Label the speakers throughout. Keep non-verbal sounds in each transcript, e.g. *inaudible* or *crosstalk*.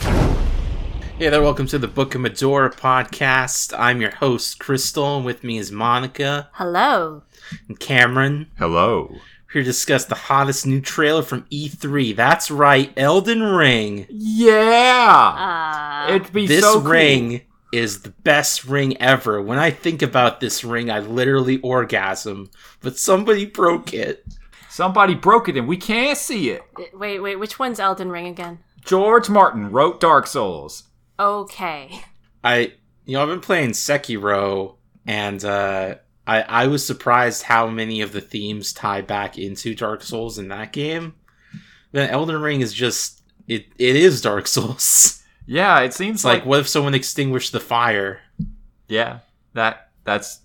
Speaker 1: Hey there, welcome to the Book of Medora podcast. I'm your host, Crystal, and with me is Monica
Speaker 2: Hello.
Speaker 1: and Cameron.
Speaker 3: Hello.
Speaker 1: We're here to discuss the hottest new trailer from E3. That's right, Elden Ring.
Speaker 3: Yeah.
Speaker 2: Uh,
Speaker 3: It'd be
Speaker 1: this
Speaker 3: so cool.
Speaker 1: ring is the best ring ever. When I think about this ring, I literally orgasm, but somebody broke it.
Speaker 3: Somebody broke it and we can't see it.
Speaker 2: wait, wait, which one's Elden Ring again?
Speaker 3: George Martin wrote Dark Souls.
Speaker 2: Okay. *laughs*
Speaker 1: I, you know, I've been playing Sekiro, and uh, I, I was surprised how many of the themes tie back into Dark Souls in that game. Then Elden Ring is just it. It is Dark Souls. *laughs*
Speaker 3: Yeah, it seems
Speaker 1: It's
Speaker 3: like,
Speaker 1: like, what if someone extinguished the fire?
Speaker 3: yeah, that that's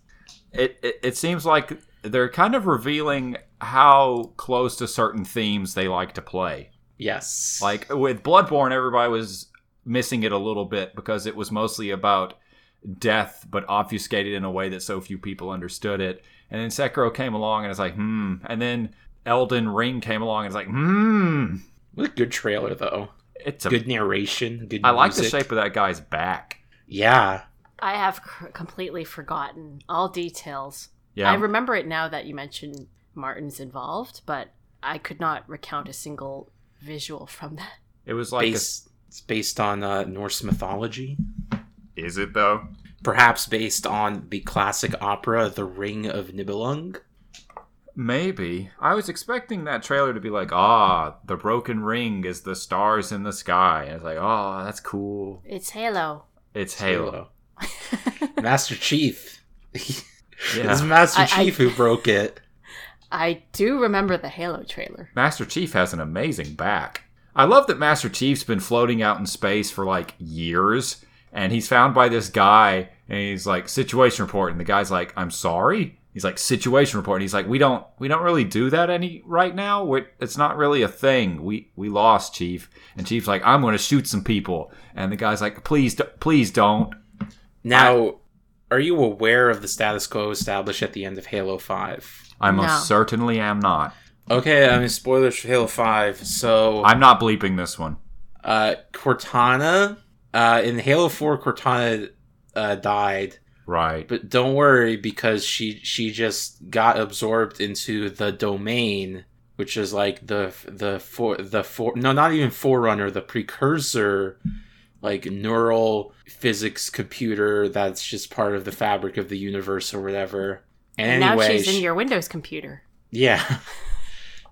Speaker 3: it, it it seems like they're kind of revealing how close to certain themes they like to play.
Speaker 1: Yes.
Speaker 3: Like with Bloodborne everybody was missing it a little bit because it was mostly about death but obfuscated in a way that so few people understood it. And then Sekiro came along and it's like, "Hmm." And then Elden Ring came along and it's like, "Hmm."
Speaker 1: what a good trailer though.
Speaker 3: It's a
Speaker 1: good narration. Good.
Speaker 3: I like the
Speaker 1: music.
Speaker 3: shape of that guy's back.
Speaker 1: Yeah.
Speaker 2: I have c- completely forgotten all details.
Speaker 3: Yeah.
Speaker 2: I remember it now that you mentioned Martin's involved, but I could not recount a single visual from that.
Speaker 3: it was like a-
Speaker 1: based, it's based on uh, Norse mythology.
Speaker 3: Is it though?
Speaker 1: Perhaps based on the classic opera The Ring of Nibelung.
Speaker 3: Maybe. I was expecting that trailer to be like, ah, the broken ring is the stars in the sky. And it's like, oh, that's cool.
Speaker 2: It's
Speaker 3: *laughs*
Speaker 2: Halo.
Speaker 3: It's Halo.
Speaker 1: Master Chief. *laughs* It's
Speaker 3: Yeah.
Speaker 1: Master
Speaker 2: I- I-
Speaker 1: Chief who broke it.
Speaker 2: I do remember the Halo trailer.
Speaker 3: Master Chief has an amazing back. I love that Master Chief's been floating out in space for like years, and he's found by this guy, and he's like, situation report, and the guy's like, I'm sorry. He's like, situation report, and he's like, we don't, we don't really do that any right now. we it's not really a thing. We, we lost Chief, and Chief's like, I'm going to shoot some people, and the guy's like, please, do- please don't.
Speaker 1: Now, are you aware of the status quo established at the end of Halo 5?
Speaker 3: I most
Speaker 2: No.
Speaker 3: certainly am not.
Speaker 1: Okay, I mean, spoilers for Halo 5. So,
Speaker 3: I'm not bleeping this one.
Speaker 1: uh, Cortana, uh, in Halo 4, Cortana uh, died.
Speaker 3: Right.
Speaker 1: But don't worry, because she she just got absorbed into the domain, which is like the the for the for no, not even forerunner, the precursor, like neural physics computer that's just part of the fabric of the universe or whatever. And,
Speaker 2: now
Speaker 1: anyway,
Speaker 2: she's in
Speaker 1: she-
Speaker 2: your Windows computer.
Speaker 1: yeah. *laughs*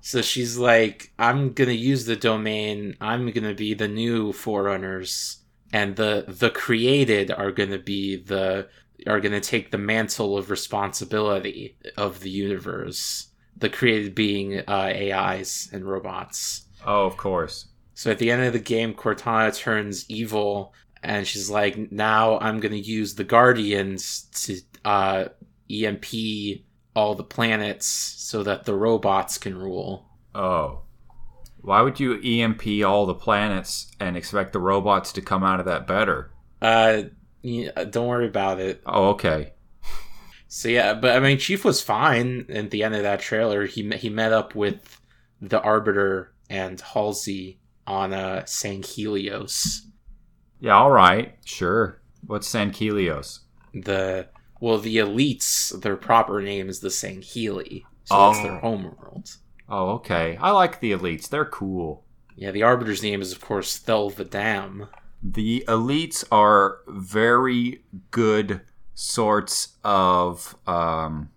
Speaker 1: So she's like, I'm gonna use the domain. I'm gonna be the new forerunners, and the the created are gonna be the are gonna take the mantle of responsibility of the universe. The created being uh, AIs and robots.
Speaker 3: Oh, of course.
Speaker 1: So at the end of the game, Cortana turns evil, and she's like, "Now I'm gonna use the Guardians to uh, EMP all the planets so that the robots can rule."
Speaker 3: Oh. Why would you EMP all the planets and expect the robots to come out of that better?
Speaker 1: Uh, yeah, don't worry about it.
Speaker 3: Oh, okay.
Speaker 1: So yeah, but I mean, Chief was fine at the end of that trailer. He he met up with the Arbiter and Halsey on uh, San Helios.
Speaker 3: Yeah, all right. Sure. What's San Kelios?
Speaker 1: the well the elites their proper name is the Sangheli, so that's their
Speaker 3: Oh.
Speaker 1: homeworld
Speaker 3: Oh, okay. I like the elites. They're cool.
Speaker 1: yeah the arbiter's name is of course thelvadam
Speaker 3: The elites are very good sorts of um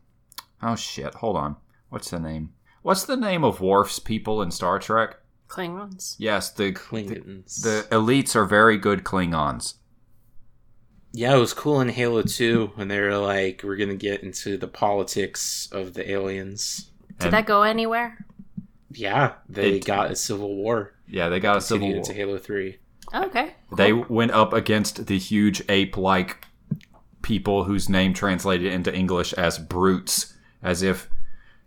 Speaker 3: Oh shit, hold on. What's the name? What's the name of Worf's people in Star Trek?
Speaker 2: Klingons.
Speaker 3: Yes, the
Speaker 1: klingons
Speaker 3: the elites are very good Klingons.
Speaker 1: yeah it was cool in halo 2 when they were like we're gonna get into the politics of the aliens
Speaker 2: Did
Speaker 3: And-
Speaker 2: that go anywhere?
Speaker 1: yeah they
Speaker 3: It-
Speaker 1: got a civil war
Speaker 3: Yeah, they got a civil
Speaker 1: continued
Speaker 3: war.
Speaker 1: into halo 3
Speaker 2: Okay.
Speaker 3: They went up against the huge ape like people whose name translated into English as brutes, as if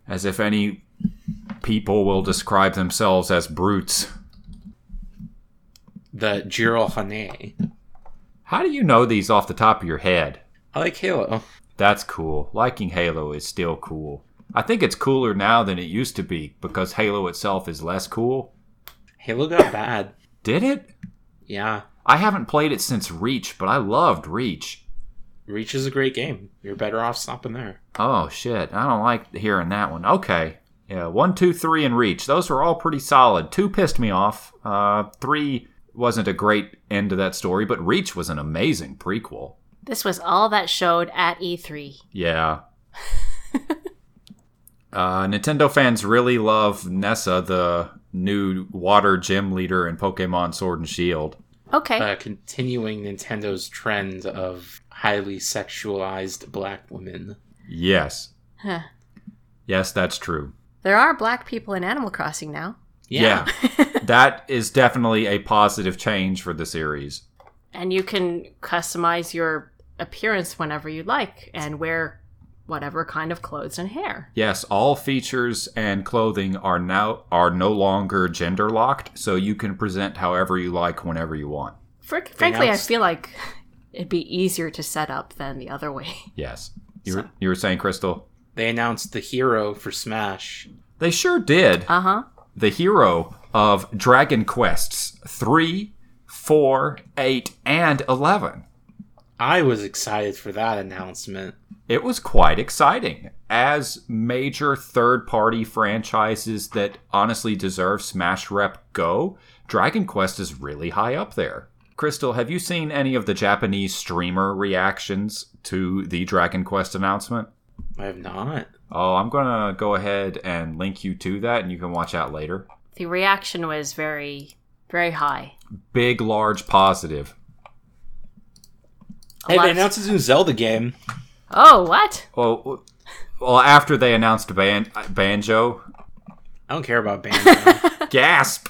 Speaker 3: as if any people will describe themselves as brutes.
Speaker 1: The Jiro Hane.
Speaker 3: How do you know these off the top of your head?
Speaker 1: I like Halo.
Speaker 3: That's cool. Liking Halo is still cool. I think it's cooler now than it used to be because Halo itself is less cool.
Speaker 1: Halo got bad.
Speaker 3: Did it?
Speaker 1: Yeah.
Speaker 3: I haven't played it since Reach, but I loved Reach.
Speaker 1: Reach is a great game. You're better off stopping there.
Speaker 3: Oh shit, I don't like hearing that one. Okay. Yeah, one, two, three, and Reach. Those were all pretty solid. Two pissed me off. Uh, three wasn't a great end to that story, but Reach was an amazing prequel.
Speaker 2: This was all that showed at E E3.
Speaker 3: Yeah. uh, Nintendo fans really love Nessa, the new water gym leader in Pokemon Sword and Shield.
Speaker 2: Okay.
Speaker 1: Uh, continuing Nintendo's trend of highly sexualized black women.
Speaker 3: Yes.
Speaker 2: Huh.
Speaker 3: Yes, that's true.
Speaker 2: There are black people in Animal Crossing now.
Speaker 3: Yeah. that is definitely a positive change for the series.
Speaker 2: And you can customize your appearance whenever you like and wear whatever kind of clothes and hair.
Speaker 3: Yes, all features and clothing are now are no longer gender locked, so you can present however you like whenever you want.
Speaker 2: Fr- frankly, I
Speaker 1: else?
Speaker 2: feel like it'd be easier to set up than the other way. *laughs*
Speaker 3: Yes. You were, you were saying, Crystal?
Speaker 1: They announced the hero for Smash.
Speaker 3: They sure did.
Speaker 2: Uh huh.
Speaker 3: the hero of Dragon Quests 3, 4, 8, and 11.
Speaker 1: I was excited for that announcement.
Speaker 3: It was quite exciting. As major third party franchises that honestly deserve Smash Rep go, Dragon Quest is really high up there. Crystal, have you seen any of the Japanese streamer reactions to the Dragon Quest announcement?
Speaker 1: I have not.
Speaker 3: Oh, I'm gonna go ahead and link you to that and you can watch out later.
Speaker 2: The reaction was very, very high.
Speaker 3: Big, large positive.
Speaker 2: A
Speaker 1: Hey,
Speaker 2: lot
Speaker 1: they
Speaker 2: of-
Speaker 1: announced a new Zelda game.
Speaker 2: oh, what?
Speaker 3: Well, well, after they announced ban- banjo, *laughs*
Speaker 1: I don't care about *laughs* Banjo.
Speaker 3: gasp!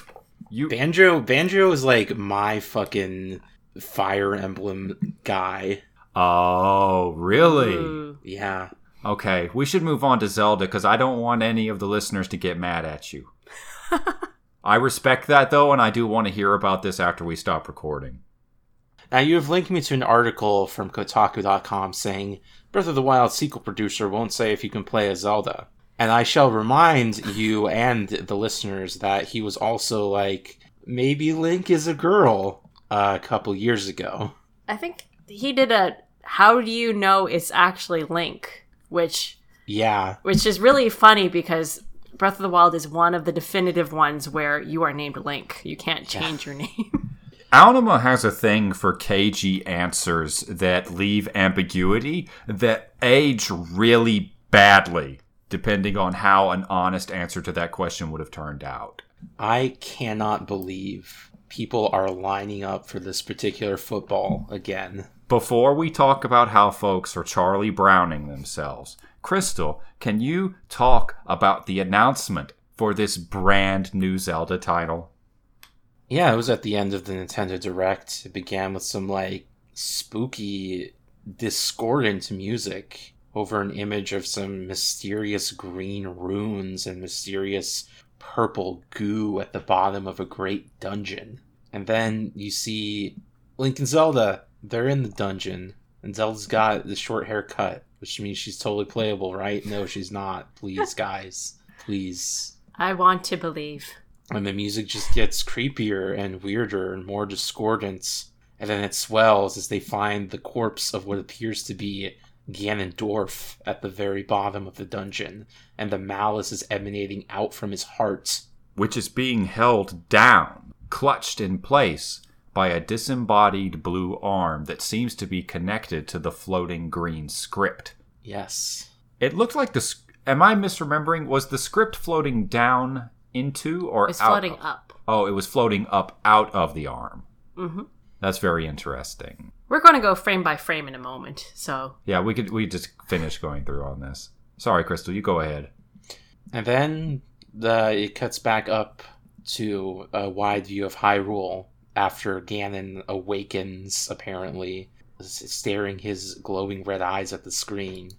Speaker 3: You
Speaker 1: Banjo Banjo is like my fucking Fire Emblem guy.
Speaker 3: oh really?
Speaker 2: Ooh.
Speaker 1: Yeah.
Speaker 3: Okay, we should move on to Zelda because I don't want any of the listeners to get mad at you. I respect that though, and I do want to hear about this after we stop recording.
Speaker 1: Now you have linked me to an article from Kotaku.com saying Breath of the Wild sequel producer won't say if you can play as Zelda. And I shall remind you and the listeners that he was also like, maybe Link is a girl uh, a couple years ago.
Speaker 2: I think he did a how do you know it's actually Link, which
Speaker 1: Yeah.
Speaker 2: which is really funny because Breath of the Wild is one of the definitive ones where you are named Link. You can't change your *laughs* name.
Speaker 3: Alnima has a thing for cagey answers that leave ambiguity that age really badly, depending on how an honest answer to that question would have turned out.
Speaker 1: I cannot believe people are lining up for this particular football again.
Speaker 3: Before we talk about how folks are Charlie Browning themselves, Crystal, can you talk about the announcement for this brand new Zelda title?
Speaker 1: Yeah, it was at the end of the Nintendo Direct. It began with some like spooky, discordant music over an image of some mysterious green runes and mysterious purple goo at the bottom of a great dungeon. And then you see Link and Zelda. They're in the dungeon, and Zelda's got the short haircut, which means she's totally playable, right? No, she's not. Please, guys. Please
Speaker 2: I want to believe.
Speaker 1: and the music just gets creepier and weirder and more discordant and then it swells as they find the corpse of what appears to be ganondorf at the very bottom of the dungeon and the malice is emanating out from his heart
Speaker 3: Which is being held down, clutched in place by a disembodied blue arm that seems to be connected to the floating green script.
Speaker 1: yes
Speaker 3: It looked like the. sc- Am I misremembering? Was the script floating down into or
Speaker 2: It's
Speaker 3: out?
Speaker 2: floating
Speaker 3: of-
Speaker 2: up.
Speaker 3: Oh, it was floating up out of the arm.
Speaker 2: hmm
Speaker 3: That's very interesting.
Speaker 2: We're going to go frame by frame in a moment. So
Speaker 3: Yeah, we could we could just finish going through on this. Sorry, Crystal, you go ahead.
Speaker 1: and then the, it cuts back up to a wide view of hyrule after ganon awakens apparently s- staring his glowing red eyes at the screen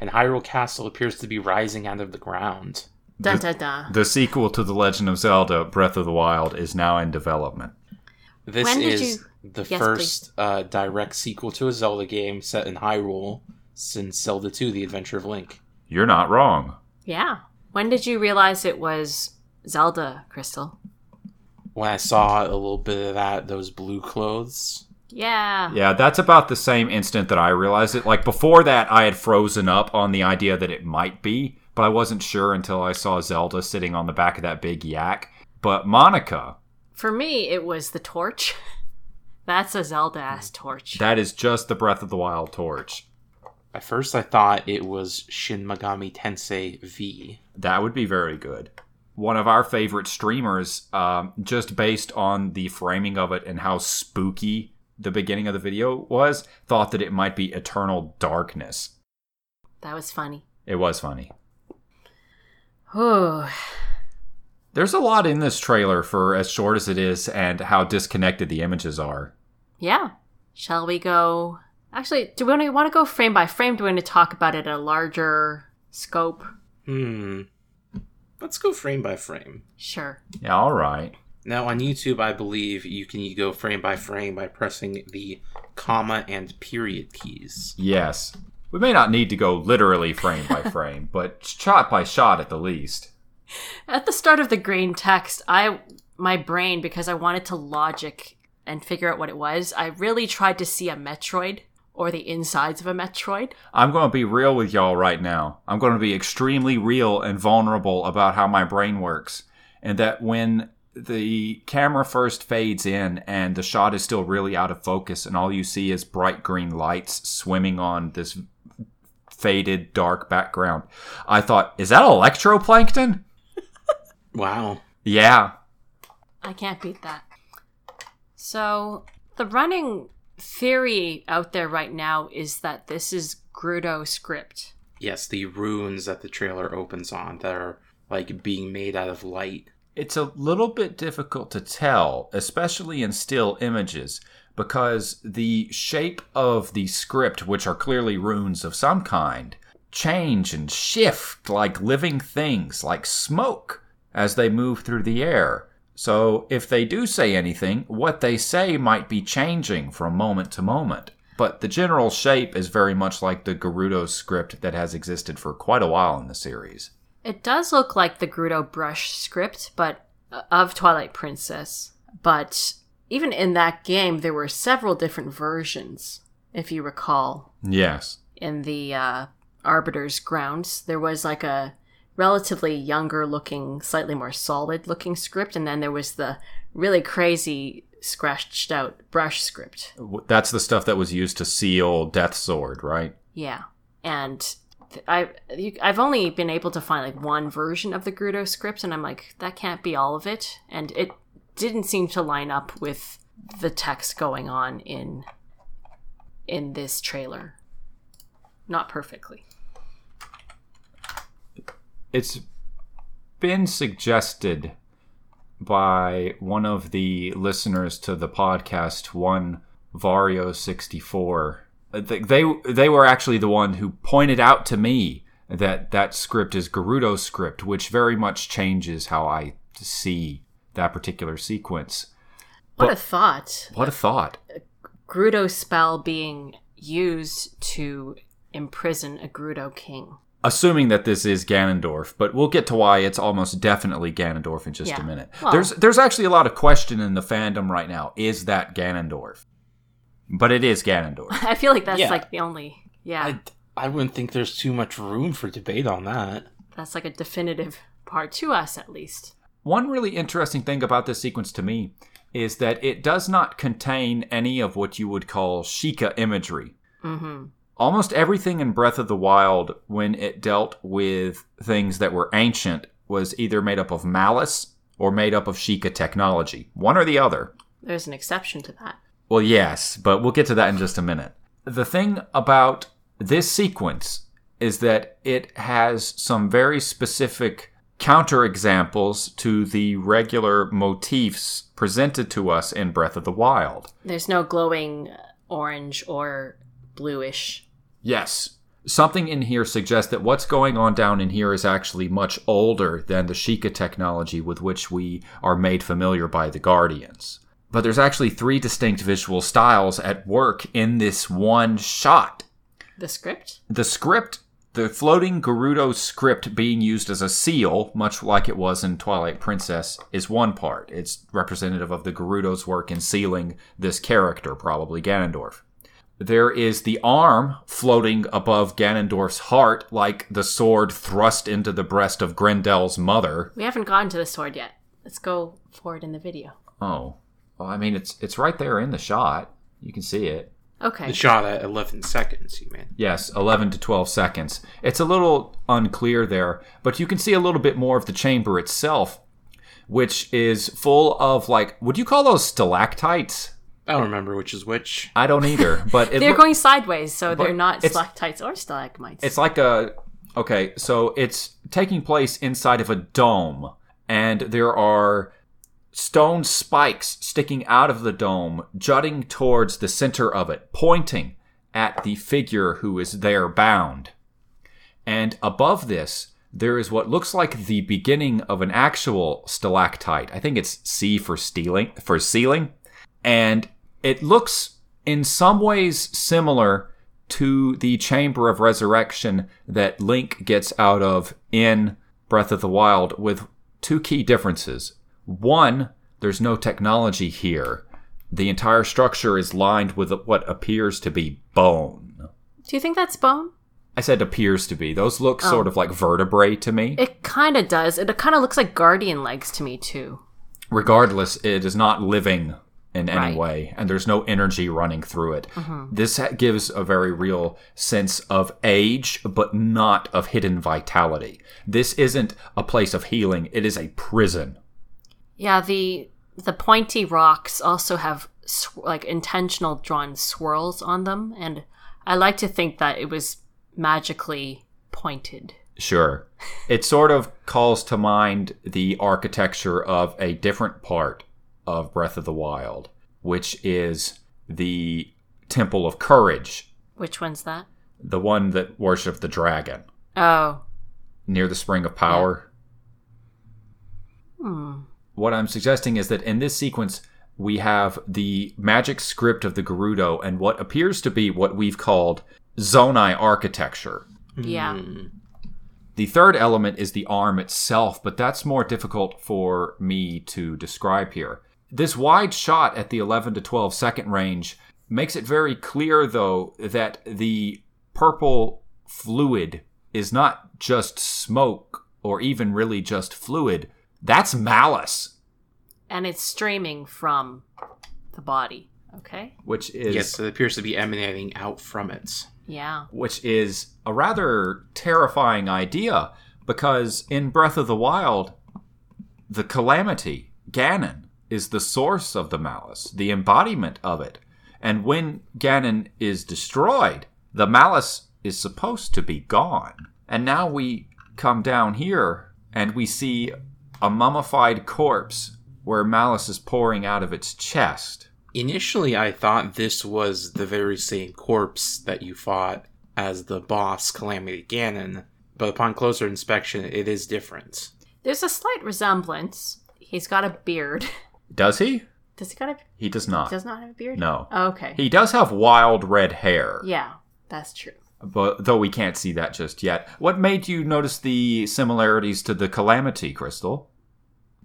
Speaker 1: and hyrule castle appears to be rising out of the ground
Speaker 2: Dun dun dun.
Speaker 3: The sequel to The Legend of Zelda Breath of the Wild is now in development.
Speaker 1: This
Speaker 2: When did
Speaker 1: is
Speaker 2: you-
Speaker 1: the
Speaker 2: Yes,
Speaker 1: first uh, direct sequel to a Zelda game set in Hyrule since Zelda 2: The Adventure of Link.
Speaker 3: You're not wrong.
Speaker 2: Yeah. When did you realize it was Zelda, Crystal?
Speaker 1: When I saw a little bit of that, those blue clothes.
Speaker 2: Yeah.
Speaker 3: Yeah, that's about the same instant that I realized it. Like before that, I had frozen up on the idea that it might be, but I wasn't sure until I saw Zelda sitting on the back of that big yak. But Monica,
Speaker 2: For me, it was the torch. *laughs* That's a Zelda ass torch.
Speaker 3: that is just the Breath of the Wild torch.
Speaker 1: At first, I thought it was Shin Megami Tensei V.
Speaker 3: That would be very good. One of our favorite streamers, um, just based on the framing of it and how spooky the beginning of the video was, thought that it might be Eternal Darkness.
Speaker 2: that was funny. *sighs*
Speaker 3: It was funny.
Speaker 2: Ooh.
Speaker 3: There's a lot in this trailer for as short as it is and how disconnected the images are.
Speaker 2: Yeah. Shall we go? Actually, do we want to, want to go frame by frame? Do we want to talk about it at a larger scope?
Speaker 1: Hmm. Let's go frame by frame.
Speaker 2: Sure.
Speaker 3: Yeah, all right.
Speaker 1: Now on YouTube, I believe you can go frame by frame by pressing the comma and period keys.
Speaker 3: Yes. We may not need to go literally frame by frame, but shot by shot at the least.
Speaker 2: At the start of the green text, I my brain because I wanted to logic and figure out what it was. I really tried to see a Metroid or the insides of a Metroid.
Speaker 3: I'm going to be real with y'all right now. I'm going to be extremely real and vulnerable about how my brain works. And that when the camera first fades in and the shot is still really out of focus, and all you see is bright green lights swimming on this faded dark background, I thought, is that electroplankton?
Speaker 1: Wow.
Speaker 3: Yeah.
Speaker 2: I can't beat that. So, the running theory out there right now is that this is Grudo script.
Speaker 1: Yes, the runes that the trailer opens on that are like being made out of light.
Speaker 3: It's a little bit difficult to tell, especially in still images, because the shape of the script, which are clearly runes of some kind, change and shift like living things, like smoke, as they move through the air. So if they do say anything, what they say might be changing from moment to moment. But the general shape is very much like the Gerudo script that has existed for quite a while in the series.
Speaker 2: It does look like the Grudo brush script, but uh, of Twilight Princess. But even in that game, there were several different versions, if you recall,
Speaker 3: Yes.
Speaker 2: in the uh, Arbiter's grounds. There was like a relatively younger looking, slightly more solid looking script, and then there was the really crazy, scratched out brush script.
Speaker 3: W- That's the stuff that was used to seal Death Sword, right?
Speaker 2: Yeah, and th- I you, I've only been able to find like one version of the Grudo script, and I'm like, that can't be all of it, and it didn't seem to line up with the text going on in in this trailer. Not perfectly.
Speaker 3: It's been suggested by one of the listeners to the podcast, one Vario sixty four. They they were actually the one who pointed out to me that that script is Gerudo script, which very much changes how I see that particular sequence.
Speaker 2: What
Speaker 3: But-
Speaker 2: a thought!
Speaker 3: What a thought!
Speaker 2: Grudo spell being used to imprison a Grudo king. *laughs*
Speaker 3: assuming that this is Ganondorf, but we'll get to why it's almost definitely Ganondorf in just
Speaker 2: Yeah.
Speaker 3: a minute.
Speaker 2: Well-
Speaker 3: there's there's actually a lot of question in the fandom right now. Is that Ganondorf? But it is Ganondorf.
Speaker 2: I feel like that's
Speaker 1: Yeah.
Speaker 2: like the only yeah.
Speaker 1: I, I wouldn't think there's too much room for debate on that.
Speaker 2: that's like a definitive part to us at least.
Speaker 3: One really interesting thing about this sequence to me is that it does not contain any of what you would call Sheikah imagery.
Speaker 2: Mm-hmm.
Speaker 3: Almost everything in Breath of the Wild, when it dealt with things that were ancient, was either made up of malice or made up of Sheikah technology, one or the other.
Speaker 2: There's an exception to that.
Speaker 3: Well, yes, but we'll get to that in just a minute. The thing about this sequence is that it has some very specific counterexamples to the regular motifs presented to us in Breath of the Wild.
Speaker 2: There's no glowing orange or bluish.
Speaker 3: Yes. something in here suggests that what's going on down in here is actually much older than the Sheikah technology with which we are made familiar by the Guardians. But there's actually three distinct visual styles at work in this one shot.
Speaker 2: The script?
Speaker 3: The script, the floating Gerudo script being used as a seal, much like it was in Twilight Princess, is one part. It's representative of the Gerudo's work in sealing this character, probably Ganondorf there is the arm floating above Ganondorf's heart, like the sword thrust into the breast of Grendel's mother.
Speaker 2: We haven't gotten to the sword yet. Let's go forward in the video.
Speaker 3: Oh, well, I mean, it's it's right there in the shot. You can see it.
Speaker 2: Okay.
Speaker 1: The shot at 11 seconds, you mean?
Speaker 3: Yes, 11 to 12 seconds. It's a little unclear there, but you can see a little bit more of the chamber itself, which is full of like, would you call those stalactites?
Speaker 1: I don't remember which is which.
Speaker 3: I don't either, but
Speaker 2: *laughs*
Speaker 3: it
Speaker 2: they're
Speaker 3: loo-
Speaker 2: going sideways, so they're not
Speaker 3: it's-
Speaker 2: stalactites or stalagmites.
Speaker 3: It's like a okay, so it's taking place inside of a dome, and there are stone spikes sticking out of the dome, jutting towards the center of it, pointing at the figure who is there bound. And above this, there is what looks like the beginning of an actual stalactite. I think it's C for stealing for ceiling and it looks in some ways similar to the chamber of resurrection that Link gets out of in Breath of the Wild with two key differences. One, there's no technology here. The entire structure is lined with what appears to be bone.
Speaker 2: Do you think that's bone?
Speaker 3: I said appears to be. Those look sort of like vertebrae to me.
Speaker 2: It kind of does. It kind of looks like guardian legs to me too.
Speaker 3: regardless, it is not living in any
Speaker 2: Right.
Speaker 3: way, and there's no energy running through it. This ha- gives a very real sense of age, but not of hidden vitality. This isn't a place of healing, it is a prison.
Speaker 2: Yeah, the the pointy rocks also have sw- like intentional drawn swirls on them, and I like to think that it was magically pointed.
Speaker 3: Sure. It sort of calls to mind the architecture of a different part of Breath of the Wild, which is the Temple of Courage,
Speaker 2: Which one's that?
Speaker 3: the one that worshiped the dragon
Speaker 2: Oh,
Speaker 3: near the Spring of Power.
Speaker 2: hmm.
Speaker 3: what I'm suggesting is that in this sequence, we have the magic script of the Gerudo and what appears to be what we've called Zonai architecture.
Speaker 2: Yeah.
Speaker 1: Mm.
Speaker 3: The third element is the arm itself, but that's more difficult for me to describe here. This wide shot at the 11 to 12 second range makes it very clear, though, that the purple fluid is not just smoke or even really just fluid. That's malice.
Speaker 2: and it's streaming from the body. Okay.
Speaker 3: which is
Speaker 1: yes, it appears to be emanating out from it.
Speaker 2: Yeah.
Speaker 3: which is a rather terrifying idea because in Breath of the Wild, the calamity Ganon is the source of the malice, the embodiment of it, and when Ganon is destroyed, the malice is supposed to be gone. And now we come down here and we see a mummified corpse where malice is pouring out of its chest.
Speaker 1: Initially, I thought this was the very same corpse that you fought as the boss, Calamity Ganon, but upon closer inspection, it is different.
Speaker 2: There's a slight resemblance. He's got a beard. *laughs*
Speaker 3: Does he?
Speaker 2: Does he got a
Speaker 3: He does not.
Speaker 2: does not have a beard?
Speaker 3: No.
Speaker 2: Okay.
Speaker 3: He does have wild red hair,
Speaker 2: yeah, that's true.
Speaker 3: but though we can't see that just yet. What made you notice the similarities to the Calamity, Crystal?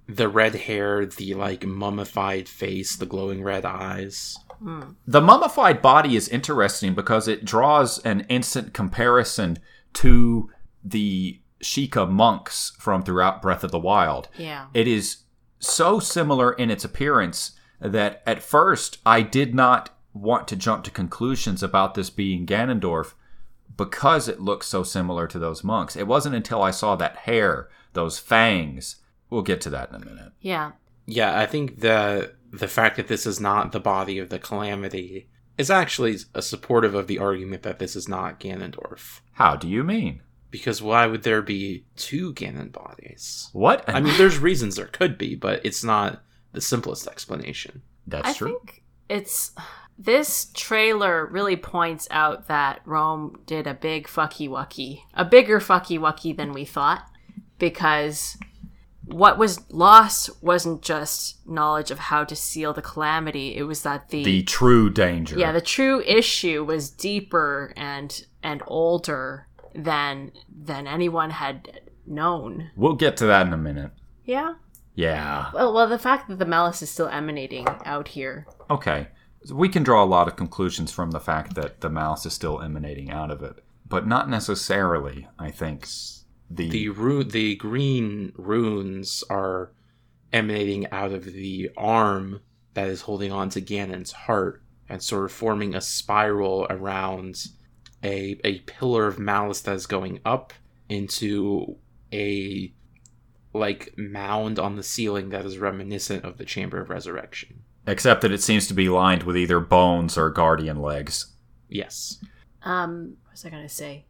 Speaker 1: The red hair, the like mummified face, the glowing red eyes.
Speaker 2: Hmm.
Speaker 3: The mummified body is interesting because it draws an instant comparison to the Sheikah monks from throughout Breath of the Wild.
Speaker 2: Yeah.
Speaker 3: It is so similar in its appearance that at first I did not want to jump to conclusions about this being Ganondorf because it looks so similar to those monks. It wasn't until I saw that hair, those fangs. We'll get to that in a minute.
Speaker 2: Yeah.
Speaker 1: Yeah, I think the the fact that this is not the body of the Calamity is actually a supportive of the argument that this is not Ganondorf.
Speaker 3: How do you mean?
Speaker 1: Because why would there be two Ganon bodies?
Speaker 3: What?
Speaker 1: I mean, there's reasons there could be, but it's not the simplest explanation.
Speaker 3: That's
Speaker 2: I
Speaker 3: true.
Speaker 2: think it's This trailer really points out that Rome did a big fucky wucky, a bigger fucky wucky than we thought, because what was lost wasn't just knowledge of how to seal the calamity; it was that the,
Speaker 3: The true danger.
Speaker 2: yeah the true issue was deeper and and older than than anyone had known.
Speaker 3: we'll get to that in a minute.
Speaker 2: Yeah.
Speaker 3: Yeah.
Speaker 2: Well, well, the fact that the malice is still emanating out here.
Speaker 3: Okay. So we can draw a lot of conclusions from the fact that the malice is still emanating out of it, but not necessarily, I think. The,
Speaker 1: the ru- the green runes are emanating out of the arm that is holding on to Ganon's heart and sort of forming a spiral around a a pillar of malice that is going up into a like mound on the ceiling that is reminiscent of the chamber of resurrection.
Speaker 3: except that it seems to be lined with either bones or guardian legs.
Speaker 1: Yes.
Speaker 2: Um, what was I gonna say?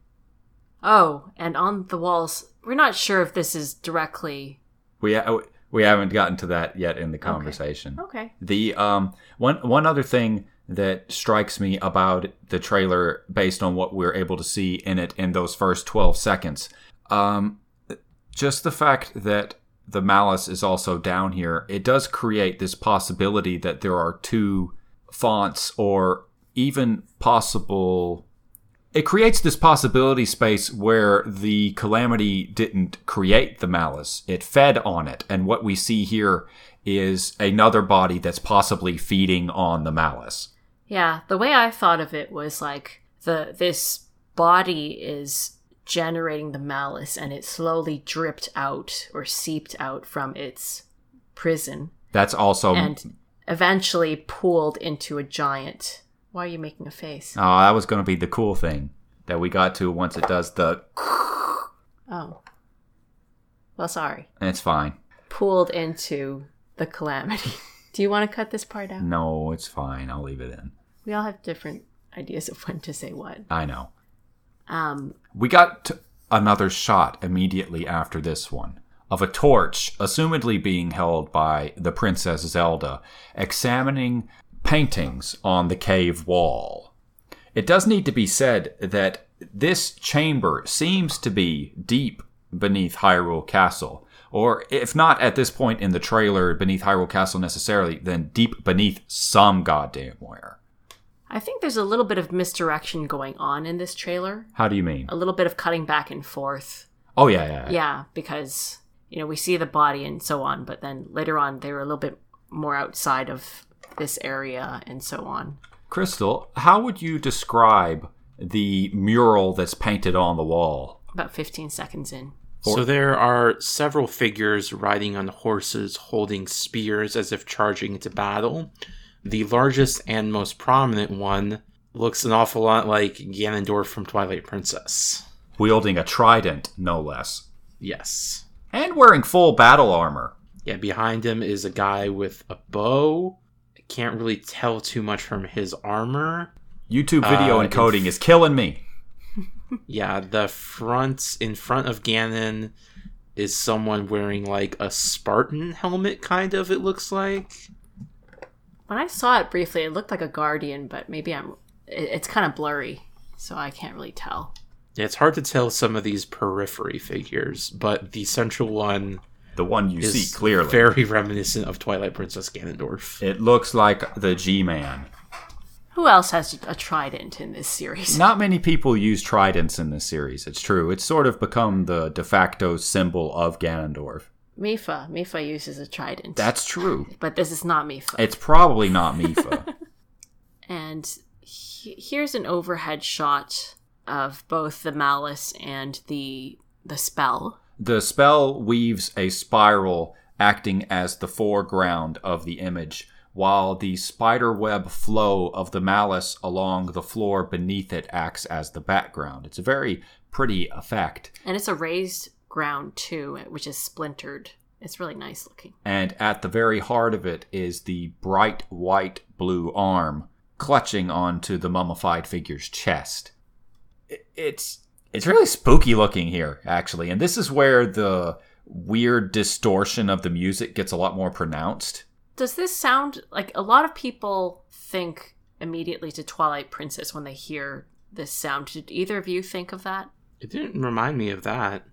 Speaker 2: Oh, and on the walls, we're not sure if this is directly.
Speaker 3: We ha- we haven't gotten to that yet in the conversation.
Speaker 2: Okay.
Speaker 3: The um one one other thing that strikes me about the trailer based on what we're able to see in it in those first 12 seconds. Um just the fact that the malice is also down here, it does create this possibility that there are two fonts or even possible it creates this possibility space where the calamity didn't create the malice it fed on it and what we see here is another body that's possibly feeding on the malice
Speaker 2: Yeah, the way I thought of it was like the this body is generating the malice, and it slowly dripped out or seeped out from its prison,
Speaker 3: that's also
Speaker 2: and eventually pooled into a giant. Why are you making a face?
Speaker 3: oh that was going to be the cool thing that we got to once it does the
Speaker 2: Oh. Well, sorry.
Speaker 3: it's fine
Speaker 2: Pooled into the calamity. *laughs* Do you want to cut this part out?
Speaker 3: no it's fine i'll leave it in
Speaker 2: We all have different ideas of when to say what.
Speaker 3: i know
Speaker 2: Um,
Speaker 3: We got t- another shot immediately after this one of a torch, assumedly being held by the Princess Zelda, examining paintings on the cave wall. It does need to be said that this chamber seems to be deep beneath Hyrule Castle. Or if not at this point in the trailer beneath Hyrule Castle necessarily, then deep beneath some goddamn where.
Speaker 2: I think there's a little bit of misdirection going on in this trailer.
Speaker 3: How do you mean?
Speaker 2: A little bit of cutting back and forth.
Speaker 3: Oh yeah, yeah, yeah.
Speaker 2: Uh, Yeah, because you know we see the body and so on, but then later on they were a little bit more outside of this area and so on.
Speaker 3: Crystal, how would you describe the mural that's painted on the wall?
Speaker 2: About 15 seconds in.
Speaker 1: So there are several figures riding on horses holding spears as if charging into battle. The largest and most prominent one looks an awful lot like Ganondorf from Twilight Princess.
Speaker 3: Wielding a trident, no less.
Speaker 1: Yes.
Speaker 3: And wearing full battle armor.
Speaker 1: Yeah, behind him is a guy with a bow. I can't really tell too much from his armor.
Speaker 3: YouTube video
Speaker 1: Uh,
Speaker 3: encoding is killing me.
Speaker 1: Yeah, the front in front of Ganon is someone wearing like a Spartan helmet kind of it looks like.
Speaker 2: When I saw it briefly, it looked like a guardian, but maybe I'm. it- It's kind of blurry, so I can't really tell.
Speaker 1: Yeah, it's hard to tell some of these periphery figures, but the central one
Speaker 3: The one you
Speaker 1: is
Speaker 3: see clearly.
Speaker 1: very reminiscent of Twilight Princess Ganondorf.
Speaker 3: It looks like the G Man.
Speaker 2: Who else has a trident in this series?
Speaker 3: Not many people use tridents in this series, it's true. It's sort of become the de facto symbol of Ganondorf.
Speaker 2: Mifa. Mifa uses a trident.
Speaker 3: That's true.
Speaker 2: but this is not Mifa.
Speaker 3: It's probably not Mifa.
Speaker 2: and he- here's an overhead shot of both the malice and the the spell.
Speaker 3: The spell weaves a spiral acting as the foreground of the image, while the spiderweb flow of the malice along the floor beneath it acts as the background. It's a very pretty effect.
Speaker 2: And it's a raised ground too, which is splintered. It's really nice looking.
Speaker 3: And at the very heart of it is the bright white blue arm clutching onto the mummified figure's chest. I- It's it's really spooky looking here, actually. And this is where the weird distortion of the music gets a lot more pronounced.
Speaker 2: Does this sound like a lot of people think immediately to Twilight Princess when they hear this sound. Did either of you think of that?
Speaker 1: It didn't remind me of that.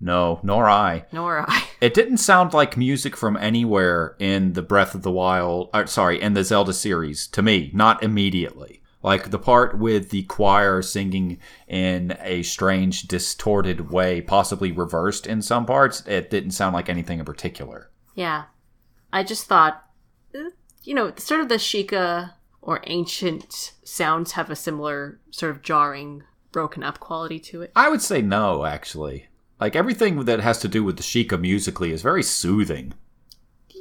Speaker 3: No, nor I.
Speaker 2: Nor I. *laughs*
Speaker 3: It didn't sound like music from anywhere in the Breath of the Wild, or, sorry, in the Zelda series to me, not immediately. Like the part with the choir singing in a strange, distorted way, possibly reversed in some parts, it didn't sound like anything in particular.
Speaker 2: Yeah. I just thought, eh, you know, sort of the Sheikah or ancient sounds have a similar sort of jarring, broken up quality to it.
Speaker 3: I would say no, actually. Like everything that has to do with the Sheikah musically is very soothing.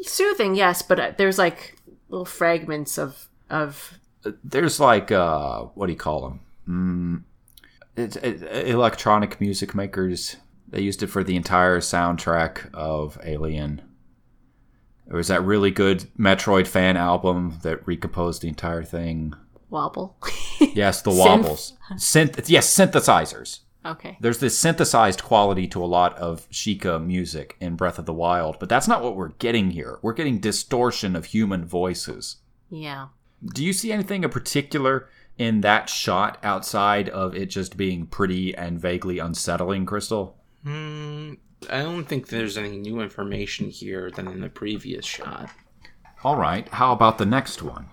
Speaker 2: Soothing, yes, but uh, there's like little fragments of of
Speaker 3: there's like uh what do you call them mm, it's, it, electronic music makers they used it for the entire soundtrack of alien there was that really good metroid fan album that recomposed the entire thing
Speaker 2: wobble. *laughs*
Speaker 3: yes the
Speaker 2: Synth.
Speaker 3: wobbles synth yes synthesizers
Speaker 2: okay.
Speaker 3: there's this synthesized quality to a lot of Sheikah music in breath of the wild but that's not what we're getting here we're getting distortion of human voices
Speaker 2: Yeah.
Speaker 3: do you see anything in particular in that shot outside of it just being pretty and vaguely unsettling, Crystal?
Speaker 1: Hmm. I don't think there's any new information here than in the previous shot.
Speaker 3: All right, how about the next one?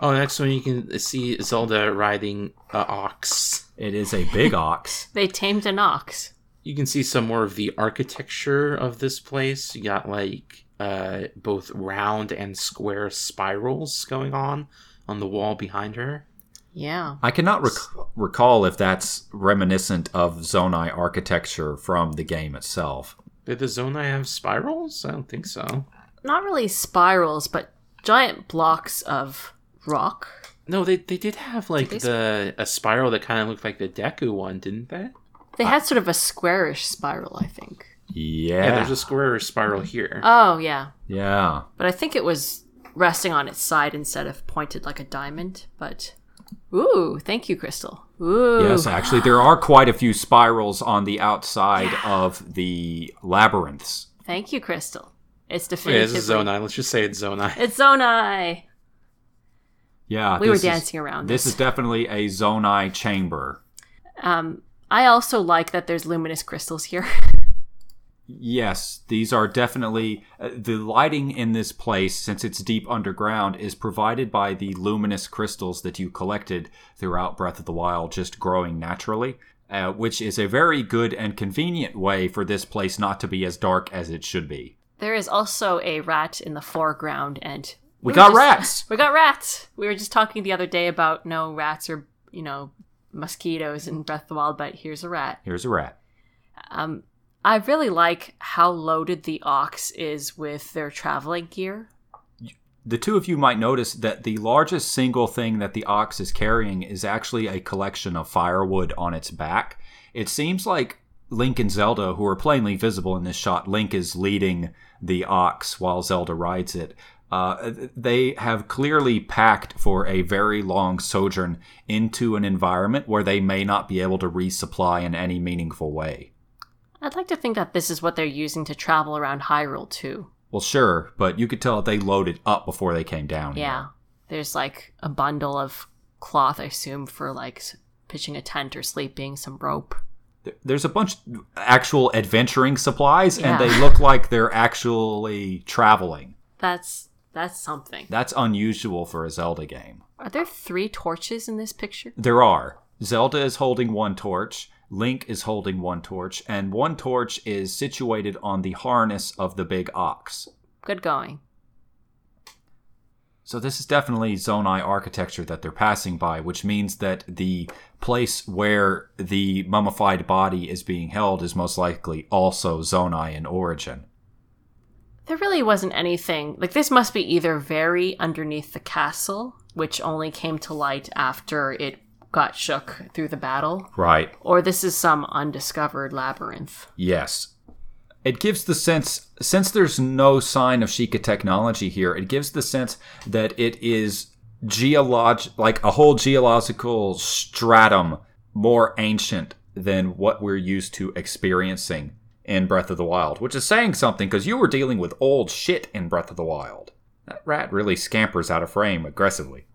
Speaker 1: Oh, next one you can see Zelda riding a ox.
Speaker 3: It is a *laughs* big ox.
Speaker 2: They tamed an ox.
Speaker 1: You can see some more of the architecture of this place. You got like uh, both round and square spirals going on on the wall behind her.
Speaker 2: Yeah.
Speaker 3: I cannot rec- recall if that's reminiscent of Zonai architecture from the game itself.
Speaker 1: Did the Zonai have spirals? I don't think so.
Speaker 2: Not really spirals, but giant blocks of rock.
Speaker 1: No, they, they did have like
Speaker 2: Did they-
Speaker 1: the a spiral that kind of looked like the Deku one, didn't they?
Speaker 2: They had sort of a squarish spiral, I think.
Speaker 3: Yeah.
Speaker 1: Yeah, there's a square spiral here.
Speaker 2: Oh, yeah.
Speaker 3: yeah.
Speaker 2: But I think it was resting on its side instead of pointed like a diamond. But ooh, thank you, Crystal. Ooh,
Speaker 3: Yes, actually, there are quite a few spirals on the outside of the labyrinths.
Speaker 2: thank you, Crystal. It's
Speaker 1: yeah,
Speaker 2: definitively
Speaker 1: this is Zonai. Letlet's just say it's Zonai.
Speaker 2: It's Zonai.
Speaker 3: Yeah.
Speaker 2: We were
Speaker 3: this is-
Speaker 2: dancing around
Speaker 3: This is definitely a Zonai chamber.
Speaker 2: Um, I also like that there's luminous crystals here. *laughs*
Speaker 3: Yes, these are definitely uh, the lighting in this place, since it's deep underground, is provided by the luminous crystals that you collected throughout Breath of the Wild, just growing naturally, uh, which is a very good and convenient way for this place not to be as dark as it should be.
Speaker 2: there is also a rat in the foreground, and
Speaker 3: We
Speaker 2: were
Speaker 3: got
Speaker 2: just-
Speaker 3: rats!
Speaker 2: *laughs* We got rats. We were just talking the other day about no rats or you know mosquitoes in Breath of the Wild, but here's a rat.
Speaker 3: Here's a rat.
Speaker 2: Um, I really like how loaded the ox is with their traveling gear.
Speaker 3: The two of you might notice that the largest single thing that the ox is carrying is actually a collection of firewood on its back. It seems like Link and Zelda, who are plainly visible in this shot, Link is leading the ox while Zelda rides it. Uh, they have clearly packed for a very long sojourn into an environment where they may not be able to resupply in any meaningful way.
Speaker 2: I'd like to think that this is what they're using to travel around Hyrule too.
Speaker 3: Well, sure, but you could tell they loaded up before they came down. here.
Speaker 2: Yeah, there's like a bundle of cloth, I assume, for like s- pitching a tent or sleeping, some rope.
Speaker 3: There- there's a bunch of actual adventuring supplies and
Speaker 2: Yeah.
Speaker 3: they look like they're actually traveling
Speaker 2: That's that's something.
Speaker 3: that's unusual for a zelda game
Speaker 2: Are there three torches in this picture?
Speaker 3: there are zelda is holding one torch link is holding one torch and one torch is situated on the harness of the big ox
Speaker 2: Good going.
Speaker 3: So this is definitely Zonai architecture that they're passing by, which means that the place where the mummified body is being held is most likely also Zonai in origin.
Speaker 2: There really wasn't anything. Like, this must be either very underneath the castle, which only came to light after it got shook through the battle,
Speaker 3: Right.
Speaker 2: or this is some undiscovered labyrinth.
Speaker 3: Yes. It gives the sense, since there's no sign of Sheikah technology here, it gives the sense that it is geologic, like a whole geological stratum more ancient than what we're used to experiencing in Breath of the Wild, which is saying something because you were dealing with old shit in Breath of the Wild. That rat really scampers out of frame aggressively.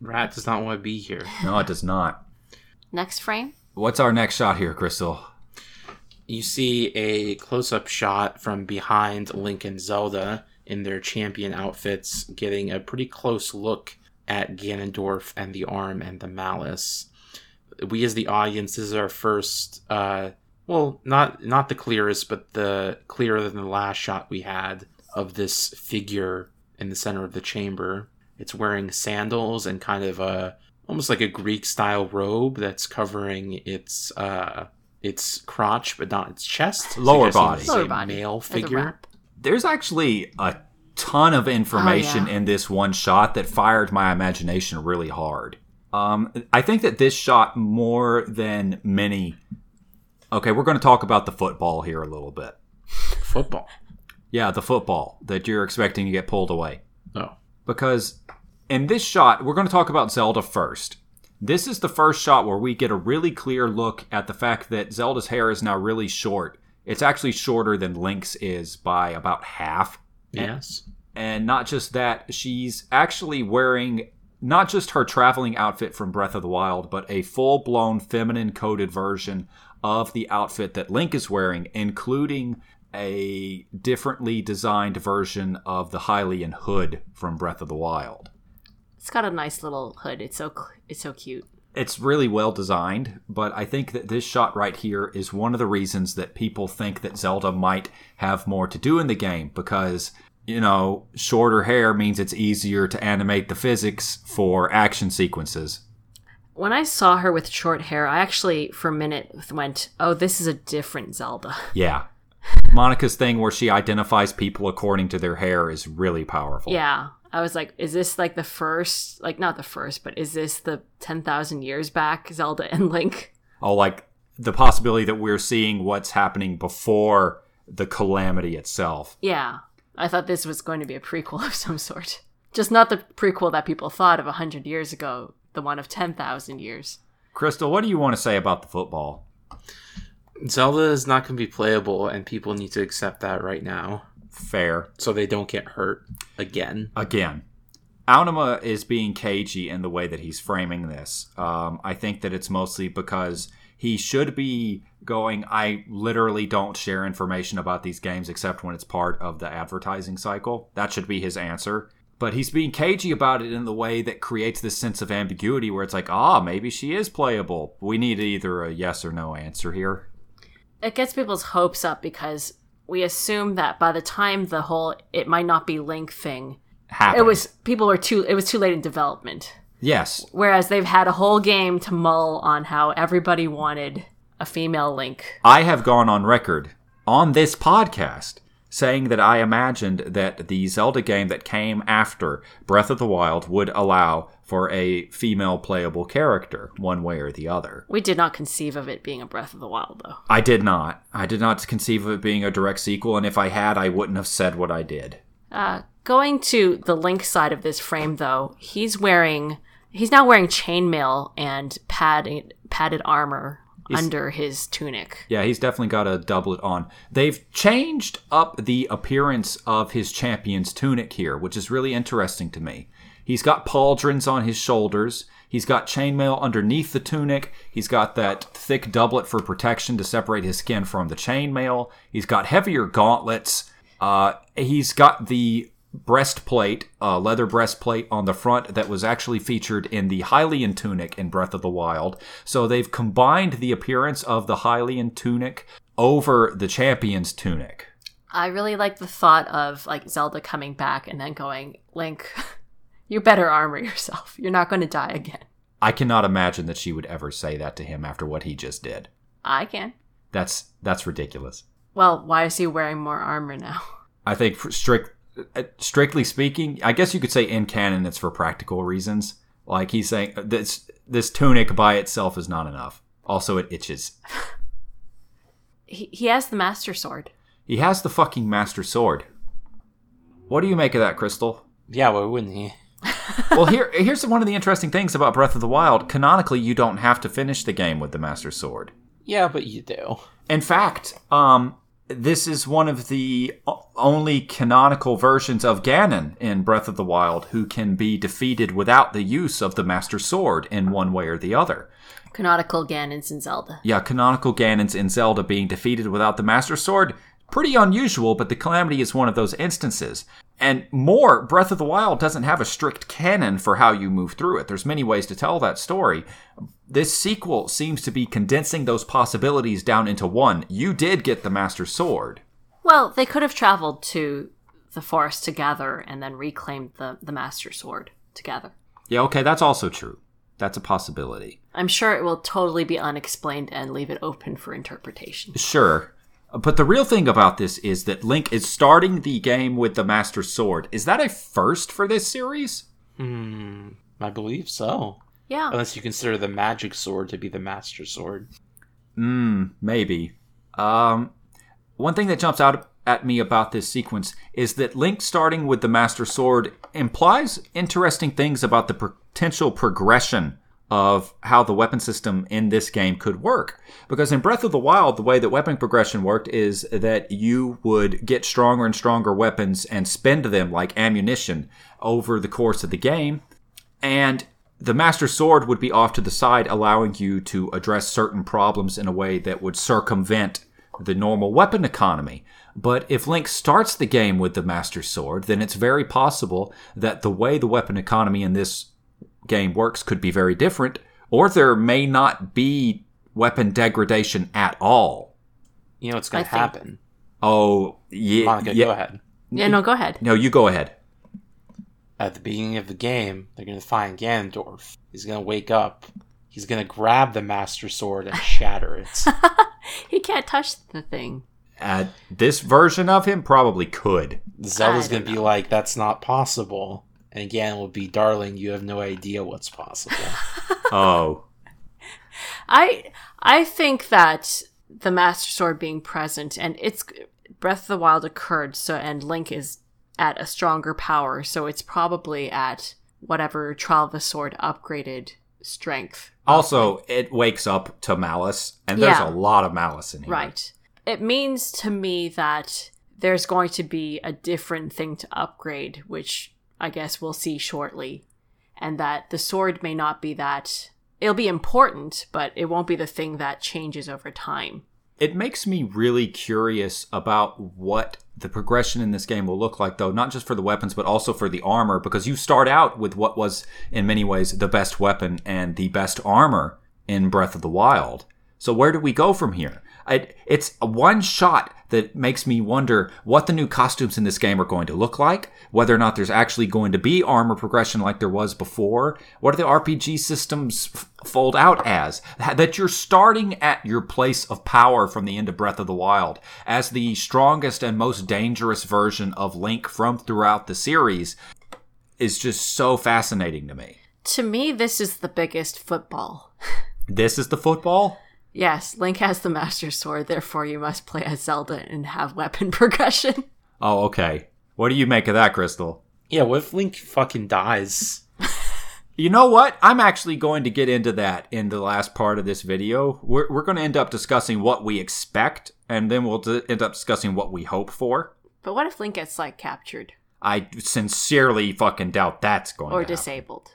Speaker 1: Rat does not want to be here.
Speaker 3: No, it does not.
Speaker 2: Next frame.
Speaker 3: What's our next shot here, Crystal?
Speaker 1: You see a close up shot from behind Link and Zelda in their champion outfits, getting a pretty close look at Ganondorf and the arm and the malice. We, as the audience, this is our first, uh, well, not not the clearest, but the clearer than the last shot we had of this figure in the center of the chamber. It's wearing sandals and kind of a almost like a Greek style robe that's covering its uh, its crotch, but not its chest. So
Speaker 3: Lower
Speaker 1: I guess you would
Speaker 3: body.
Speaker 1: say
Speaker 2: Lower body.
Speaker 1: male
Speaker 2: As a
Speaker 1: figure.
Speaker 2: wrap.
Speaker 3: There's actually a ton of information
Speaker 2: Oh, yeah.
Speaker 3: in this one shot that fired my imagination really hard. Um, I think that this shot more than many. Okay, we're going to talk about the football here a little bit.
Speaker 2: *laughs*
Speaker 1: Football.
Speaker 3: Yeah, the football that you're expecting to get pulled away.
Speaker 1: Oh.
Speaker 3: because in this shot, we're going to talk about Zelda first. This is the first shot where we get a really clear look at the fact that Zelda's hair is now really short. It's actually shorter than Link's is by about half.
Speaker 1: Yes.
Speaker 3: And not just that, she's actually wearing not just her traveling outfit from Breath of the Wild, but a full blown feminine coded version of the outfit that Link is wearing, including a differently designed version of the Hylian hood from Breath of the Wild.
Speaker 2: It's got a nice little hood. It's so cl- it's so cute.
Speaker 3: it's really well designed, but I think that this shot right here is one of the reasons that people think that Zelda might have more to do in the game because, you know, shorter hair means it's easier to animate the physics for action sequences.
Speaker 2: When I saw her with short hair, I actually for a minute went, "Oh, this is a different Zelda."
Speaker 3: Yeah. Monica's thing where she identifies people according to their hair is really powerful.
Speaker 2: Yeah. I was like, is this like the first, like not the first, but is this the 10,000 years back Zelda and Link?
Speaker 3: Oh, like the possibility that we're seeing what's happening before the calamity itself.
Speaker 2: Yeah. I thought this was going to be a prequel *laughs* of some sort. Just not the prequel that people thought of 100 years ago, the one of 10,000 years.
Speaker 3: Crystal, what do you want to say about the football?
Speaker 1: Zelda is not going to be playable, and people need to accept that right now
Speaker 3: Fair.
Speaker 1: so they don't get hurt again.
Speaker 3: again, Aonuma is being cagey in the way that he's framing this. Um, I think that it's mostly because he should be going, I literally don't share information about these games except when it's part of the advertising cycle. That should be his answer. But he's being cagey about it in the way that creates this sense of ambiguity where it's like, ah, maybe she is playable. We need either a yes or no answer here.
Speaker 2: It gets people's hopes up because we assume that by the time the whole it might not be Link thing,
Speaker 3: Happened.
Speaker 2: it was people were too, it was too late in development.
Speaker 3: Yes.
Speaker 2: Whereas they've had a whole game to mull on how everybody wanted a female Link
Speaker 3: I have gone on record on this podcast saying that I imagined that the Zelda game that came after Breath of the Wild would allow for a female playable character, one way or the other.
Speaker 2: We did not conceive of it being a Breath of the Wild, though.
Speaker 3: I did not. I did not conceive of it being a direct sequel, and if I had, I wouldn't have said what I did.
Speaker 2: Uh, going to the Link side of this frame, though, he's wearing he's now wearing chainmail and padded padded armor under his tunic.
Speaker 3: Yeah, he's definitely got a doublet on. They've changed up the appearance of his champion's tunic here, which is really interesting to me. He's got pauldrons on his shoulders. He's got chainmail underneath the tunic. He's got that thick doublet for protection to separate his skin from the chainmail. He's got heavier gauntlets. Uh, he's got the breastplate, uh, leather breastplate on the front that was actually featured in the Hylian tunic in Breath of the Wild. So they've combined the appearance of the Hylian tunic over the champion's tunic.
Speaker 2: I really like the thought of like Zelda coming back and then going, Link, *laughs* you better armor yourself. You're not going to die again.
Speaker 3: I cannot imagine that she would ever say that to him after what he just did.
Speaker 2: I can.
Speaker 3: That's that's ridiculous.
Speaker 2: Well, why is he wearing more armor now? *laughs*
Speaker 3: I think for strict, uh, strictly speaking, I guess you could say in canon it's for practical reasons. Like he's saying uh, this this tunic by itself is not enough. Also, it itches.
Speaker 2: He, he has the Master Sword.
Speaker 3: He has the fucking master sword. What do you make of that, Crystal?
Speaker 1: Yeah, why wouldn't he?
Speaker 3: well, here *laughs* here's one of the interesting things about Breath of the Wild. Canonically, you don't have to finish the game with the master sword.
Speaker 1: Yeah, but you do.
Speaker 3: In fact, um, this is one of the o- only canonical versions of Ganon in Breath of the Wild who can be defeated without the use of the Master Sword in one way or the other.
Speaker 2: Canonical Ganon's in Zelda.
Speaker 3: Yeah, canonical Ganons in Zelda being defeated without the Master Sword, pretty unusual, but the Calamity is one of those instances. And more, Breath of the Wild doesn't have a strict canon for how you move through it. There's many ways to tell that story. This sequel seems to be condensing those possibilities down into one. You did get the Master Sword.
Speaker 2: Well, they could have traveled to the forest together and then reclaimed the, the Master Sword together.
Speaker 3: Yeah, okay, that's also true. That's a possibility.
Speaker 2: I'm sure it will totally be unexplained and leave it open for interpretation.
Speaker 3: Sure. But the real thing about this is that Link is starting the game with the Master Sword. Is that a first for this series?
Speaker 1: Hmm, I believe so.
Speaker 2: Yeah.
Speaker 1: Unless you consider the magic sword to be the master sword.
Speaker 3: Mm, maybe. Um, one thing that jumps out at me about this sequence is that Link starting with the Master Sword implies interesting things about the potential progression of how the weapon system in this game could work. Because in Breath of the Wild, the way that weapon progression worked is that you would get stronger and stronger weapons and spend them like ammunition over the course of the game and the master sword would be off to the side allowing you to address certain problems in a way that would circumvent the normal weapon economy but if link starts the game with the master sword then it's very possible that the way the weapon economy in this game works could be very different or there may not be weapon degradation at all
Speaker 1: You know it's going
Speaker 2: I
Speaker 1: to
Speaker 2: think-
Speaker 1: happen.
Speaker 3: oh yeah,
Speaker 1: Monica,
Speaker 3: yeah
Speaker 1: go ahead.
Speaker 2: Yeah, no, go ahead. *laughs*
Speaker 3: no you go ahead
Speaker 1: At the beginning of the game, they're going to find Ganondorf. He's going to wake up. He's going to grab the master sword
Speaker 2: *laughs*
Speaker 1: and shatter it.
Speaker 2: He can't touch the thing.
Speaker 3: uh, this version of him probably could
Speaker 1: Zelda's
Speaker 2: I
Speaker 1: going
Speaker 2: don't
Speaker 1: to be like, that's not possible. And Ganon will be, darling, you have no idea what's possible.
Speaker 2: *laughs*
Speaker 3: oh
Speaker 2: I I think that the Master Sword being present and it's Breath of the Wild occurred, so and Link is at a stronger power, so it's probably at whatever Trial of the Sword upgraded strength.
Speaker 3: Also, it wakes up to malice, and there's
Speaker 2: Yeah.
Speaker 3: a lot of malice in here.
Speaker 2: Right. It means to me that there's going to be a different thing to upgrade, which I guess we'll see shortly, and that the sword may not be that. It'll be important, but it won't be the thing that changes over time.
Speaker 3: It makes me really curious about what the progression in this game will look like, though, not just for the weapons, but also for the armor, because you start out with what was, in many ways, the best weapon and the best armor in Breath of the Wild. So, where do we go from here? I, it's a one shot that makes me wonder what the new costumes in this game are going to look like, whether or not there's actually going to be armor progression like there was before. What do the RPG systems f- fold out as? Th- That you're starting at your place of power from the end of Breath of the Wild as the strongest and most dangerous version of Link from throughout the series is just so fascinating to me.
Speaker 2: To me, this is the biggest football.
Speaker 3: This is the football?
Speaker 2: Yes, Link has the Master Sword, therefore you must play as Zelda and have weapon *laughs* progression.
Speaker 3: Oh, okay. What do you make of that, Crystal?
Speaker 1: yeah, what if Link fucking dies?
Speaker 3: You know what? I'm actually going to get into that in the last part of this video. We're, we're going to end up discussing what we expect, and then we'll d- end up discussing what we hope for.
Speaker 2: But what if Link gets like captured
Speaker 3: I sincerely fucking doubt that's going
Speaker 2: or
Speaker 3: to happen.
Speaker 2: disabled?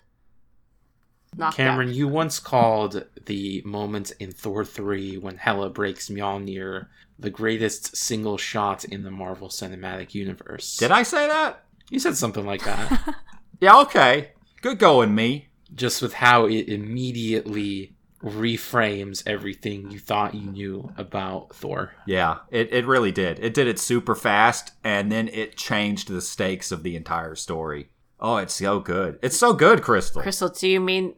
Speaker 2: Knocked
Speaker 1: Cameron,
Speaker 2: out.
Speaker 1: you once called the moment in Thor 3 when Hela breaks Mjolnir the greatest single shot in the Marvel Cinematic Universe.
Speaker 3: Did I say that?
Speaker 1: You said something like that.
Speaker 3: Yeah, okay. Good going, me.
Speaker 1: just with how it immediately reframes everything you thought you knew about Thor.
Speaker 3: Yeah, it, it really did. It did it super fast, and then it changed the stakes of the entire story. Oh, it's so good. It's so good, Crystal.
Speaker 2: Crystal, do you mean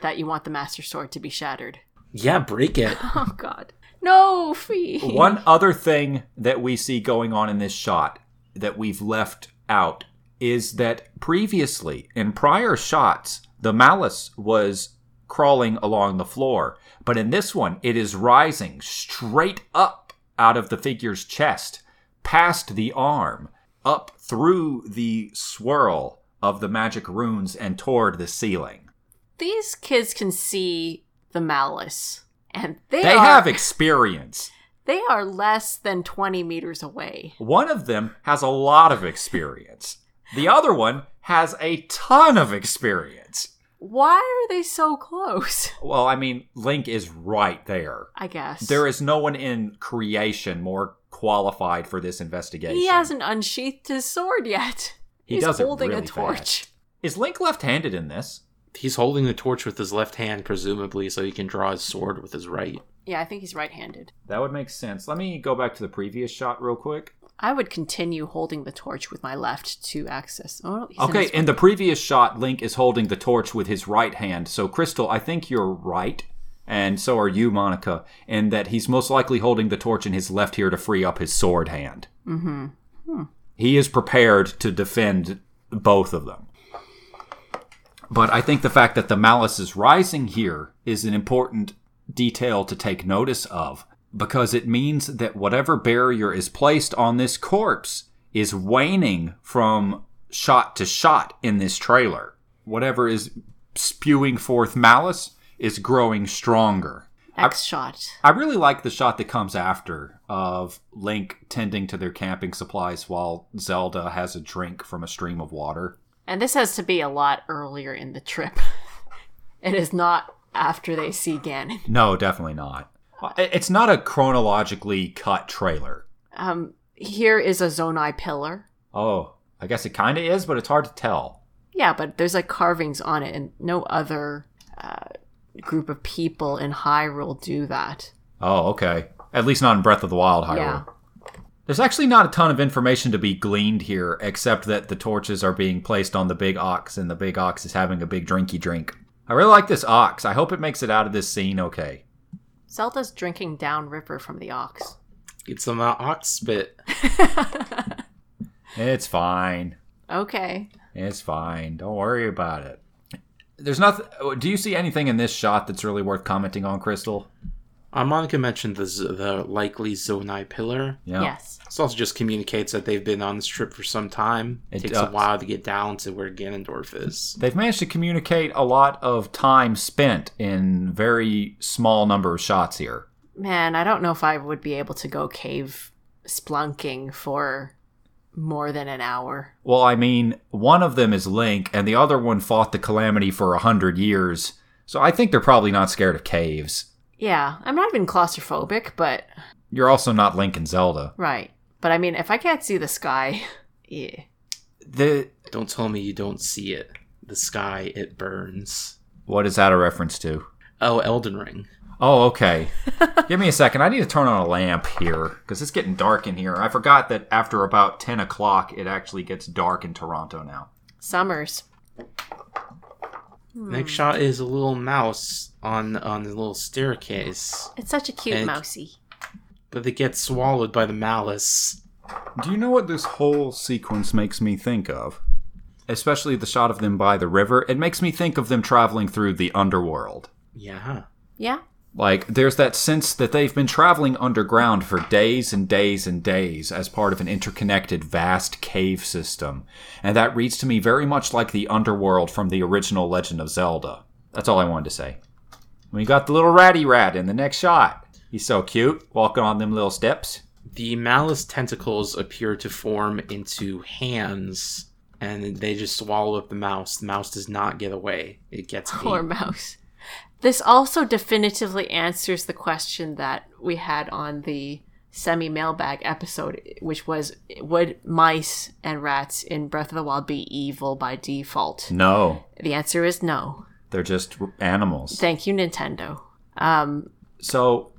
Speaker 2: that you want the Master Sword to be shattered?
Speaker 1: Yeah, break it.
Speaker 2: *laughs* Oh God, no, Fee.
Speaker 3: *laughs* One other thing that we see going on in this shot that we've left out is that previously, in prior shots, the malice was crawling along the floor, but in this one, it is rising straight up out of the figure's chest, past the arm, up through the swirl of the magic runes, and toward the ceiling.
Speaker 2: These kids can see the malice, and they,
Speaker 3: They
Speaker 2: are-
Speaker 3: have experience.
Speaker 2: They are less than 20 meters away.
Speaker 3: One of them has a lot of experience. The other one has a ton of experience.
Speaker 2: Why are they so close? *laughs*
Speaker 3: Well, I mean, Link is right there.
Speaker 2: I guess.
Speaker 3: There is no one in creation more qualified for this investigation.
Speaker 2: he hasn't unsheathed his sword yet.
Speaker 3: He
Speaker 2: He's
Speaker 3: does it
Speaker 2: holding
Speaker 3: really
Speaker 2: a torch.
Speaker 3: fast. Is Link left-handed in this?
Speaker 1: He's holding the torch with his left hand, presumably, so he can draw his sword with his right.
Speaker 2: Yeah, I think he's right handed.
Speaker 3: That would make sense. Let me go back to the previous shot real quick.
Speaker 2: I would continue holding the torch with my left to access. Oh, he's in
Speaker 3: okay,
Speaker 2: his-
Speaker 3: in the previous shot, Link is holding the torch with his right hand. So, Crystal, I think you're right, and so are you, Monica, in that he's most likely holding the torch in his left here to free up his sword hand. Mm-hmm.
Speaker 2: Hmm.
Speaker 3: He is prepared to defend both of them. But I think the fact that the malice is rising here is an important detail to take notice of because it means that whatever barrier is placed on this corpse is waning from shot to shot in this trailer. Whatever is spewing forth malice is growing stronger.
Speaker 2: X shot.
Speaker 3: I really like the shot that comes after of Link tending to their camping supplies while Zelda has a drink from a stream of water.
Speaker 2: And this has to be a lot earlier in the trip. *laughs* it is not after they see Ganon.
Speaker 3: No, definitely not. I- It's not a chronologically cut trailer.
Speaker 2: Um, here is a Zonai pillar.
Speaker 3: Oh, I guess it kind of is, but it's hard to tell.
Speaker 2: Yeah, but there's like carvings on it, and no other uh, group of people in Hyrule do that.
Speaker 3: Oh, okay. At least not in Breath of the Wild, Hyrule.
Speaker 2: Yeah.
Speaker 3: There's actually not a ton of information to be gleaned here, except that the torches are being placed on the big ox, and the big ox is having a big drinky drink. I really like this ox. I hope it makes it out of this scene okay.
Speaker 2: Zelda's drinking downriver from the ox. *laughs*
Speaker 1: Get some of that ox spit.
Speaker 3: It's fine.
Speaker 2: Okay.
Speaker 3: It's fine. Don't worry about it. There's nothing. Do you see anything in this shot that's really worth commenting on, Crystal?
Speaker 1: Uh, Monica mentioned the, z- the likely Zonai pillar.
Speaker 3: Yeah.
Speaker 2: Yes.
Speaker 1: This also just communicates that they've been on this trip for some time. It
Speaker 3: It
Speaker 1: takes a
Speaker 3: does.
Speaker 1: while to get down to where Ganondorf is.
Speaker 3: They've managed to communicate a lot of time spent in very small number of shots here.
Speaker 2: Man, I don't know if I would be able to go cave splunking for more than an hour.
Speaker 3: Well, I mean, one of them is Link, and the other one fought the Calamity for a hundred years. So I think they're probably not scared of caves.
Speaker 2: Yeah, I'm not even claustrophobic, but
Speaker 3: You're also not Link and Zelda.
Speaker 2: right. But I mean, if I can't see the sky, *laughs* yeah.
Speaker 3: The
Speaker 1: Don't tell me you don't see it. The sky, it burns.
Speaker 3: what is that a reference to?
Speaker 1: Oh, Elden Ring.
Speaker 3: Oh, okay. Give me a second. I need to turn on a lamp here because it's getting dark in here. I forgot that after about ten o'clock, it actually gets dark in Toronto now.
Speaker 2: Summers.
Speaker 1: Next shot is a little mouse on on a little staircase,
Speaker 2: It's such a cute
Speaker 1: And-
Speaker 2: mousy.
Speaker 1: but it gets swallowed by the malice.
Speaker 3: Do you know what this whole sequence makes me think of? Especially the shot of them by the river. It makes me think of them traveling through the underworld.
Speaker 1: Yeah.
Speaker 2: Yeah.
Speaker 3: Like, there's that sense that they've been traveling underground for days and days and days as part of an interconnected, vast cave system. And that reads to me very much like the underworld from the original Legend of Zelda. That's all I wanted to say. We got the little ratty rat in the next shot. He's so cute, walking on them little steps.
Speaker 1: The malice tentacles appear to form into hands, and they just swallow up the mouse. The mouse does not get away. It gets
Speaker 2: Poor
Speaker 1: ate.
Speaker 2: mouse. This also definitively answers the question that we had on the semi mailbag episode, which was Would mice and rats in Breath of the Wild be evil by default?
Speaker 3: No,
Speaker 2: The answer is no.
Speaker 3: they're just r- animals.
Speaker 2: Thank you, Nintendo. Um,
Speaker 3: So,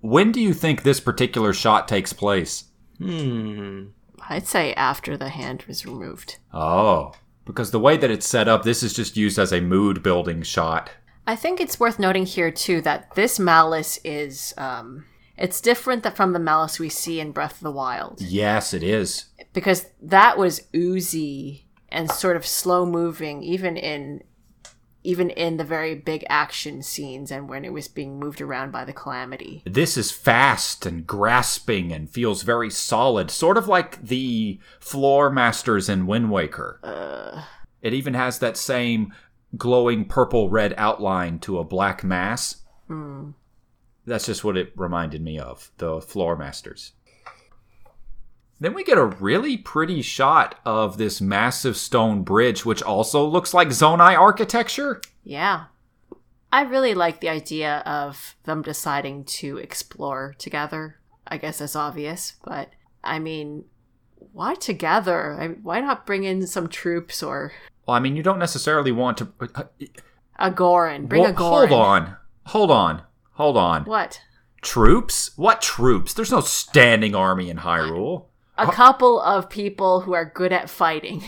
Speaker 3: when do you think this particular shot takes place?
Speaker 1: Hmm.
Speaker 2: I'd say after the hand was removed.
Speaker 3: Oh, because the way that it's set up, this is just used as a mood building shot.
Speaker 2: I think it's worth noting here too that this malice is um, it's different tha- from the malice we see in Breath of the Wild.
Speaker 3: Yes, it is.
Speaker 2: because that was oozy and sort of slow moving even in even in the very big action scenes and when it was being moved around by the calamity
Speaker 3: This is fast and grasping and feels very solid, sort of like the floor masters in Wind Waker. It even has that same glowing purple red outline to a black mass. That's just what it reminded me of the Floor Masters. Then we get a really pretty shot of this massive stone bridge, which also looks like Zonai architecture.
Speaker 2: Yeah. I really like the idea of them deciding to explore together. I guess that's obvious, but I mean, why together? I, why not bring in some troops or
Speaker 3: Well, I mean, you don't necessarily want to.
Speaker 2: a Gorin? Bring
Speaker 3: Wha-
Speaker 2: a Gorin.
Speaker 3: Hold on. Hold on. Hold on.
Speaker 2: What?
Speaker 3: Troops? What troops? There's no standing army in Hyrule.
Speaker 2: A couple of people who are good at fighting.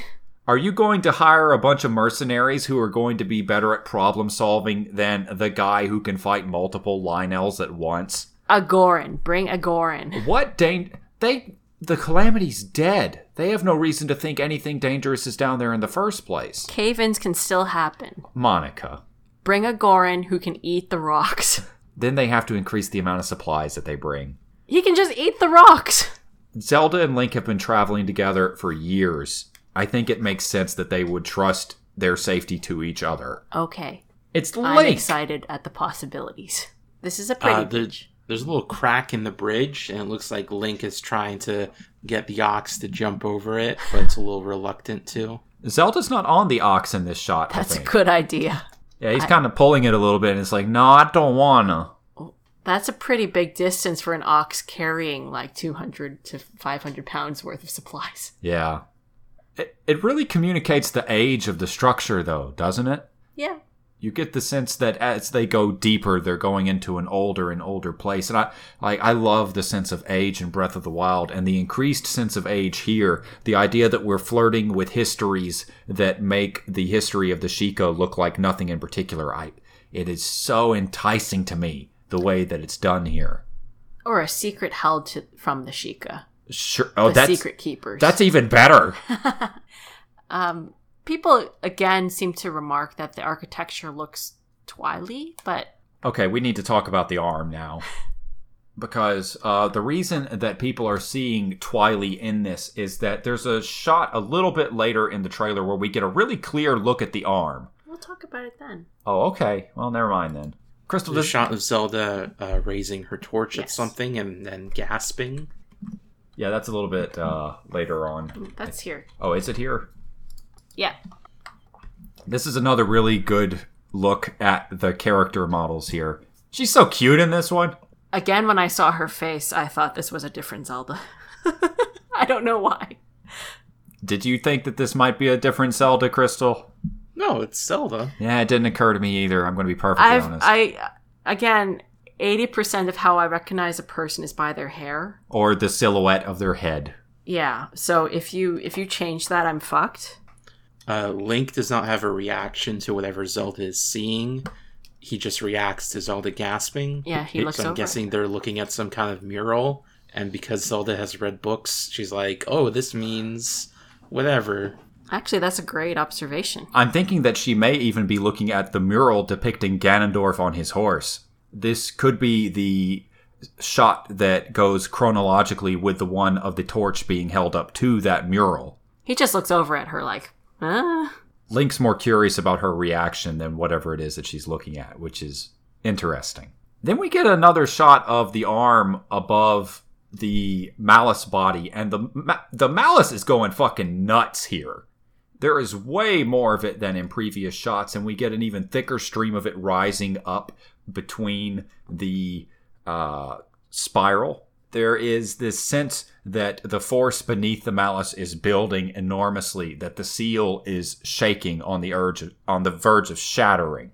Speaker 3: Are you going to hire a bunch of mercenaries who are going to be better at problem solving than the guy who can fight multiple Lionels at once?
Speaker 2: A Gorin. Bring a Gorin.
Speaker 3: What dang they the calamity's dead. They have no reason to think anything dangerous is down there in the first place.
Speaker 2: Cave ins can still happen.
Speaker 3: Monica.
Speaker 2: Bring a Gorin who can eat the rocks. *laughs*
Speaker 3: Then they have to increase the amount of supplies that they bring.
Speaker 2: He can just eat the rocks.
Speaker 3: Zelda and Link have been traveling together for years. I think it makes sense that they would trust their safety to each other.
Speaker 2: Okay.
Speaker 3: It's
Speaker 2: I'm
Speaker 3: Link.
Speaker 2: excited at the possibilities. This is a pretty
Speaker 1: Uh, there,
Speaker 2: beach.
Speaker 1: there's a little crack in the bridge, and it looks like Link is trying to get the ox to jump over it, but it's a little reluctant to.
Speaker 3: Zelda's not on the ox in this shot. I
Speaker 2: That's a
Speaker 3: think.
Speaker 2: good idea.
Speaker 3: yeah, he's kind of pulling it a little bit, and it's like, no, I don't wanna.
Speaker 2: That's a pretty big distance for an ox carrying like 200 to 500 pounds worth of supplies.
Speaker 3: Yeah. It, it really communicates the age of the structure, though, doesn't it?
Speaker 2: Yeah.
Speaker 3: you get the sense that as they go deeper, they're going into an older and older place. And I like I love the sense of age in Breath of the Wild and the increased sense of age here. The idea that we're flirting with histories that make the history of the Sheikah look like nothing in particular. I it is so enticing to me the way that it's done here.
Speaker 2: Or a secret held to, from the Sheikah.
Speaker 3: Sure. Oh,
Speaker 2: the
Speaker 3: that's
Speaker 2: secret keepers.
Speaker 3: that's even better.
Speaker 2: um, people again seem to remark that the architecture looks twily, but
Speaker 3: Okay, we need to talk about the arm now. Because uh, the reason that people are seeing Twiley in this is that there's a shot a little bit later in the trailer where we get a really clear look at the arm.
Speaker 2: we'll talk about it then.
Speaker 3: Oh, okay. Well, never mind then. Crystal,
Speaker 1: The
Speaker 3: this
Speaker 1: shot of Zelda uh, raising her torch at
Speaker 2: Yes.
Speaker 1: something and then gasping.
Speaker 3: yeah, that's a little bit uh, later on.
Speaker 2: That's here.
Speaker 3: Oh, is it here?
Speaker 2: Yeah.
Speaker 3: This is another really good look at the character models here. She's so cute in this one.
Speaker 2: Again, when I saw her face, I thought this was a different Zelda. *laughs* I don't know why.
Speaker 3: Did you think that this might be a different Zelda, Crystal?
Speaker 1: No, it's Zelda.
Speaker 3: Yeah, it didn't occur to me either. I'm going to be perfectly
Speaker 2: I've
Speaker 3: honest.
Speaker 2: I again, eighty percent of how I recognize a person is by their hair.
Speaker 3: or the silhouette of their head.
Speaker 2: Yeah. So if you if you change that, I'm fucked.
Speaker 1: Uh, Link does not have a reaction to whatever Zelda is seeing. He just reacts to Zelda gasping.
Speaker 2: Yeah, he
Speaker 3: Hey,
Speaker 2: looks
Speaker 1: So I'm
Speaker 2: over.
Speaker 1: guessing they're looking at some kind of mural, and because Zelda has read books, she's like, "Oh, this means whatever."
Speaker 2: Actually, that's a great observation.
Speaker 3: I'm thinking that she may even be looking at the mural depicting Ganondorf on his horse. This could be the shot that goes chronologically with the one of the torch being held up to that mural.
Speaker 2: He just looks over at her like, huh?
Speaker 3: Link's more curious about her reaction than whatever it is that she's looking at, which is interesting. Then we get another shot of the arm above the malice body, and the ma- the malice is going fucking nuts here. There is way more of it than in previous shots, and we get an even thicker stream of it rising up between the uh, spiral. There is this sense that the force beneath the malice is building enormously, that the seal is shaking on the urge on the verge of shattering.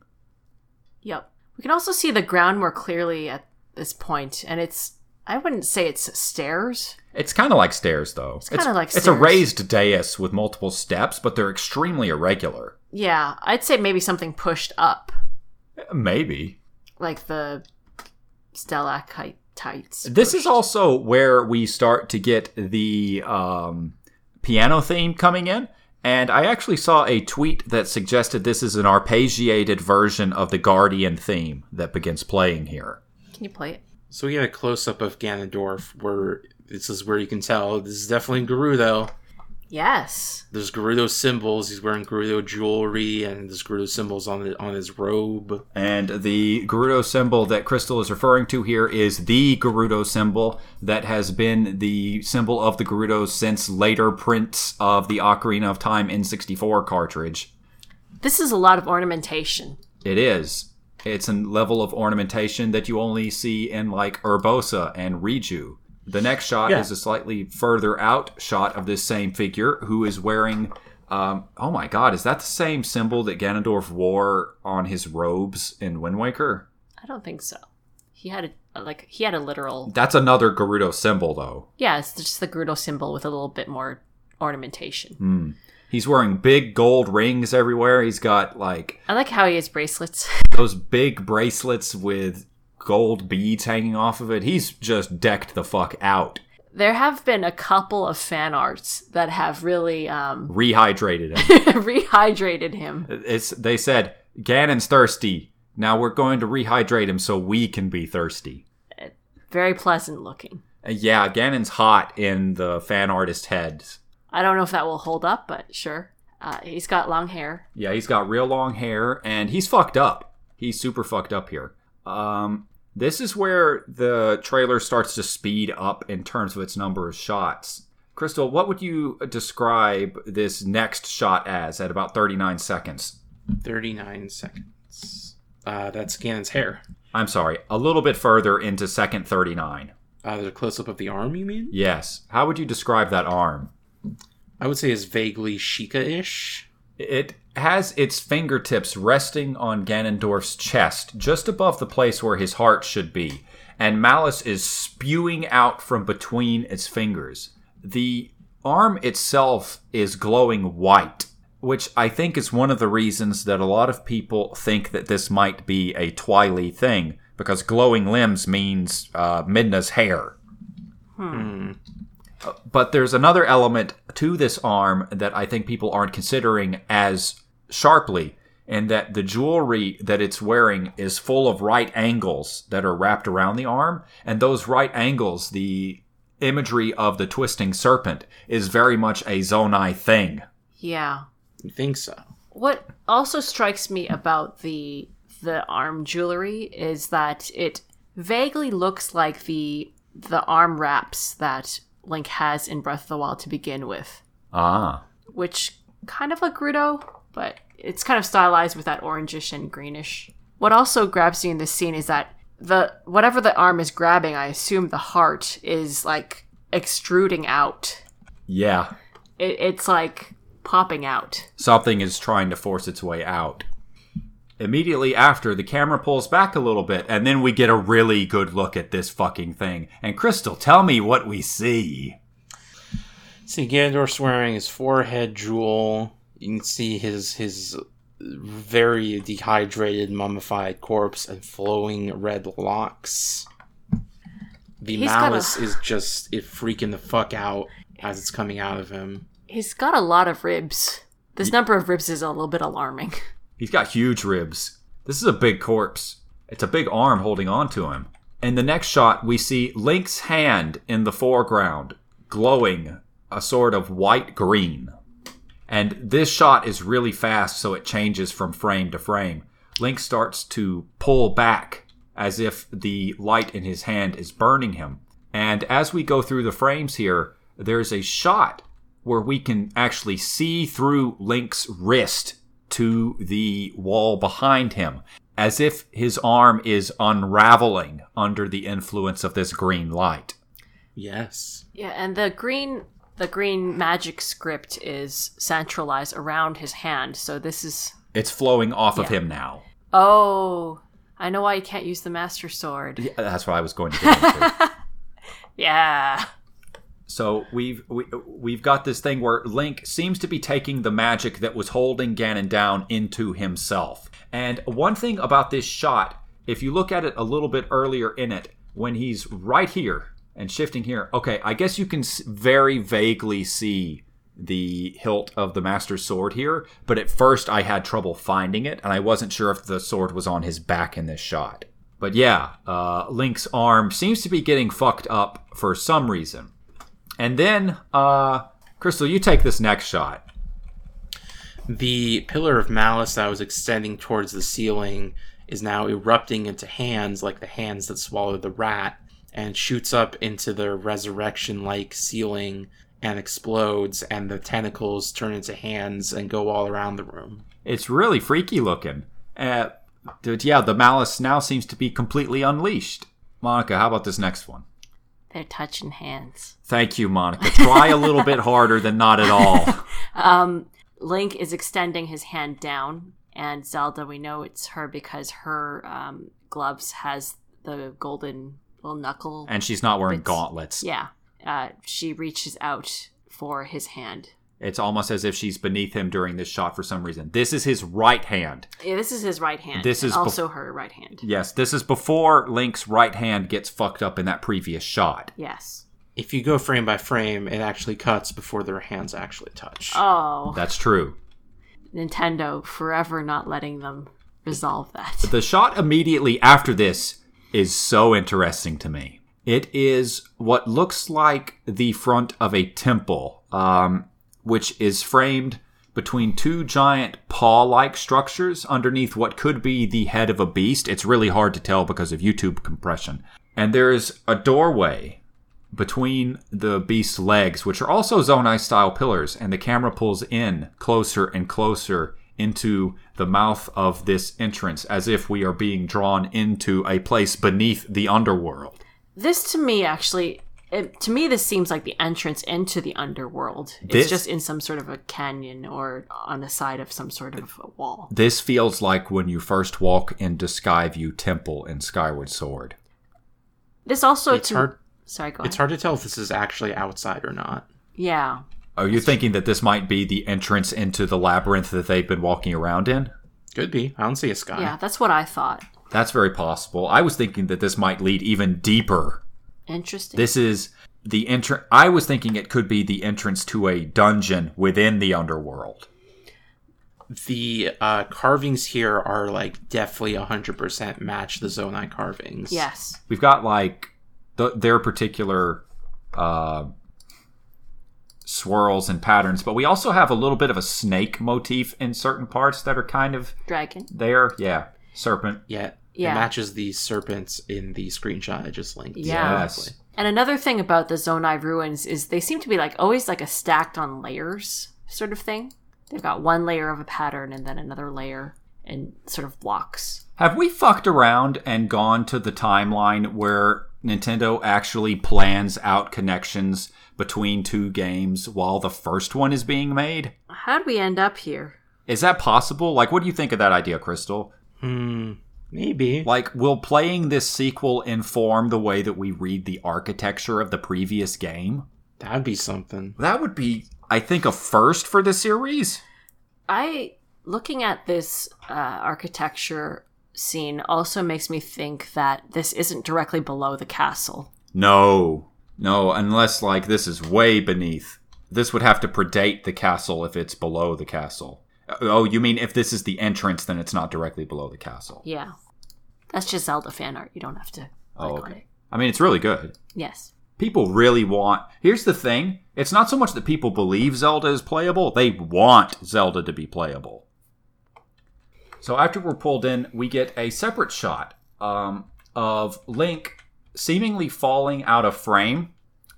Speaker 2: Yep. We can also see the ground more clearly at this point, and it's I wouldn't say it's stairs.
Speaker 3: It's kind of like stairs, though. It's
Speaker 2: kinda like
Speaker 3: it's a
Speaker 2: stairs.
Speaker 3: raised dais with multiple steps, but they're extremely irregular.
Speaker 2: Yeah, I'd say maybe something pushed up,
Speaker 3: Maybe
Speaker 2: like the stalactites.
Speaker 3: this is also where we start to get the um, piano theme coming in. And I actually saw a tweet that suggested this is an arpeggiated version of the Guardian theme that begins playing here.
Speaker 2: Can you play it?
Speaker 1: So we get a close up of Ganondorf, where this is where you can tell this is definitely Gerudo.
Speaker 2: Yes.
Speaker 1: There's Gerudo symbols. He's wearing Gerudo jewelry, and there's Gerudo symbols on the, on his robe.
Speaker 3: And the Gerudo symbol that Crystal is referring to here is the Gerudo symbol that has been the symbol of the Gerudo since later prints of the Ocarina of Time N64 cartridge.
Speaker 2: This is a lot of ornamentation.
Speaker 3: It is. It's a level of ornamentation that you only see in like Urbosa and Riju. The next shot
Speaker 1: Yeah.
Speaker 3: is a slightly further out shot of this same figure who is wearing. Um, oh my god, is that the same symbol that Ganondorf wore on his robes in Wind Waker?
Speaker 2: I don't think so. He had a like he had a literal
Speaker 3: That's another Gerudo symbol, though.
Speaker 2: Yeah, it's just the Gerudo symbol with a little bit more ornamentation.
Speaker 3: Hmm. He's wearing big gold rings everywhere. He's got like
Speaker 2: I like how he has bracelets. *laughs*
Speaker 3: those big bracelets with gold beads hanging off of it. He's just decked the fuck out.
Speaker 2: there have been a couple of fan arts that have really um, *laughs*
Speaker 3: Rehydrated him.
Speaker 2: rehydrated him.
Speaker 3: it's they said Ganon's thirsty. Now we're going to rehydrate him so we can be thirsty.
Speaker 2: Very pleasant looking.
Speaker 3: Uh, Yeah, Ganon's hot in the fan artist heads.
Speaker 2: I don't know if that will hold up, but sure. Uh, he's got long hair.
Speaker 3: Yeah, he's got real long hair and he's fucked up. He's super fucked up here. Um, this is where the trailer starts to speed up in terms of its number of shots. Crystal, what would you describe this next shot as at about 39 seconds?
Speaker 1: Thirty nine seconds. Uh, that's Ganon's hair.
Speaker 3: I'm sorry, a little bit further into second 39.
Speaker 1: Uh, there's a close up of the arm. You mean?
Speaker 3: Yes. How would you describe that arm?
Speaker 1: I would say is vaguely Sheikah ish.
Speaker 3: It has its fingertips resting on Ganondorf's chest, just above the place where his heart should be, and malice is spewing out from between its fingers. The arm itself is glowing white, which I think is one of the reasons that a lot of people think that this might be a Twily thing, because glowing limbs means uh, Midna's hair. But there's another element to this arm that I think people aren't considering as sharply, and that the jewelry that it's wearing is full of right angles that are wrapped around the arm. And those right angles, the imagery of the twisting serpent, is very much a Zonai thing.
Speaker 2: Yeah.
Speaker 1: I think so.
Speaker 2: What also strikes me about the the arm jewelry is that it vaguely looks like the the arm wraps that Link has in Breath of the Wild to begin with,
Speaker 3: Ah.
Speaker 2: which kind of like Gruto, but it's kind of stylized with that orangish and greenish. What also grabs you in this scene is that the whatever the arm is grabbing, I assume the heart is like extruding out.
Speaker 3: Yeah.
Speaker 2: It, it's like popping out.
Speaker 3: Something is trying to force its way out. Immediately after, the camera pulls back a little bit, and then we get a really good look at this fucking thing. And Crystal, tell me what we see.
Speaker 1: See Ganondorf's wearing his forehead jewel. You can see his his very dehydrated, mummified corpse and flowing red locks. The
Speaker 2: He's got a-
Speaker 1: malice is just it freaking the fuck out as it's coming out of him.
Speaker 2: He's got a lot of ribs. This number of ribs is a little bit alarming.
Speaker 3: He's got huge ribs. This is a big corpse. It's a big arm holding on to him. In the next shot, we see Link's hand in the foreground, glowing a sort of white green. And this shot is really fast, so it changes from frame to frame. Link starts to pull back as if the light in his hand is burning him. And as we go through the frames here, there's a shot where we can actually see through Link's wrist to the wall behind him, as if his arm is unraveling under the influence of this green light.
Speaker 1: Yes.
Speaker 2: Yeah, and the green the green magic script is centralized around his hand, so this is
Speaker 3: It's flowing off of
Speaker 2: Yeah.
Speaker 3: him now.
Speaker 2: Oh, I know why you can't use the master sword.
Speaker 3: Yeah, That's what I was going to get into.
Speaker 2: Yeah.
Speaker 3: So we've we, we've got this thing where Link seems to be taking the magic that was holding Ganon down into himself. And one thing about this shot, if you look at it a little bit earlier in it, when he's right here and shifting here, okay, I guess you can s- very vaguely see the hilt of the Master's Sword here. But at first, I had trouble finding it, and I wasn't sure if the sword was on his back in this shot. But yeah, uh, Link's arm seems to be getting fucked up for some reason. And then, uh, Crystal, you take this next shot.
Speaker 1: The pillar of malice that was extending towards the ceiling is now erupting into hands like the hands that swallowed the rat and shoots up into the resurrection like ceiling and explodes and the tentacles turn into hands and go all around the room.
Speaker 3: It's really freaky looking. Uh, but yeah, the malice now seems to be completely unleashed. Monica, how about this next one?
Speaker 2: They're touching hands.
Speaker 3: Thank you, Monica. Try a little bit harder than not at all.
Speaker 2: Um, Link is extending his hand down, and Zelda, we know it's her because her um, gloves has the golden little knuckle.
Speaker 3: And she's not wearing
Speaker 2: Bits.
Speaker 3: gauntlets.
Speaker 2: yeah, uh, she reaches out for his hand.
Speaker 3: It's almost as if she's beneath him during this shot for some reason. This is his right hand.
Speaker 2: Yeah, this is his right hand.
Speaker 3: This
Speaker 2: and
Speaker 3: is bef-
Speaker 2: also her right hand.
Speaker 3: Yes, this is before Link's right hand gets fucked up in that previous shot.
Speaker 2: Yes.
Speaker 1: If you go frame by frame, it actually cuts before their hands actually touch.
Speaker 2: Oh,
Speaker 3: That's true.
Speaker 2: Nintendo forever not letting them resolve that.
Speaker 3: The shot immediately after this is so interesting to me. It is what looks like the front of a temple, um, which is framed between two giant paw like structures underneath what could be the head of a beast. It's really hard to tell because of YouTube compression. And there's a doorway between the beast's legs, which are also Zonai style pillars, and the camera pulls in closer and closer into the mouth of this entrance as if we are being drawn into a place beneath the underworld.
Speaker 2: This to me actually, it, to me, this seems like the entrance into the underworld.
Speaker 3: This-
Speaker 2: It's just in some sort of a canyon or on the side of some sort of a wall.
Speaker 3: This feels like when you first walk into Skyview Temple in Skyward Sword.
Speaker 2: This also
Speaker 1: It's
Speaker 2: to
Speaker 1: hard-
Speaker 2: sorry, go
Speaker 1: It's
Speaker 2: ahead.
Speaker 1: hard to tell if this is actually outside or not.
Speaker 2: Yeah,
Speaker 3: Are you thinking that this might be the entrance into the labyrinth that they've been walking around in?
Speaker 1: Could be. I don't see a sky.
Speaker 2: yeah, that's what I thought.
Speaker 3: That's very possible. I was thinking that this might lead even deeper
Speaker 2: Interesting.
Speaker 3: This is the entrance. I was thinking it could be the entrance to a dungeon within the underworld.
Speaker 1: The uh, carvings here are like definitely 100% match the Zonai carvings.
Speaker 2: yes,
Speaker 3: We've got like th- their particular uh, swirls and patterns, but we also have a little bit of a snake motif in certain parts that are kind of
Speaker 2: dragon.
Speaker 3: there. Yeah, serpent.
Speaker 1: Yeah.
Speaker 2: Yeah.
Speaker 1: It matches the serpents in the screenshot I just linked.
Speaker 2: Yeah.
Speaker 3: Yes.
Speaker 2: And another thing about the Zonai ruins is they seem to be like always like a stacked on layers sort of thing. They've got one layer of a pattern and then another layer and sort of blocks.
Speaker 3: Have we fucked around and gone to the timeline where Nintendo actually plans out connections between two games while the first one is being made?
Speaker 2: How'd we end up here?
Speaker 3: Is that possible? Like, what do you think of that idea, Crystal?
Speaker 1: Hmm. Maybe.
Speaker 3: Like, will playing this sequel inform the way that we read the architecture of the previous game?
Speaker 1: That'd be something.
Speaker 3: That would be, I think, a first for the series.
Speaker 2: I looking at this uh, architecture scene also makes me think that this isn't directly below the castle.
Speaker 3: No. No, unless, like, this is way beneath. This would have to predate the castle if it's below the castle. Uh, Oh, you mean if this is the entrance, then it's not directly below the castle.
Speaker 2: Yeah, that's just Zelda fan art. You don't have to.
Speaker 3: Oh,
Speaker 2: click on
Speaker 3: okay.
Speaker 2: it.
Speaker 3: I mean, it's really good.
Speaker 2: Yes.
Speaker 3: People really want. Here's the thing it's not so much that people believe Zelda is playable, they want Zelda to be playable. So after we're pulled in, we get a separate shot um, of Link seemingly falling out of frame.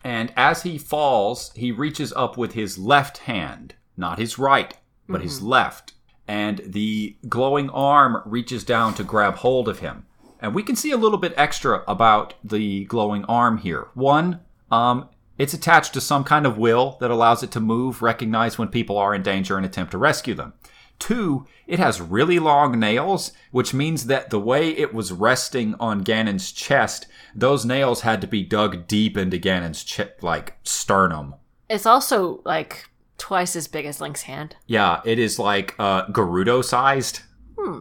Speaker 3: And as he falls, he reaches up with his left hand, not his right, but his left. And the glowing arm reaches down to grab hold of him. And we can see a little bit extra about the glowing arm here. One, um, it's attached to some kind of will that allows it to move, recognize when people are in danger, and attempt to rescue them. Two, it has really long nails, which means that the way it was resting on Ganon's chest, those nails had to be dug deep into Ganon's chest, like sternum.
Speaker 2: It's also like twice as big as Link's hand.
Speaker 3: Yeah, it is like uh, Gerudo sized.
Speaker 2: Hmm.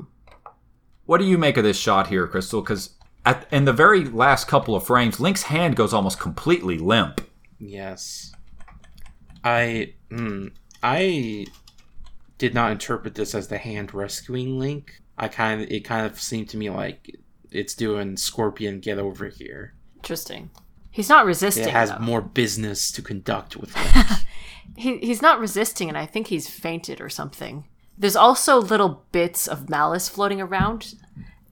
Speaker 3: What do you make of this shot here, Crystal? Because in the very last couple of frames, Link's hand goes almost completely limp.
Speaker 1: Yes. I. Mm, I did not interpret this as the hand rescuing Link. I kind of. It kind of seemed to me like it's doing Scorpion get over here.
Speaker 2: Interesting. He's not resisting.
Speaker 1: It has
Speaker 2: though.
Speaker 1: more business to conduct with Link.
Speaker 2: he, he's not resisting and i think he's fainted or something there's also little bits of malice floating around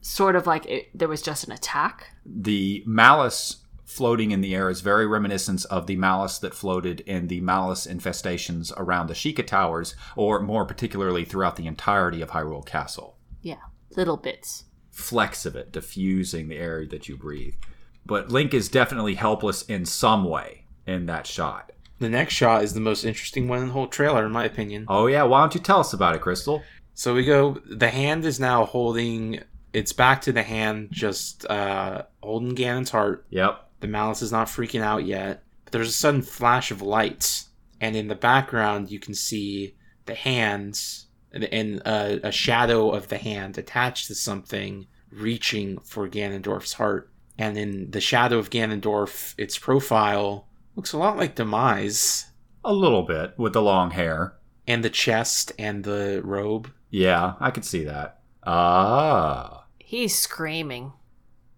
Speaker 2: sort of like it, there was just an attack
Speaker 3: The malice floating in the air is very reminiscent of the malice that floated in the malice infestations around the Sheikah Towers, or more particularly throughout the entirety of Hyrule Castle.
Speaker 2: yeah little bits
Speaker 3: Flecks of it diffusing the air that you breathe. But Link is definitely helpless in some way in that shot.
Speaker 1: *laughs* The next shot is the most interesting one in the whole trailer, in my opinion.
Speaker 3: Oh, yeah, why don't you tell us about it, Crystal?
Speaker 1: So we go. The hand is now holding. It's back to the hand, just uh, holding Ganon's heart.
Speaker 3: Yep.
Speaker 1: The malice is not freaking out yet. But there's a sudden flash of lights, and in the background you can see the hands and, and uh, a shadow of the hand attached to something reaching for Ganondorf's heart. And in the shadow of Ganondorf, its profile looks a lot like Demise,
Speaker 3: A little bit with the long hair.
Speaker 1: and the chest and the robe.
Speaker 3: Yeah, I could see that. Ah.
Speaker 2: he's screaming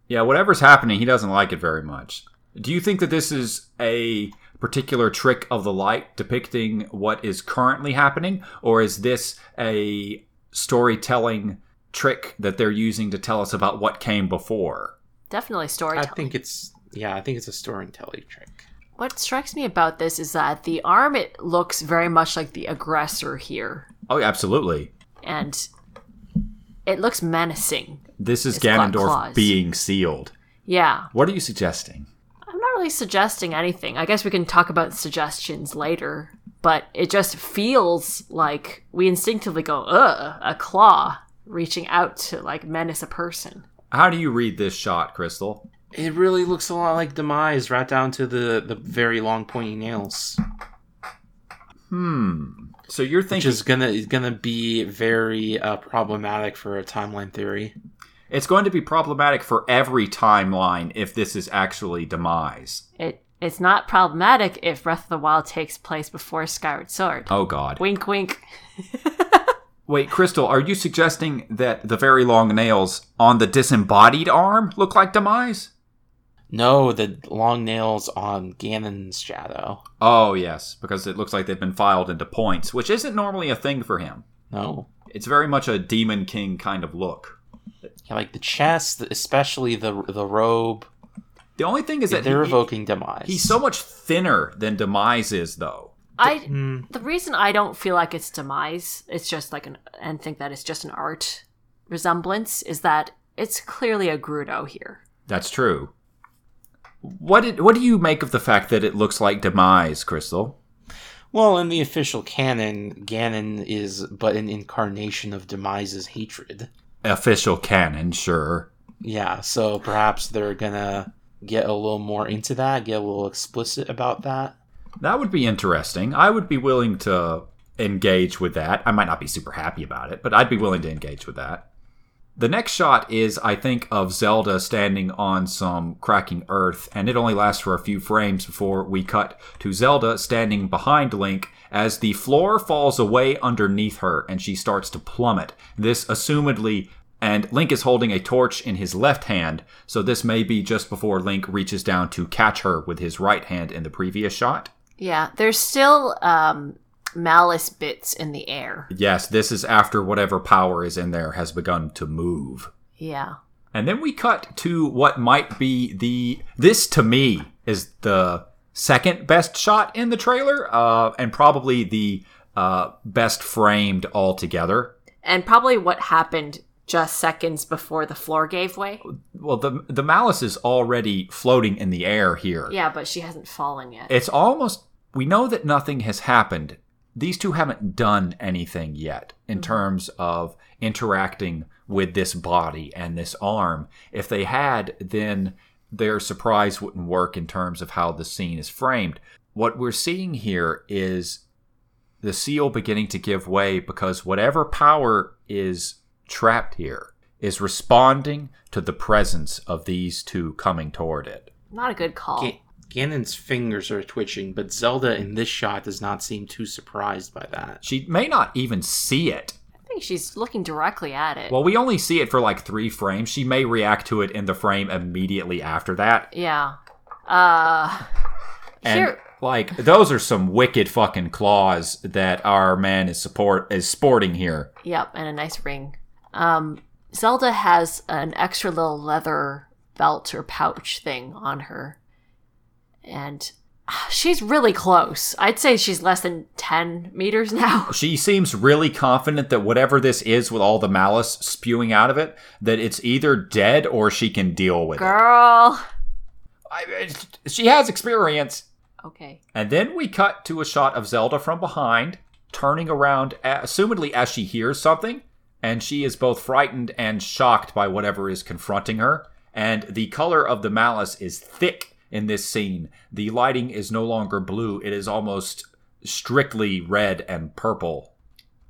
Speaker 3: Yeah, whatever's happening, he doesn't like it very much. Do you think that this is a particular trick of the light depicting what is currently happening, or is this a storytelling trick that they're using to tell us about what came before?
Speaker 2: definitely
Speaker 1: I
Speaker 2: storytelling
Speaker 1: think it's yeah, I think it's a storytelling trick.
Speaker 2: what strikes me about this is that the arm it looks very much like the aggressor here
Speaker 3: Oh, absolutely.
Speaker 2: and it looks menacing
Speaker 3: This is
Speaker 2: It's got
Speaker 3: Ganondorf
Speaker 2: claws.
Speaker 3: being sealed.
Speaker 2: yeah
Speaker 3: What are you suggesting?
Speaker 2: i'm not really suggesting anything i guess we can talk about suggestions later but it just feels like we instinctively go ugh a claw reaching out to like menace a person
Speaker 3: How do you read this shot, Crystal?
Speaker 1: It really looks a lot like demise, right down to the the very long pointy nails,
Speaker 3: Hmm. So you're thinking
Speaker 1: which is gonna is gonna be very uh, problematic for a timeline theory.
Speaker 3: It's going to be problematic for every timeline if this is actually demise.
Speaker 2: it it's not problematic if breath of the wild takes place before skyward sword
Speaker 3: Oh God! Wait,
Speaker 2: wink wink
Speaker 3: Crystal, are you suggesting that the very long nails on the disembodied arm look like demise?
Speaker 1: No, the long nails on Ganon's shadow.
Speaker 3: Oh yes, because it looks like they've been filed into points, which isn't normally a thing for him.
Speaker 1: No,
Speaker 3: It's very much a demon king kind of look.
Speaker 1: yeah, like the chest, especially the the robe.
Speaker 3: The only thing is that
Speaker 1: They're
Speaker 3: he-
Speaker 1: evoking demise.
Speaker 3: he's so much thinner than demise is, though.
Speaker 2: i
Speaker 1: Hmm.
Speaker 2: The reason I don't feel like it's demise, it's just like an, and think that it's just an art resemblance, is that it's clearly a Gruto here.
Speaker 3: That's true. What did, what do you make of the fact that it looks like demise, Crystal?
Speaker 1: Well, in the official canon, Ganon is but an incarnation of demise's hatred.
Speaker 3: Official canon, sure.
Speaker 1: Yeah, so perhaps they're gonna get a little more into that, get a little explicit about that.
Speaker 3: That would be interesting. I would be willing to engage with that. I might not be super happy about it, but I'd be willing to engage with that. The next shot is, I think, of Zelda standing on some cracking earth, and it only lasts for a few frames before we cut to Zelda standing behind Link as the floor falls away underneath her and she starts to plummet. This assumedly, and Link is holding a torch in his left hand, so this may be just before Link reaches down to catch her with his right hand in the previous shot.
Speaker 2: Yeah, there's still um, malice bits in the air.
Speaker 3: Yes, this is after whatever power is in there has begun to move.
Speaker 2: Yeah.
Speaker 3: And then we cut to what might be the this to me is the second best shot in the trailer, uh, and probably the uh, best framed altogether.
Speaker 2: And probably what happened just seconds before the floor gave way.
Speaker 3: Well, the the malice is already floating in the air here.
Speaker 2: Yeah, but she hasn't fallen yet.
Speaker 3: It's almost we know that nothing has happened. These two haven't done anything yet in terms of interacting with this body and this arm. If they had, then their surprise wouldn't work in terms of how the scene is framed. What we're seeing here is the seal beginning to give way because whatever power is trapped here is responding to the presence of these two coming toward it.
Speaker 2: Not a good call.
Speaker 1: Ga- Ganon's fingers are twitching, but Zelda in this shot does not seem too surprised by that.
Speaker 3: She may not even see it.
Speaker 2: I think she's looking directly at it.
Speaker 3: Well, we only see it for like three frames. She may react to it in the frame immediately after that.
Speaker 2: yeah. Uh,
Speaker 3: And
Speaker 2: here,
Speaker 3: Like those are some wicked fucking claws that our man is support is sporting here.
Speaker 2: Yep, and a nice ring. Um, Zelda has an extra little leather belt or pouch thing on her, and ah, she's really close. I'd say she's less than ten meters now.
Speaker 3: She seems really confident that whatever this is with all the malice spewing out of it, that it's either dead or she can deal with it.
Speaker 2: Girl,
Speaker 3: I- I- she has experience.
Speaker 2: okay,
Speaker 3: And then we cut to a shot of Zelda from behind, turning around, a- assumedly as she hears something, and she is both frightened and shocked by whatever is confronting her. And the color of the malice is thick in this scene. The lighting is no longer blue, it is almost strictly red and purple.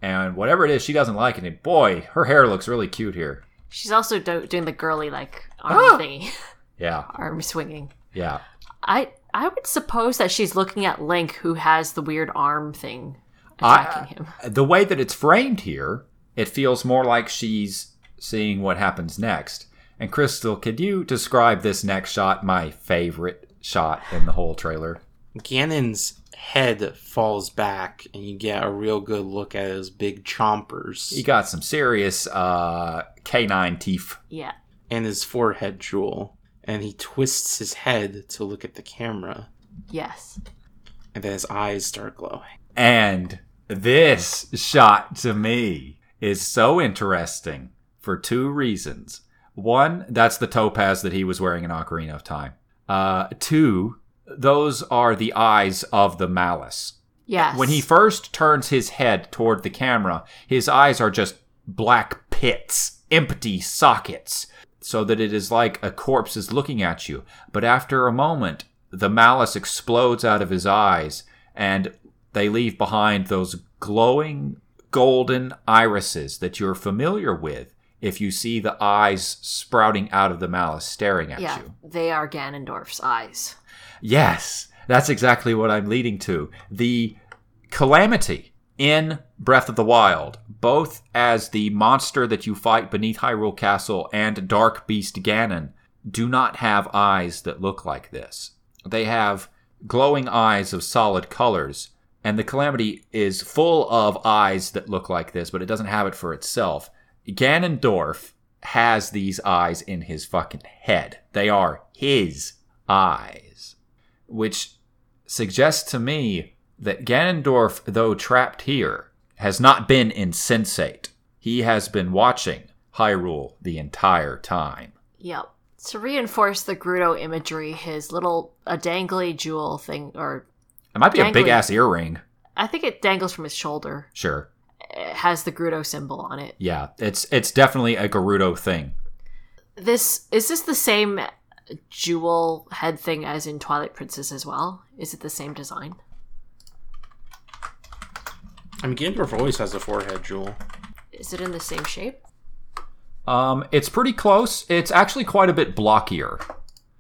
Speaker 3: And whatever it is, she doesn't like it. And boy, her hair looks really cute here.
Speaker 2: she's also do- doing the girly like arm
Speaker 3: Ah!
Speaker 2: thingy, *laughs*
Speaker 3: Yeah,
Speaker 2: arm swinging.
Speaker 3: yeah.
Speaker 2: I I would suppose that she's looking at Link, who has the weird arm thing
Speaker 3: I- uh,
Speaker 2: attacking him.
Speaker 3: the way that it's framed here, it feels more like she's seeing what happens next. And Crystal, could you describe this next shot, my favorite shot in the whole trailer?
Speaker 1: Ganon's head falls back, and you get a real good look at his big chompers
Speaker 3: He got some serious uh, canine teeth.
Speaker 2: Yeah,
Speaker 1: and his forehead jewel, and he twists his head to look at the camera,
Speaker 2: yes.
Speaker 1: and then his eyes start glowing.
Speaker 3: And this shot to me is so interesting for two reasons. One, that's the topaz that he was wearing in Ocarina of Time. Uh, two, those are the eyes of the malice.
Speaker 2: Yes.
Speaker 3: When he first turns his head toward the camera, his eyes are just black pits, empty sockets, so that it is like a corpse is looking at you. But after a moment, the malice explodes out of his eyes, and they leave behind those glowing golden irises that you're familiar with if you see the eyes sprouting out of the malice staring at
Speaker 2: yeah,
Speaker 3: you.
Speaker 2: they are Ganondorf's eyes.
Speaker 3: Yes, that's exactly what I'm leading to. The calamity in Breath of the Wild, both as the monster that you fight beneath Hyrule Castle and Dark Beast Ganon, do not have eyes that look like this. They have glowing eyes of solid colors, and the calamity is full of eyes that look like this, but it doesn't have it for itself. Ganondorf has these eyes in his fucking head. They are his eyes, which suggests to me that Ganondorf, though trapped here, has not been insensate. He has been watching Hyrule the entire time.
Speaker 2: Yep. To reinforce the Gruto imagery, his little a dangly jewel thing, or
Speaker 3: It might be a
Speaker 2: Dangling.
Speaker 3: big ass earring.
Speaker 2: I think it dangles from his shoulder,
Speaker 3: Sure.
Speaker 2: it has the Gruto symbol on it.
Speaker 3: Yeah, it's it's definitely a Gerudo thing.
Speaker 2: This is this the same jewel head thing as in Twilight Princess as well? Is it the same design?
Speaker 1: I mean, Ganondorf always has a forehead jewel.
Speaker 2: Is it in the same shape?
Speaker 3: Um, it's pretty close. It's actually quite a bit blockier.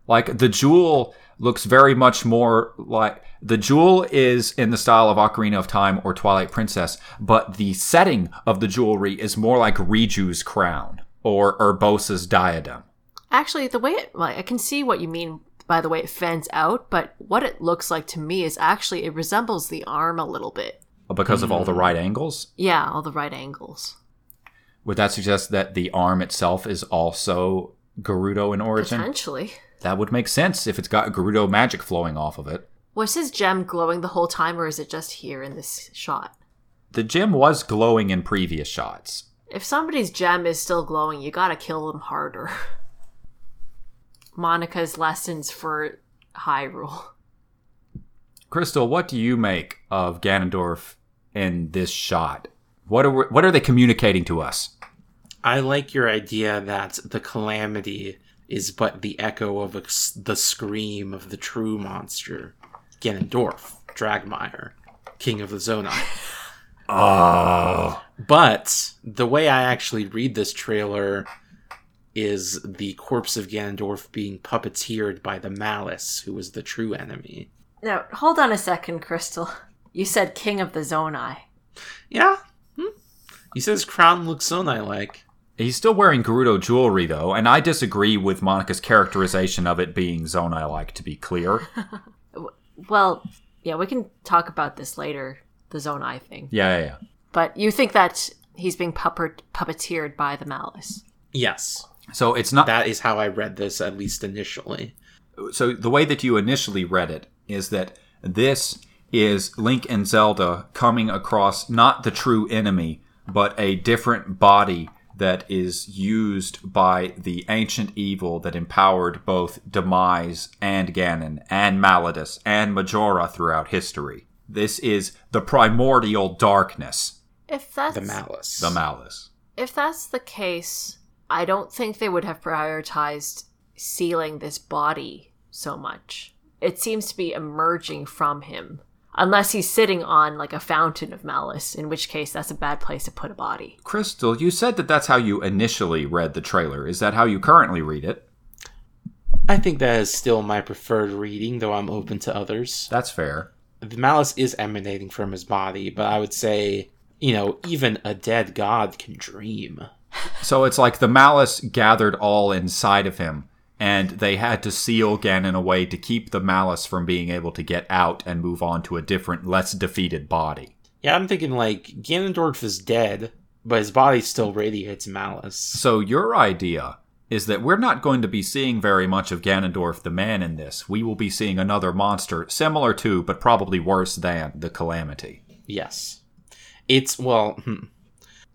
Speaker 3: Like the jewel looks very much more like the jewel is in the style of Ocarina of Time or Twilight Princess, but the setting of the jewelry is more like Riju's crown or Urbosa's diadem.
Speaker 2: Actually, the way it, like, I can see what you mean by the way it fans out, but what it looks like to me is actually it resembles the arm a little bit.
Speaker 3: Because of all the right angles,
Speaker 2: Yeah, all the right angles.
Speaker 3: would that suggest that the arm itself is also Gerudo in origin?
Speaker 2: Potentially.
Speaker 3: That would make sense if it's got Gerudo magic flowing off of it.
Speaker 2: Was his gem glowing the whole time, or is it just here in this shot?
Speaker 3: The gem was glowing in previous shots.
Speaker 2: If somebody's gem is still glowing, you gotta kill them harder. *laughs* Monica's lessons for Hyrule.
Speaker 3: Crystal, what do you make of Ganondorf in this shot? What are we, what are they communicating to us?
Speaker 1: I like your idea that the calamity is but the echo of ex- the scream of the true monster, Ganondorf, Dragmire, King of the Zonai.
Speaker 3: Oh,
Speaker 1: But the way I actually read this trailer is the corpse of Ganondorf being puppeteered by the Malice, who was the true enemy.
Speaker 2: Now, hold on a second, Crystal. You said King of the Zonai.
Speaker 1: Yeah. Hmm. He says crown looks Zonai like.
Speaker 3: he's still wearing Gerudo jewelry though, and I disagree with Monica's characterization of it being Zonai-like. To be clear,
Speaker 2: Well, yeah, we can talk about this later, the Zone Eye thing.
Speaker 3: *laughs* Yeah, yeah, yeah.
Speaker 2: But you think that he's being puppet- puppeteered by the Malice.
Speaker 1: Yes.
Speaker 3: So it's not
Speaker 1: That is how I read this, at least initially.
Speaker 3: so the way that you initially read it is that this is Link and Zelda coming across not the true enemy, but a different body that is used by the ancient evil that empowered both Demise and Ganon and Maladus and Majora throughout history. This is the primordial darkness,
Speaker 2: If that's
Speaker 1: The malice.
Speaker 3: the malice.
Speaker 2: if that's the case, I don't think they would have prioritized sealing this body so much. It seems to be emerging from him, unless he's sitting on like a fountain of malice, in which case that's a bad place to put a body.
Speaker 3: Crystal, you said that that's how you initially read the trailer. Is that how you currently read it?
Speaker 1: I think that is still my preferred reading, though I'm open to others.
Speaker 3: That's fair.
Speaker 1: The malice is emanating from his body, but I would say, you know, even a dead god can dream.
Speaker 3: So it's like the malice gathered all inside of him, and they had to seal Ganon away to keep the malice from being able to get out and move on to a different, less defeated body.
Speaker 1: Yeah, I'm thinking like Ganondorf is dead, but his body still radiates malice.
Speaker 3: So your idea is that we're not going to be seeing very much of Ganondorf the man in this. We will be seeing another monster similar to, but probably worse than, the Calamity.
Speaker 1: Yes. It's, well, hmm.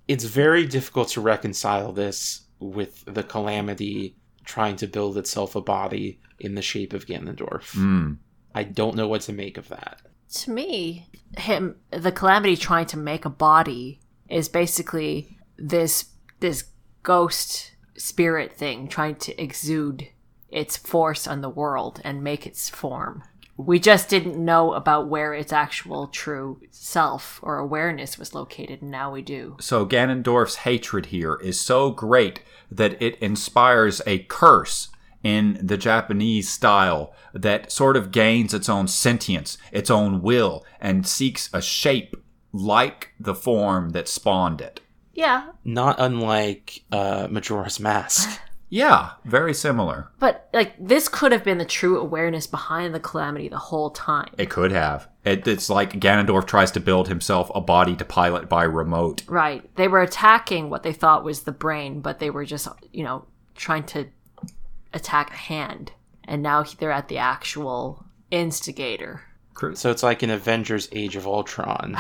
Speaker 1: it's very difficult to reconcile this with the Calamity trying to build itself a body in the shape of Ganondorf.
Speaker 3: Hmm.
Speaker 1: I don't know what to make of that.
Speaker 2: To me, him the calamity trying to make a body is basically this this ghost spirit thing trying to exude its force on the world and make its form. We just didn't know about where its actual true self or awareness was located, and now we do.
Speaker 3: So Ganondorf's hatred here is so great that it inspires a curse in the Japanese style that sort of gains its own sentience, its own will, and seeks a shape like the form that spawned it.
Speaker 2: Yeah,
Speaker 1: Not unlike uh, Majora's Mask.
Speaker 3: Yeah, very similar.
Speaker 2: but like this could have been the true awareness behind the calamity the whole time.
Speaker 3: It could have. It, it's like Ganondorf tries to build himself a body to pilot by remote.
Speaker 2: Right. They were attacking what they thought was the brain, but they were just, you know, trying to attack a hand. And now he- they're at the actual instigator.
Speaker 3: Cru-
Speaker 1: So it's like an Avengers Age of Ultron,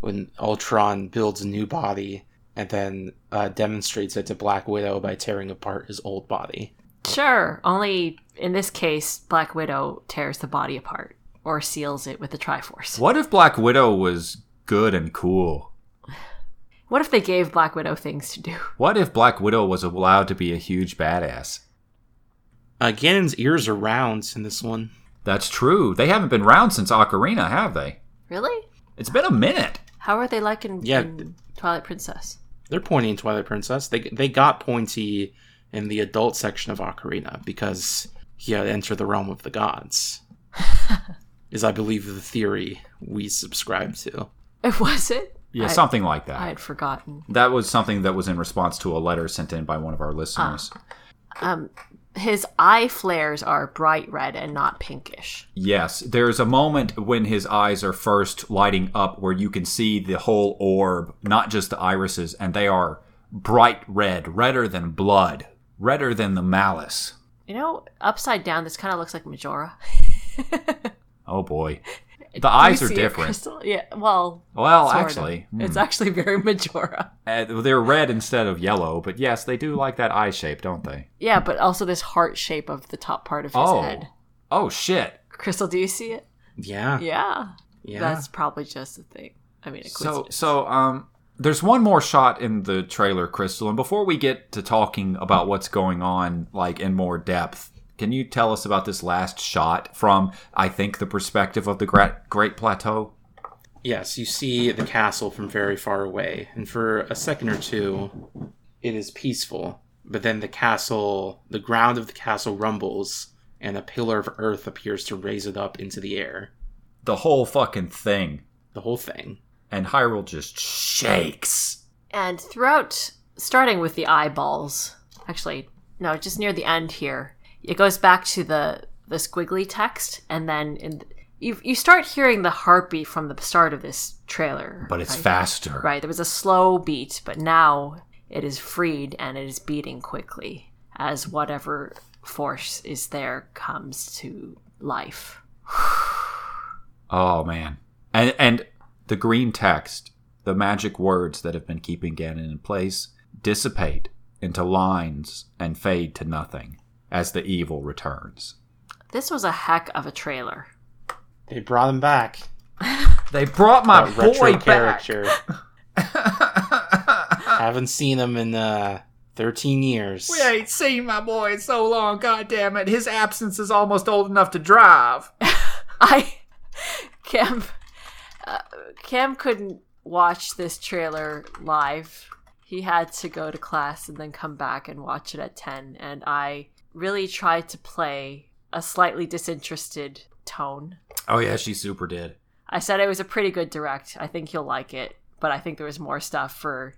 Speaker 1: when Ultron builds a new body and then uh, demonstrates it to Black Widow by tearing apart his old body.
Speaker 2: Sure. Only in this case, Black Widow tears the body apart or seals it with the Triforce. What,
Speaker 3: What if Black Widow was good and cool?
Speaker 2: if they gave Black Widow things to do? *laughs*
Speaker 3: What if Black Widow was allowed to be a huge badass?
Speaker 1: Uh, Ganon's ears are round in this one.
Speaker 3: That's true. They haven't been round since Ocarina, have they?
Speaker 2: Really?
Speaker 3: It's been a minute.
Speaker 2: How are they like in,
Speaker 1: Yeah.
Speaker 2: in Twilight Princess? *laughs*
Speaker 1: They're pointy in Twilight Princess. They they got pointy in the adult section of Ocarina because he had entered the realm of the gods. is I believe the theory we subscribe to.
Speaker 2: Was it?
Speaker 3: Yeah,
Speaker 2: I-
Speaker 3: something like that.
Speaker 2: I had forgotten.
Speaker 3: that was something that was in response to a letter sent in by one of our listeners.
Speaker 2: Um, his eye flares are bright red and not pinkish.
Speaker 3: Yes, there's a moment when his eyes are first lighting up where you can see the whole orb, not just the irises, and they are bright red, redder than blood, redder than the malice.
Speaker 2: You know, upside down, this kind of looks like Majora.
Speaker 3: Oh boy. *laughs* The eyes
Speaker 2: You
Speaker 3: are
Speaker 2: see it,
Speaker 3: different.
Speaker 2: Crystal? Yeah. Well,
Speaker 3: Well,
Speaker 2: sort of.
Speaker 3: actually, hmm.
Speaker 2: it's actually very *laughs* Majora.
Speaker 3: Uh, they're red instead of yellow, but yes, they do like that eye shape, don't they?
Speaker 2: Yeah, but also this heart shape of the top part of his
Speaker 3: oh,
Speaker 2: head.
Speaker 3: oh shit!
Speaker 2: Crystal, do you see it?
Speaker 1: Yeah,
Speaker 2: Yeah.
Speaker 1: yeah.
Speaker 2: That's probably just a thing. I mean, a
Speaker 3: So,
Speaker 2: coincidence.
Speaker 3: so um, there's one more shot in the trailer, Crystal, and before we get to talking about what's going on, like in more depth, can you tell us about this last shot from, I think, the perspective of the Great, Great Plateau?
Speaker 1: Yes, you see the castle from very far away, and for a second or two, it is peaceful. But then the castle, the ground of the castle rumbles, and a pillar of earth appears to raise it up into the air.
Speaker 3: The whole fucking thing,
Speaker 1: The whole thing.
Speaker 3: and Hyrule just shakes.
Speaker 2: And throughout, starting with the eyeballs, actually, no, just near the end here, it goes back to the the squiggly text, and then in, you you start hearing the heartbeat from the start of this trailer.
Speaker 3: but it's
Speaker 2: right?
Speaker 3: faster.
Speaker 2: Right, there was a slow beat, but now it is freed and it is beating quickly as whatever force is there comes to life.
Speaker 3: Oh man. And and the green text, the magic words that have been keeping Ganon in place, dissipate into lines and fade to nothing as the evil returns.
Speaker 2: This was a heck of a trailer. *laughs*
Speaker 1: They brought him back.
Speaker 3: They brought my
Speaker 1: That
Speaker 3: boy back.
Speaker 1: Haven't seen him in uh, 13 years.
Speaker 3: *laughs* We ain't seen my boy in so long, god damn it. His absence is almost old enough to drive.
Speaker 2: I Cam uh, Cam couldn't watch this trailer live. He had to go to class and then come back and watch it at 10 and I really tried to play a slightly disinterested tone.
Speaker 3: Oh yeah, she super did.
Speaker 2: I said it was a pretty good direct. I think you'll like it, but I think there was more stuff for,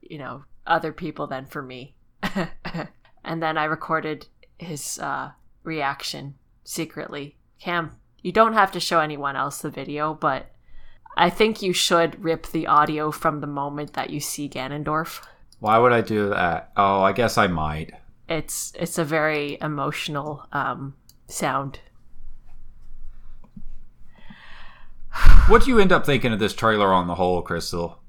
Speaker 2: you know, other people than for me. *laughs* and then I recorded his uh, reaction secretly. Cam, you don't have to show anyone else the video, but I think you should rip the audio from the moment that you see Ganondorf.
Speaker 3: Why would I do that? Oh, I guess I might.
Speaker 2: It's it's a very emotional um, sound.
Speaker 3: What do you end up thinking of this trailer on the whole, Crystal?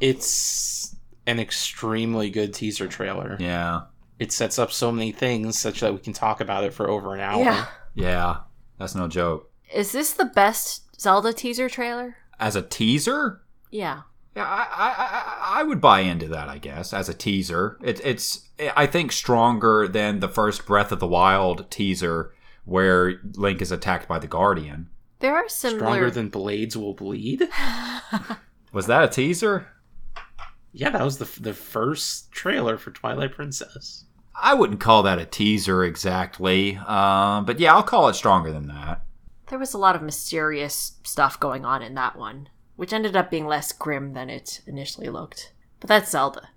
Speaker 1: It's an extremely good teaser trailer.
Speaker 3: Yeah.
Speaker 1: It sets up so many things such that we can talk about it for over an hour.
Speaker 2: Yeah.
Speaker 3: Yeah. That's no joke.
Speaker 2: Is this the best Zelda teaser trailer?
Speaker 3: As a teaser?
Speaker 2: Yeah.
Speaker 3: Yeah, I, I, I- I would buy into that, I guess, as a teaser. It, it's, I think, stronger than the first Breath of the Wild teaser where Link is attacked by the Guardian.
Speaker 2: There are similar
Speaker 1: Stronger than blades will bleed.
Speaker 3: Was that a teaser?
Speaker 1: Yeah, that was the the first trailer for Twilight Princess.
Speaker 3: I wouldn't call that a teaser exactly, um, but yeah, I'll call it stronger than that.
Speaker 2: There was a lot of mysterious stuff going on in that one, which ended up being less grim than it initially looked. But that's Zelda.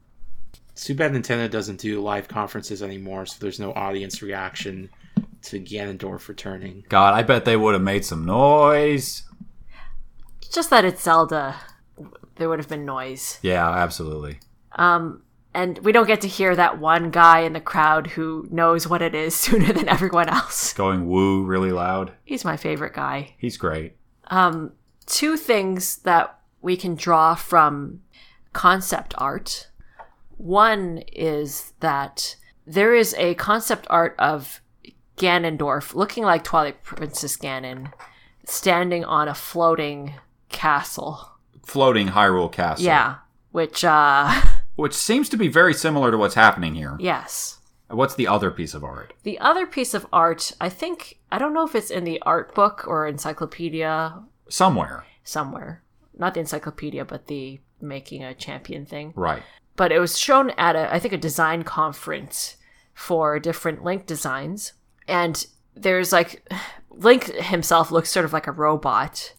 Speaker 1: It's too bad Nintendo doesn't do live conferences anymore, so there's no audience reaction to Ganondorf returning.
Speaker 3: God, I bet they would have made some noise.
Speaker 2: It's just that it's Zelda, there would have been noise.
Speaker 3: Yeah, absolutely.
Speaker 2: Um, and we don't get to hear that one guy in the crowd who knows what it is *laughs* sooner than everyone else.
Speaker 3: Going woo really loud.
Speaker 2: He's my favorite guy.
Speaker 3: He's great.
Speaker 2: Um, two things that we can draw from concept art. One is that there is a concept art of Ganondorf looking like Twilight Princess Ganon standing on a floating castle.
Speaker 3: Floating Hyrule Castle.
Speaker 2: Yeah. Which, uh, *laughs*
Speaker 3: Which seems to be very similar to what's happening here.
Speaker 2: yes.
Speaker 3: What's the other piece of art?
Speaker 2: The other piece of art, I think, I don't know if it's in the art book or encyclopedia
Speaker 3: Somewhere.
Speaker 2: somewhere. Not the encyclopedia, but the making a champion thing.
Speaker 3: Right.
Speaker 2: but it was shown at a I think a design conference for different Link designs, and there's like Link himself looks sort of like a robot,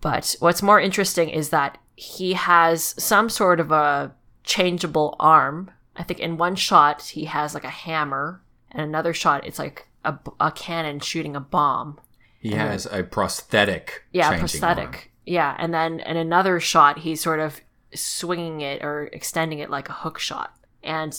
Speaker 2: but what's more interesting is that he has some sort of a changeable arm. I think in one shot he has like a hammer, and another shot it's like a, b- a cannon shooting a bomb.
Speaker 3: He has a prosthetic.
Speaker 2: Yeah,
Speaker 3: changing
Speaker 2: prosthetic.
Speaker 3: arm.
Speaker 2: Yeah, and then in another shot, he's sort of swinging it or extending it like a hook shot. And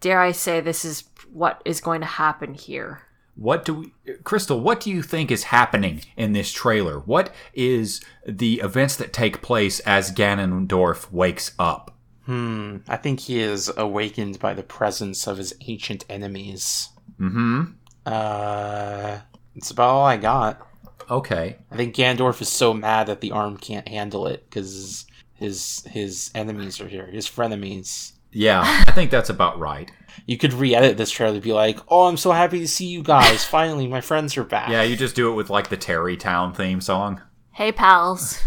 Speaker 2: dare I say, this is what is going to happen here.
Speaker 3: What do we, Crystal? What do you think is happening in this trailer? What is the events that take place as Ganondorf wakes up?
Speaker 1: Hmm, I think he is awakened by the presence of his ancient enemies.
Speaker 3: Mm-hmm.
Speaker 1: Uh, it's about all I got.
Speaker 3: Okay.
Speaker 1: I think Ganondorf is so mad that the arm can't handle it because his his enemies are here, his frenemies.
Speaker 3: Yeah, I think that's about right.
Speaker 1: You could re-edit this trailer to be like, "Oh, I'm so happy to see you guys! Finally, my friends are back."
Speaker 3: Yeah, you just do it with like the Terrytown theme song.
Speaker 2: Hey, pals.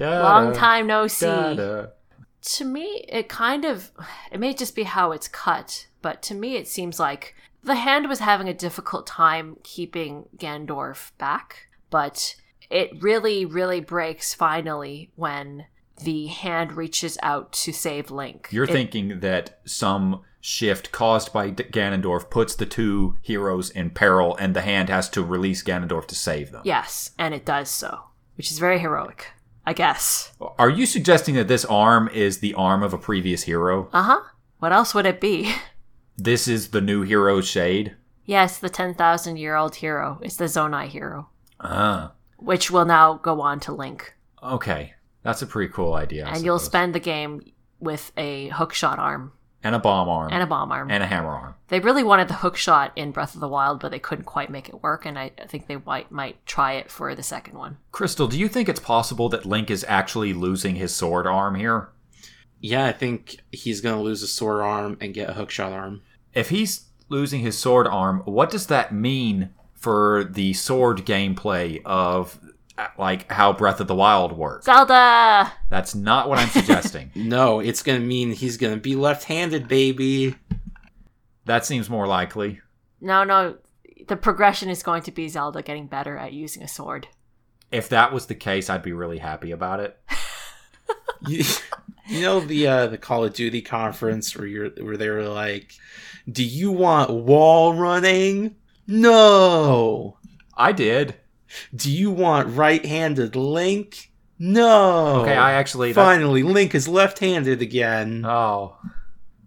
Speaker 2: Long time no see. To me, it kind of, it may just be how it's cut, but to me, it seems like the hand was having a difficult time keeping Gandorf back, but it really, really breaks finally when the hand reaches out to save Link.
Speaker 3: You're
Speaker 2: It-
Speaker 3: thinking that some shift caused by D- Ganondorf puts the two heroes in peril, and the hand has to release Ganondorf to save them.
Speaker 2: Yes, and it does so, which is very heroic, I guess.
Speaker 3: Are you suggesting that this arm is the arm of a previous hero?
Speaker 2: Uh huh. What else would it be? *laughs*
Speaker 3: This is the new hero shade.
Speaker 2: Yes, the 10,000 year old hero is the Zonai hero,
Speaker 3: Ah,
Speaker 2: which will now go on to Link.
Speaker 3: okay, that's a pretty cool idea. I
Speaker 2: and you'll
Speaker 3: suppose.
Speaker 2: spend the game with a hookshot arm
Speaker 3: and a bomb arm
Speaker 2: and a bomb arm.
Speaker 3: and a hammer arm.
Speaker 2: they really wanted the hookshot in Breath of the Wild, but they couldn't quite make it work, and I I think they might, might try it for the second one.
Speaker 3: Crystal, do you think it's possible that Link is actually losing his sword arm here?
Speaker 1: Yeah, I think he's gonna lose a sword arm and get a hookshot arm.
Speaker 3: If he's losing his sword arm, what does that mean for the sword gameplay of uh, like how Breath of the Wild works?
Speaker 2: Zelda!
Speaker 3: That's not what I'm suggesting. *laughs*
Speaker 1: No, it's gonna mean he's gonna be left-handed, baby.
Speaker 3: that seems more likely.
Speaker 2: No, no. The progression is going to be Zelda getting better at using a sword.
Speaker 3: If that was the case, I'd be really happy about it.
Speaker 1: you, you know the uh, the Call of Duty conference where you're where they were like, "Do you want wall running? No.
Speaker 3: I did.
Speaker 1: Do you want right-handed Link? No.
Speaker 3: Okay, I actually that's-
Speaker 1: finally Link is left-handed again.
Speaker 3: Oh,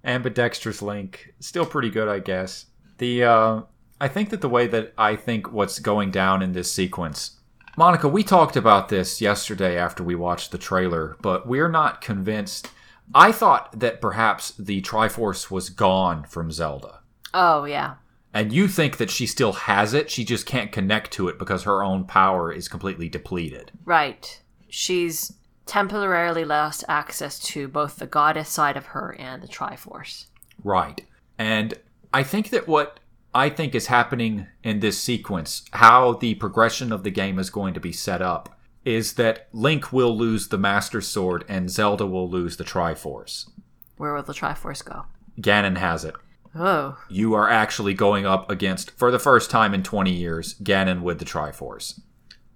Speaker 3: ambidextrous Link, still pretty good, I guess. The uh, I think that the way that I think what's going down in this sequence, Monica, we talked about this yesterday after we watched the trailer, but we're not convinced. I thought that perhaps the Triforce was gone from Zelda.
Speaker 2: Oh, yeah.
Speaker 3: And you think that she still has it, she just can't connect to it because her own power is completely depleted.
Speaker 2: Right. She's temporarily lost access to both the goddess side of her and the Triforce.
Speaker 3: Right. And I think that what I think is happening in this sequence, how the progression of the game is going to be set up, is that Link will lose the Master Sword and Zelda will lose the Triforce.
Speaker 2: Where will the Triforce go?
Speaker 3: Ganon has it.
Speaker 2: Oh,
Speaker 3: You are actually going up against, for the first time in 20 years, Ganon with the Triforce.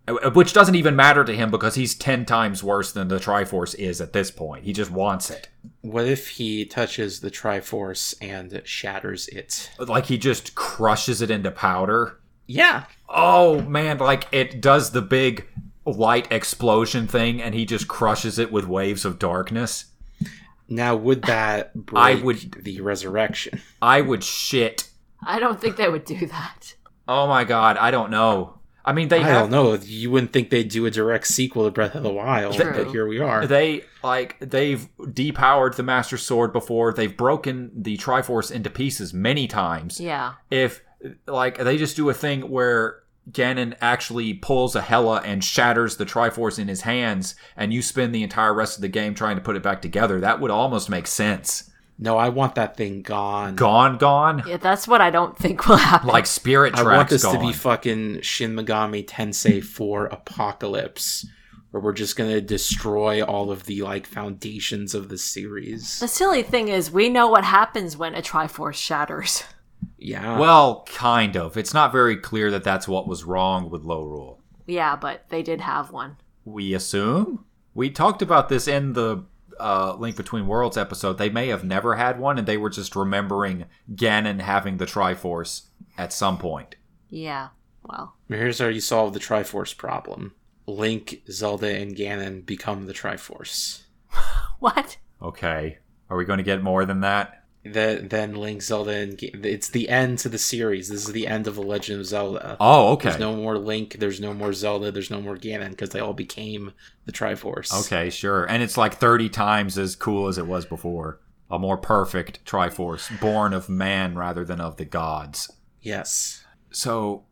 Speaker 3: Uh, Which doesn't even matter to him because he's 10 times worse than the Triforce is at this point. He just wants it.
Speaker 1: What if he touches the Triforce and shatters it?
Speaker 3: Like he just crushes it into powder.
Speaker 1: Yeah.
Speaker 3: oh man like it does the big light explosion thing and he just crushes it with waves of darkness
Speaker 1: Now would
Speaker 3: *sighs*
Speaker 1: that break
Speaker 3: I would-
Speaker 1: the resurrection?
Speaker 3: i would shit
Speaker 2: I don't think they would do that.
Speaker 3: oh my god i don't know i mean they
Speaker 1: I
Speaker 3: have
Speaker 1: don't know. You wouldn't think they'd do a direct sequel to Breath of the Wild,
Speaker 2: True.
Speaker 1: but here we are.
Speaker 3: they like they've depowered the master sword before they've broken the triforce into pieces many times
Speaker 2: Yeah.
Speaker 3: if like they just do a thing where Ganon actually pulls a Hela and shatters the Triforce in his hands, and you spend the entire rest of the game trying to put it back together. That would almost make sense.
Speaker 1: No, I want that thing gone.
Speaker 3: Gone, gone,
Speaker 2: yeah. That's what I don't think will happen.
Speaker 3: like Spirit
Speaker 1: I
Speaker 3: Tracks.
Speaker 1: want this
Speaker 3: gone.
Speaker 1: to be fucking Shin Megami Tensei 4 Apocalypse, where we're just gonna destroy all of the like foundations of the series.
Speaker 2: the silly thing is, we know what happens when a Triforce shatters.
Speaker 1: Yeah.
Speaker 3: well, kind of. It's not very clear that that's what was wrong with Low Rule.
Speaker 2: Yeah, but they did have one.
Speaker 3: We assume we talked about this in the uh, Link Between Worlds episode. They may have never had one, and they were just remembering Ganon having the Triforce at some point.
Speaker 2: Yeah. Well, *laughs*
Speaker 1: Here's how you solve the Triforce problem. Link, Zelda, and Ganon become the Triforce.
Speaker 2: what?
Speaker 3: Okay. Are we going to get more than that?
Speaker 1: The, then Link, Zelda, and Ga- it's the end to the series. This is the end of the Legend of Zelda.
Speaker 3: Oh, okay.
Speaker 1: There's no more Link. There's no more Zelda. There's no more Ganon because they all became the Triforce.
Speaker 3: okay, sure. And it's like 30 times as cool as it was before. A more perfect Triforce, born of man rather than of the gods.
Speaker 1: Yes.
Speaker 3: So,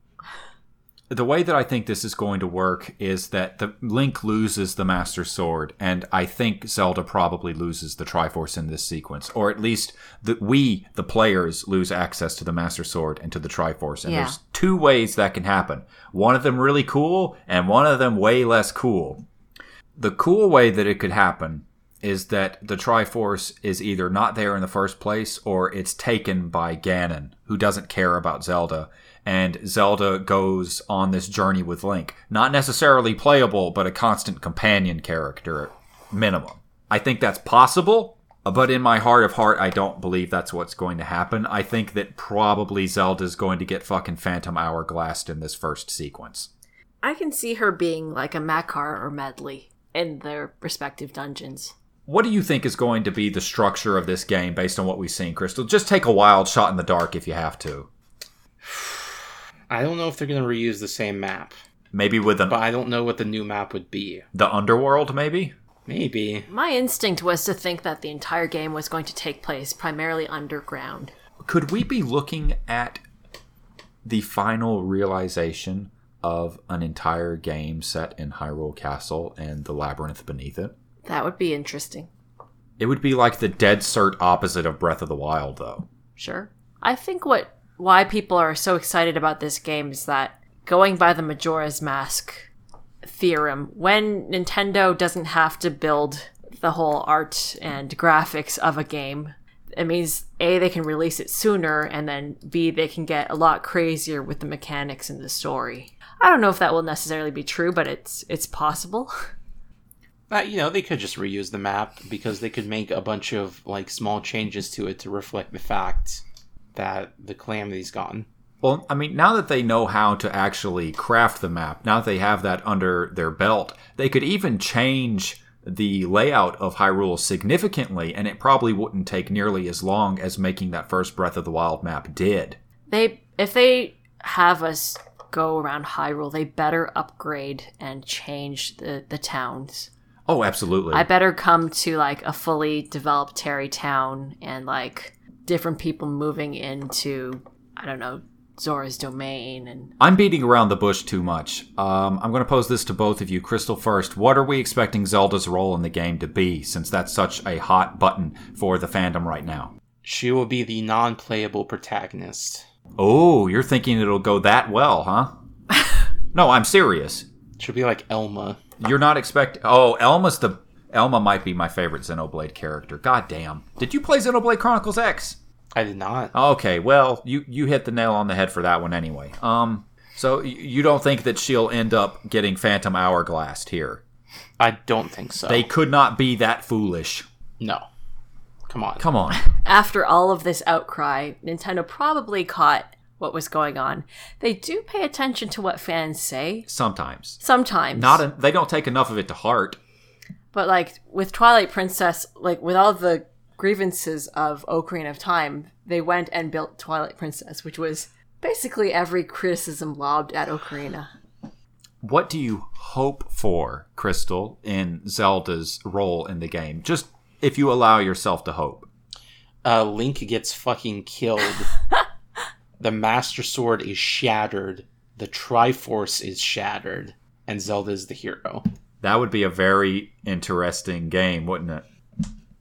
Speaker 3: the way that I think this is going to work is that the Link loses the Master Sword, and I think Zelda probably loses the Triforce in this sequence, or at least that we, the players, lose access to the Master Sword and to the Triforce. And
Speaker 2: Yeah.
Speaker 3: there's two ways that can happen: one of them really cool, and one of them way less cool. The cool way that it could happen is that the Triforce is either not there in the first place or it's taken by Ganon, who doesn't care about Zelda, and Zelda goes on this journey with Link. Not necessarily playable, but a constant companion character minimum. I think that's possible, but in my heart of heart, I don't believe that's what's going to happen. I think that probably Zelda's going to get fucking Phantom Hourglassed in this first sequence.
Speaker 2: I can see her being like a Makar or Medley in their respective dungeons.
Speaker 3: What do you think is going to be the structure of this game based on what we've seen, Crystal? Just take a wild shot in the dark if you have to.
Speaker 1: I don't know if they're going to reuse the same map,
Speaker 3: Maybe with an,
Speaker 1: but I don't know what the new map would be.
Speaker 3: the underworld, maybe?
Speaker 1: Maybe.
Speaker 2: My instinct was to think that the entire game was going to take place primarily underground.
Speaker 3: could we be looking at the final realization of an entire game set in Hyrule Castle and the labyrinth beneath it?
Speaker 2: That would be interesting.
Speaker 3: It would be like the dead cert opposite of Breath of the Wild, though.
Speaker 2: Sure. I think what why people are so excited about this game is that going by the Majora's Mask theorem, when Nintendo doesn't have to build the whole art and graphics of a game, it means A they can release it sooner and then B they can get a lot crazier with the mechanics and the story. I don't know if that will necessarily be true, but it's it's possible. *laughs*
Speaker 1: But, you know, they could just reuse the map because they could make a bunch of, like, small changes to it to reflect the fact that the calamity's gone.
Speaker 3: Well, I mean, now that they know how to actually craft the map, now that they have that under their belt, they could even change the layout of Hyrule significantly, and it probably wouldn't take nearly as long as making that first Breath of the Wild map did.
Speaker 2: They if they have us go around Hyrule, they better upgrade and change the, the towns.
Speaker 3: Oh, absolutely.
Speaker 2: I better come to like a fully developed Terry town and like different people moving into I don't know Zora's domain and
Speaker 3: I'm beating around the bush too much. Um, I'm going to pose this to both of you. Crystal first. What are we expecting Zelda's role in the game to be, since that's such a hot button for the fandom right now?
Speaker 1: She will be the non playable protagonist.
Speaker 3: Oh, you're thinking it'll go that well, huh? no, I'm serious.
Speaker 1: She'll be like Elma.
Speaker 3: You're not expect. Oh, Elma's the. Elma might be my favorite Xenoblade character. God damn. Did you play Xenoblade Chronicles X?
Speaker 1: I did not.
Speaker 3: Okay, well, you you hit the nail on the head for that one anyway. Um, so y- you don't think that she'll end up getting Phantom Hourglassed here?
Speaker 1: I don't think so.
Speaker 3: They could not be that foolish.
Speaker 1: No. Come on.
Speaker 3: Come on.
Speaker 2: after all of this outcry, Nintendo probably caught what was going on. They do pay attention to what fans say
Speaker 3: Sometimes.
Speaker 2: sometimes.
Speaker 3: Not a, they don't take enough of it to heart.
Speaker 2: But like with Twilight Princess, like with all the grievances of Ocarina of Time, they went and built Twilight Princess, which was basically every criticism lobbed at Ocarina.
Speaker 3: What do you hope for, Crystal, in Zelda's role in the game? Just if you allow yourself to hope.
Speaker 1: Uh, Link gets fucking killed. the Master Sword is shattered. The Triforce is shattered. And Zelda is the hero.
Speaker 3: That would be a very interesting game, wouldn't it?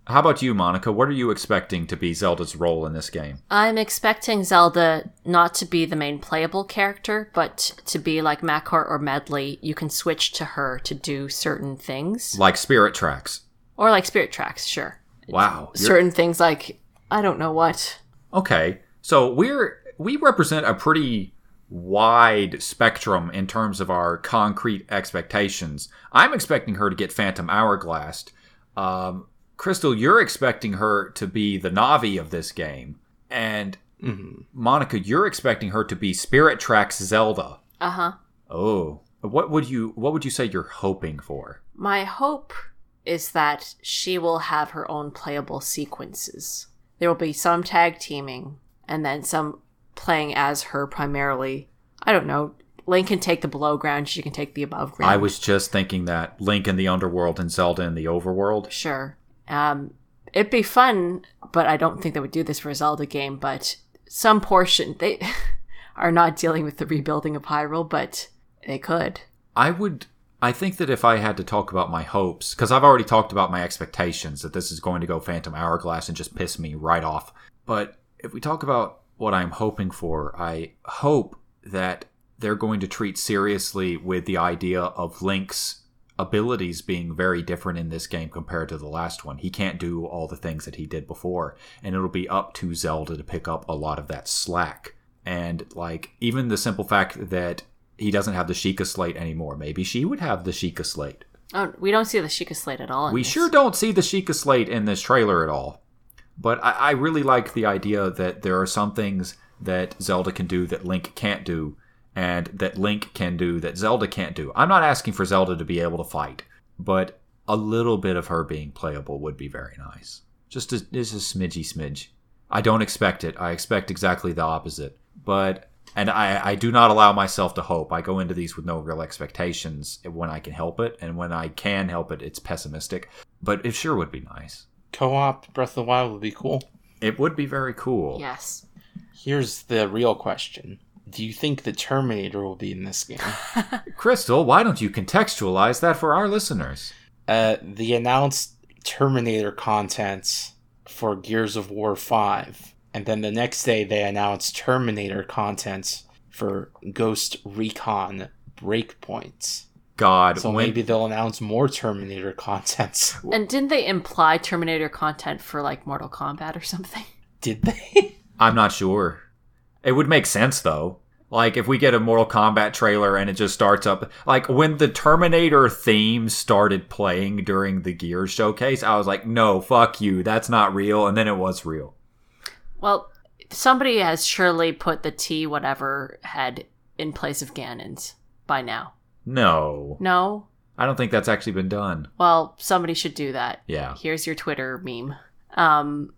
Speaker 3: How about you, Monica? What are you expecting to be Zelda's role in this game?
Speaker 2: I'm expecting Zelda not to be the main playable character, but to be like Makar or Medley. You can switch to her to do certain things,
Speaker 3: Like Spirit Tracks.
Speaker 2: or like Spirit Tracks, sure.
Speaker 3: Wow. you're-
Speaker 2: Certain things like I don't know what.
Speaker 3: Okay. So we're we represent a pretty wide spectrum in terms of our concrete expectations. I'm expecting her to get Phantom Hourglassed. Um, Crystal, you're expecting her to be the Navi of this game, and
Speaker 1: hmm
Speaker 3: Monica, you're expecting her to be Spirit Tracks Zelda.
Speaker 2: Uh huh.
Speaker 3: Oh, what would you what would you say you're hoping for?
Speaker 2: My hope is that she will have her own playable sequences. There will be some tag teaming and then some playing as her primarily. I don't know. Link can take the below ground, she can take the above ground.
Speaker 3: I was just thinking that Link in the underworld and Zelda in the overworld.
Speaker 2: sure. Um, it'd be fun, but I don't think they would do this for a Zelda game. But some portion they *laughs* are not dealing with the rebuilding of Hyrule, but they could.
Speaker 3: I would. I think that if I had to talk about my hopes, because I've already talked about my expectations that this is going to go Phantom Hourglass and just piss me right off. But if we talk about what I'm hoping for, I hope that they're going to treat seriously with the idea of Link's abilities being very different in this game compared to the last one. He can't do all the things that he did before, and it'll be up to Zelda to pick up a lot of that slack. And like even the simple fact that he doesn't have the Sheikah slate anymore, maybe she would have the Sheikah slate.
Speaker 2: Oh, we don't see the Sheikah Slate at all. in
Speaker 3: We
Speaker 2: this.
Speaker 3: sure don't see the Sheikah Slate in this trailer at all. But I, I really like the idea that there are some things that Zelda can do that Link can't do, and that Link can do that Zelda can't do. I'm not asking for Zelda to be able to fight, but a little bit of her being playable would be very nice. Just a, just a smidgy smidge. I don't expect it. I expect exactly the opposite. But and I, I do not allow myself to hope. I go into these with no real expectations when I can help it, and when I can help it, it's pessimistic. But it sure would be nice.
Speaker 1: Co-op Breath of the Wild would be cool.
Speaker 3: It would be very cool.
Speaker 2: Yes.
Speaker 1: Here's the real question. Do you think the Terminator will be in this game?
Speaker 3: Crystal, why don't you contextualize that for our listeners?
Speaker 1: uh, the announced Terminator content for Gears of War 5. And then the next day, they announced Terminator content for Ghost Recon Breakpoint.
Speaker 3: God,
Speaker 1: So
Speaker 3: when-
Speaker 1: maybe they'll announce more Terminator content.
Speaker 2: And didn't they imply Terminator content for like Mortal Kombat or something?
Speaker 1: *laughs* Did they?
Speaker 3: I'm not sure. It would make sense though. Like if we get a Mortal Kombat trailer and it just starts up like when the Terminator theme started playing during the Gear showcase, I was like, "No, fuck you. That's not real." And then it was real.
Speaker 2: Well, somebody has surely put the T whatever head in place of Ganon's by now.
Speaker 3: No.
Speaker 2: No?
Speaker 3: I don't think that's actually been done.
Speaker 2: Well, somebody should do that.
Speaker 3: Yeah.
Speaker 2: Here's your Twitter meme. Um,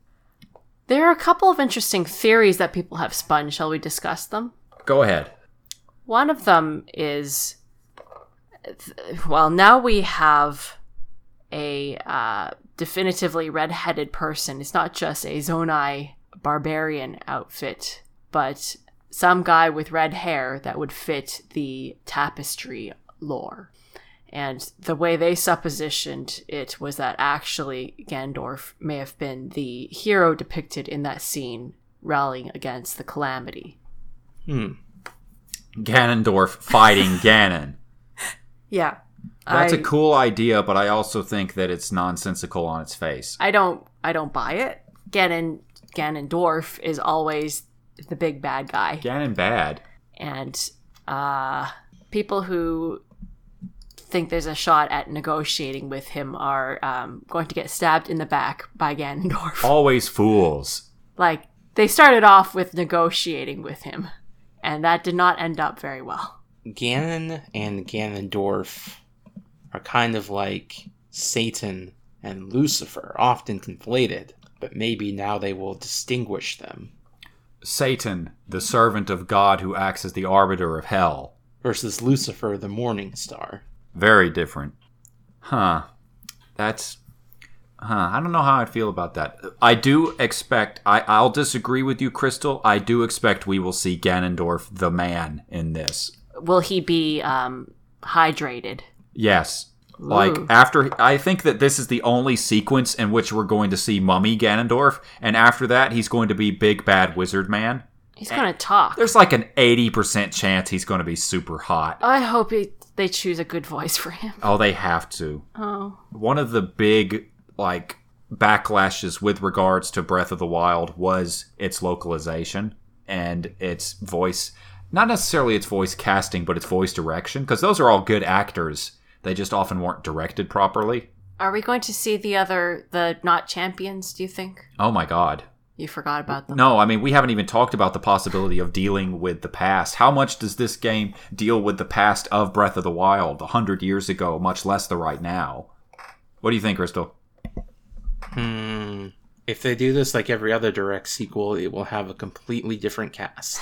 Speaker 2: there are a couple of interesting theories that people have spun. Shall we discuss them?
Speaker 3: Go ahead.
Speaker 2: One of them is th- well, now we have a uh, definitively redheaded person. It's not just a Zonai barbarian outfit, but some guy with red hair that would fit the tapestry lore. And the way they suppositioned it was that actually Gandorf may have been the hero depicted in that scene rallying against the calamity.
Speaker 1: Hmm.
Speaker 3: Ganondorf fighting Ganon.
Speaker 2: Yeah.
Speaker 3: That's
Speaker 2: a
Speaker 3: a cool idea, but I also think that it's nonsensical on its face.
Speaker 2: I don't I don't buy it. Ganon Ganondorf is always the big bad guy.
Speaker 3: Ganon bad.
Speaker 2: And uh people who think there's a shot at negotiating with him are um, going to get stabbed in the back by Ganondorf.
Speaker 3: *laughs* Always fools.
Speaker 2: Like they started off with negotiating with him and that did not end up very well.
Speaker 1: Ganon and Ganondorf are kind of like Satan and Lucifer, often conflated, but maybe now they will distinguish them.
Speaker 3: Satan, the servant of God who acts as the arbiter of hell.
Speaker 1: Versus Lucifer, the morning star.
Speaker 3: Very different. Huh. That's. Huh. I don't know how I'd feel about that. I do expect. I, I'll disagree with you, Crystal. I do expect we will see Ganondorf, the man, in this.
Speaker 2: Will he be um, hydrated?
Speaker 3: Yes. Like
Speaker 2: Ooh.
Speaker 3: after I think that this is the only sequence in which we're going to see Mummy Ganondorf, and after that he's going to be Big Bad Wizard Man.
Speaker 2: He's going to talk.
Speaker 3: There's like an eighty percent chance he's going to be super hot.
Speaker 2: I hope he, they choose a good voice for him.
Speaker 3: Oh, they have to.
Speaker 2: Oh.
Speaker 3: one of the big like backlashes with regards to Breath of the Wild was its localization and its voice not necessarily its voice casting but its voice direction because those are all good actors they just often weren't directed properly
Speaker 2: Are we going to see the other, the not champions, do you think?
Speaker 3: oh my god
Speaker 2: You forgot about them.
Speaker 3: no i mean we haven't even talked about the possibility of dealing with the past how much does this game deal with the past of Breath of the Wild 100 years ago much less the right now what do you think crystal
Speaker 1: Hmm. If they do this like every other direct sequel, it will have a completely different cast.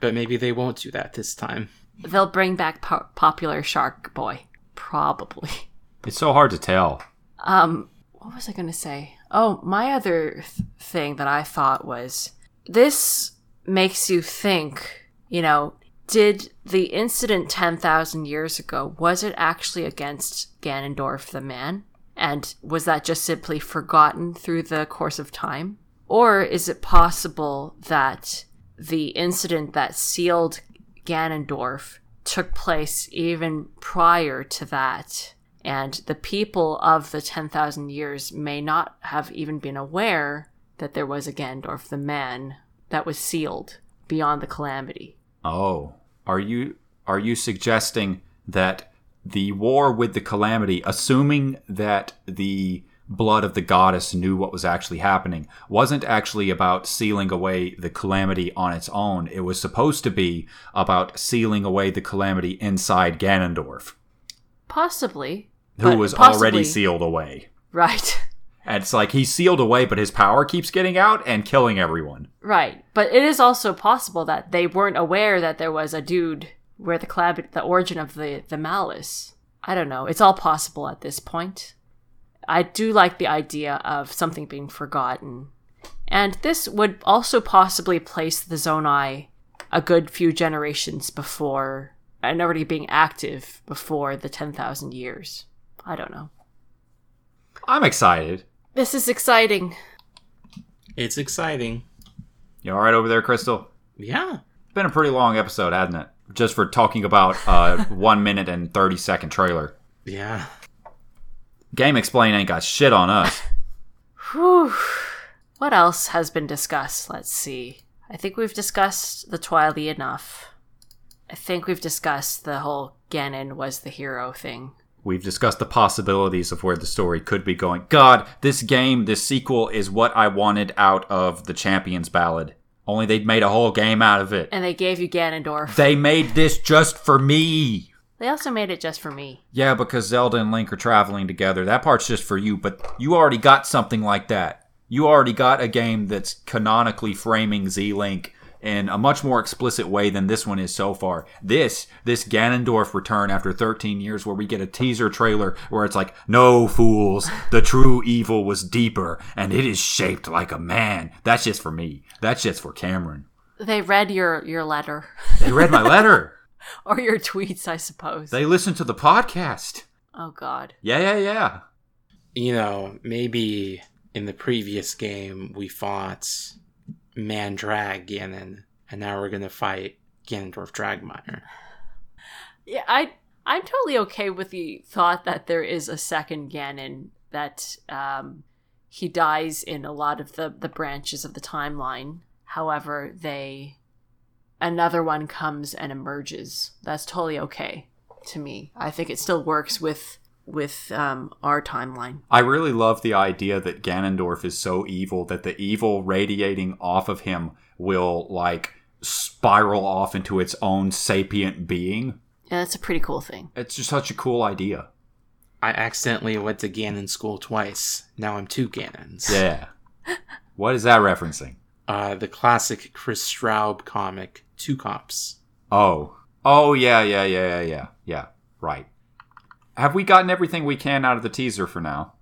Speaker 1: but maybe they won't do that this time.
Speaker 2: They'll bring back po- popular Shark Boy. Probably. *laughs*
Speaker 3: it's so hard to tell
Speaker 2: Um, what was I going to say? Oh, my other th- thing that I thought was this makes you think, you know, did the incident 10,000 years ago, was it actually against Ganondorf the man? And was that just simply forgotten through the course of time? Or is it possible that the incident that sealed Ganondorf took place even prior to that? And the people of the 10,000 years may not have even been aware that there was a Ganondorf the man that was sealed beyond the calamity.
Speaker 3: Oh, are you are you suggesting that the war with the calamity, assuming that the blood of the goddess knew what was actually happening, wasn't actually about sealing away the calamity on its own. It was supposed to be about sealing away the calamity inside Ganondorf,
Speaker 2: Possibly.
Speaker 3: who
Speaker 2: but
Speaker 3: was
Speaker 2: possibly-
Speaker 3: already sealed away.
Speaker 2: Right. *laughs*
Speaker 3: And it's like he's sealed away, but his power keeps getting out and killing everyone.
Speaker 2: Right. But it is also possible that they weren't aware that there was a dude where the collab- the origin of the, the malice. I don't know. It's all possible at this point. I do like the idea of something being forgotten. And this would also possibly place the Zonai a good few generations before and already being active before the 10,000 years. I don't know.
Speaker 3: I'm excited.
Speaker 2: This is exciting.
Speaker 1: It's exciting.
Speaker 3: You all right over there, Crystal?
Speaker 1: Yeah.
Speaker 3: Been a pretty long episode, hasn't it? Just for talking about a one minute and 30 second trailer.
Speaker 1: Yeah.
Speaker 3: Game Explain ain't got shit on us.
Speaker 2: Whew. What else has been discussed? Let's see. I think we've discussed the Twily enough. I think we've discussed the whole Ganon was the hero thing.
Speaker 3: We've discussed the possibilities of where the story could be going. God, this game, this sequel is what I wanted out of the Champions Ballad. Only they'd made a whole game out of it.
Speaker 2: And they gave you Ganondorf.
Speaker 3: They made this just for me.
Speaker 2: They also made it just for me.
Speaker 3: Yeah, because Zelda and Link are traveling together. That part's just for you, but you already got something like that. You already got a game that's canonically framing Z Link in a much more explicit way than this one is so far. This, this Ganondorf return after 13 years, where we get a teaser trailer where it's like, no fools, the true evil was deeper, and it is shaped like a man. That's just for me. That's just for Cameron.
Speaker 2: They read your, your letter. *laughs*
Speaker 3: They read my letter.
Speaker 2: or your tweets, I suppose.
Speaker 3: They listened to the podcast.
Speaker 2: oh, God.
Speaker 3: Yeah, yeah, yeah.
Speaker 1: You know, maybe in the previous game we fought Mandrag Ganon, and now we're gonna fight Ganondorf Dragmire.
Speaker 2: Yeah, I I'm totally okay with the thought that there is a second Ganon that um, he dies in a lot of the the branches of the timeline. However, they another one comes and emerges. That's totally okay to me. I think it still works with with um, our timeline.
Speaker 3: I really love the idea that Ganondorf is so evil that the evil radiating off of him will like spiral off into its own sapient being.
Speaker 2: And that's a pretty cool thing.
Speaker 3: It's just such a cool idea.
Speaker 1: I accidentally went to Ganon school twice. Now I'm two Ganons.
Speaker 3: Yeah. what is that referencing?
Speaker 1: Uh, the classic Chris Straub comic, Two Cops.
Speaker 3: Oh. Oh yeah, yeah, yeah, yeah, yeah. Yeah. Right. Have we gotten everything we can out of the teaser for now?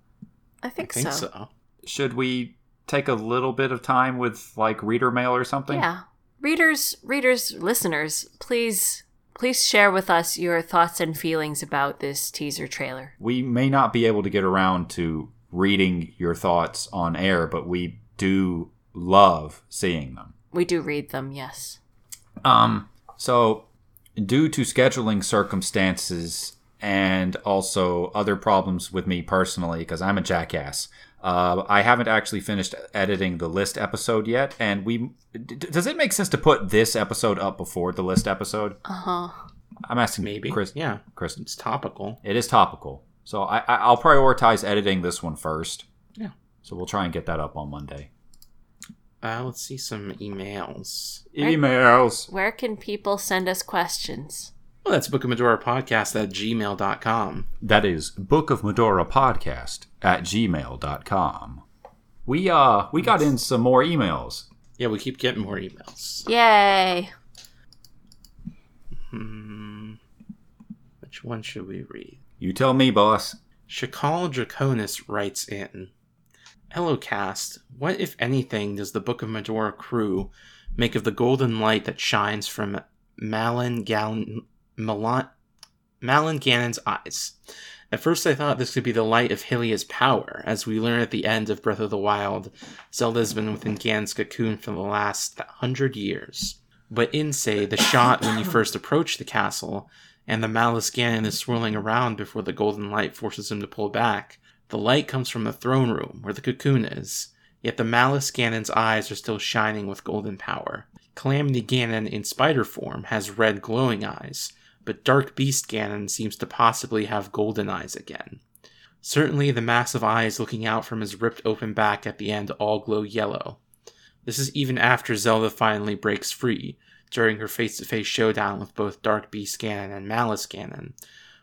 Speaker 2: I
Speaker 1: I
Speaker 2: think,
Speaker 1: think
Speaker 2: so.
Speaker 1: so.
Speaker 3: Should we take a little bit of time with like reader mail or something?
Speaker 2: Yeah. Readers, readers, listeners, please please share with us your thoughts and feelings about this teaser trailer.
Speaker 3: we may not be able to get around to reading your thoughts on air, but we do love seeing them.
Speaker 2: We do read them, yes.
Speaker 3: Um, so due to scheduling circumstances and also other problems with me personally, because I'm a jackass, uh, I haven't actually finished editing the list episode yet. And we, d- d- does it make sense to put this episode up before the list episode?
Speaker 2: Uh huh.
Speaker 3: I'm asking
Speaker 1: Maybe.
Speaker 3: Chris.
Speaker 1: Yeah.
Speaker 3: Chris,
Speaker 1: It's topical.
Speaker 3: it is topical. So I, I- I'll prioritize editing this one first.
Speaker 1: Yeah.
Speaker 3: So we'll try and get that up on Monday.
Speaker 1: Uh, let's see some emails.
Speaker 2: Right.
Speaker 3: Emails.
Speaker 2: Where can people send us questions?
Speaker 1: Well, that's Book of Medora podcast at gmail.com.
Speaker 3: That is Book of Medora Podcast at gmail.com. We uh we got in some more emails.
Speaker 1: Yeah, we keep getting more emails.
Speaker 2: Yay!
Speaker 1: Hmm. Which one should we read?
Speaker 3: You tell me, boss.
Speaker 1: Shakal Draconis writes in Hello, cast. What, if anything, does the Book of Medora crew make of the golden light that shines from Malin, Gallon, Malon, Malin Ganon's eyes? At first, I thought this could be the light of Hylia's power. As we learn at the end of Breath of the Wild, Zelda has been within Ganon's cocoon for the last hundred years. But in, say, the shot when you first approach the castle, and the malice Ganon is swirling around before the golden light forces him to pull back. The light comes from the throne room where the cocoon is, yet the malice Ganon's eyes are still shining with golden power. Calamity Ganon in spider form has red glowing eyes, but Dark Beast Ganon seems to possibly have golden eyes again. Certainly, the massive eyes looking out from his ripped open back at the end all glow yellow. This is even after Zelda finally breaks free, during her face to face showdown with both Dark Beast Ganon and Malice Ganon,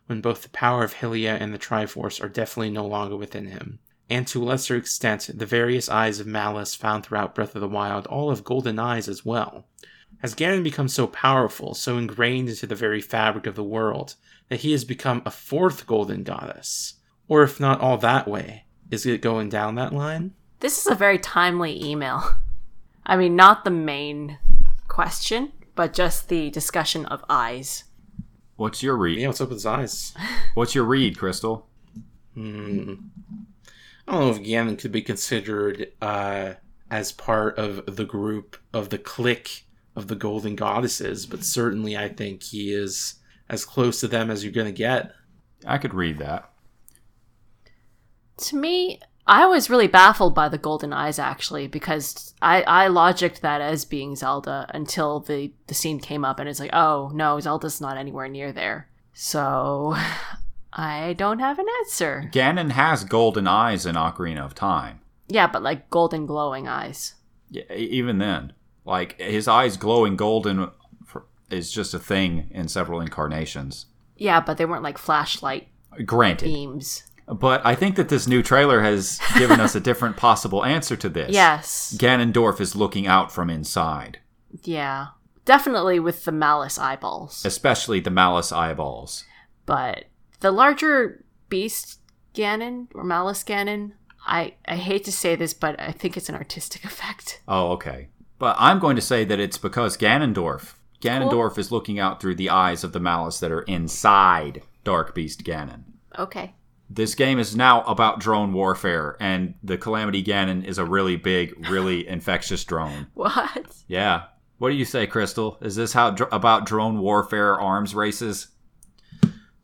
Speaker 1: when both the power of Hylia and the Triforce are definitely no longer within him. And to a lesser extent, the various eyes of Malice found throughout Breath of the Wild all have golden eyes as well. Has Ganon become so powerful, so ingrained into the very fabric of the world, that he has become a fourth golden goddess? Or if not all that way, is it going down that line?
Speaker 2: This is a very timely email. I mean, not the main question, but just the discussion of eyes.
Speaker 3: What's your read?
Speaker 1: Yeah, what's up with his eyes?
Speaker 3: What's your read, Crystal?
Speaker 1: Hmm. I don't know if Ganon could be considered uh, as part of the group of the clique of the Golden Goddesses, but certainly I think he is as close to them as you're going to get.
Speaker 3: I could read that.
Speaker 2: To me, I was really baffled by the golden eyes actually because I I logicked that as being Zelda until the the scene came up and it's like oh no Zelda's not anywhere near there so *sighs* I don't have an answer
Speaker 3: Ganon has golden eyes in Ocarina of Time.
Speaker 2: yeah but like golden glowing eyes
Speaker 3: Yeah, e- even then, like his eyes glowing golden for, is just a thing in several incarnations.
Speaker 2: yeah but they weren't like flashlight
Speaker 3: Granted,
Speaker 2: beams
Speaker 3: but I think that this new trailer has given us a different possible answer to this.
Speaker 2: yes
Speaker 3: Ganondorf is looking out from inside,
Speaker 2: yeah definitely with the malice eyeballs
Speaker 3: especially the malice eyeballs.
Speaker 2: but the larger beast Ganon or malice Ganon I I hate to say this but I think it's an artistic *laughs* effect.
Speaker 3: Oh, okay. But I'm going to say that it's because Ganondorf. Ganondorf is looking out through the eyes of the malice that are inside Dark Beast Ganon.
Speaker 2: Okay.
Speaker 3: This game is now about drone warfare, and the Calamity Ganon is a really big, really infectious drone.
Speaker 2: What?
Speaker 3: Yeah. What do you say, Crystal? Is this how dr- about drone warfare arms races?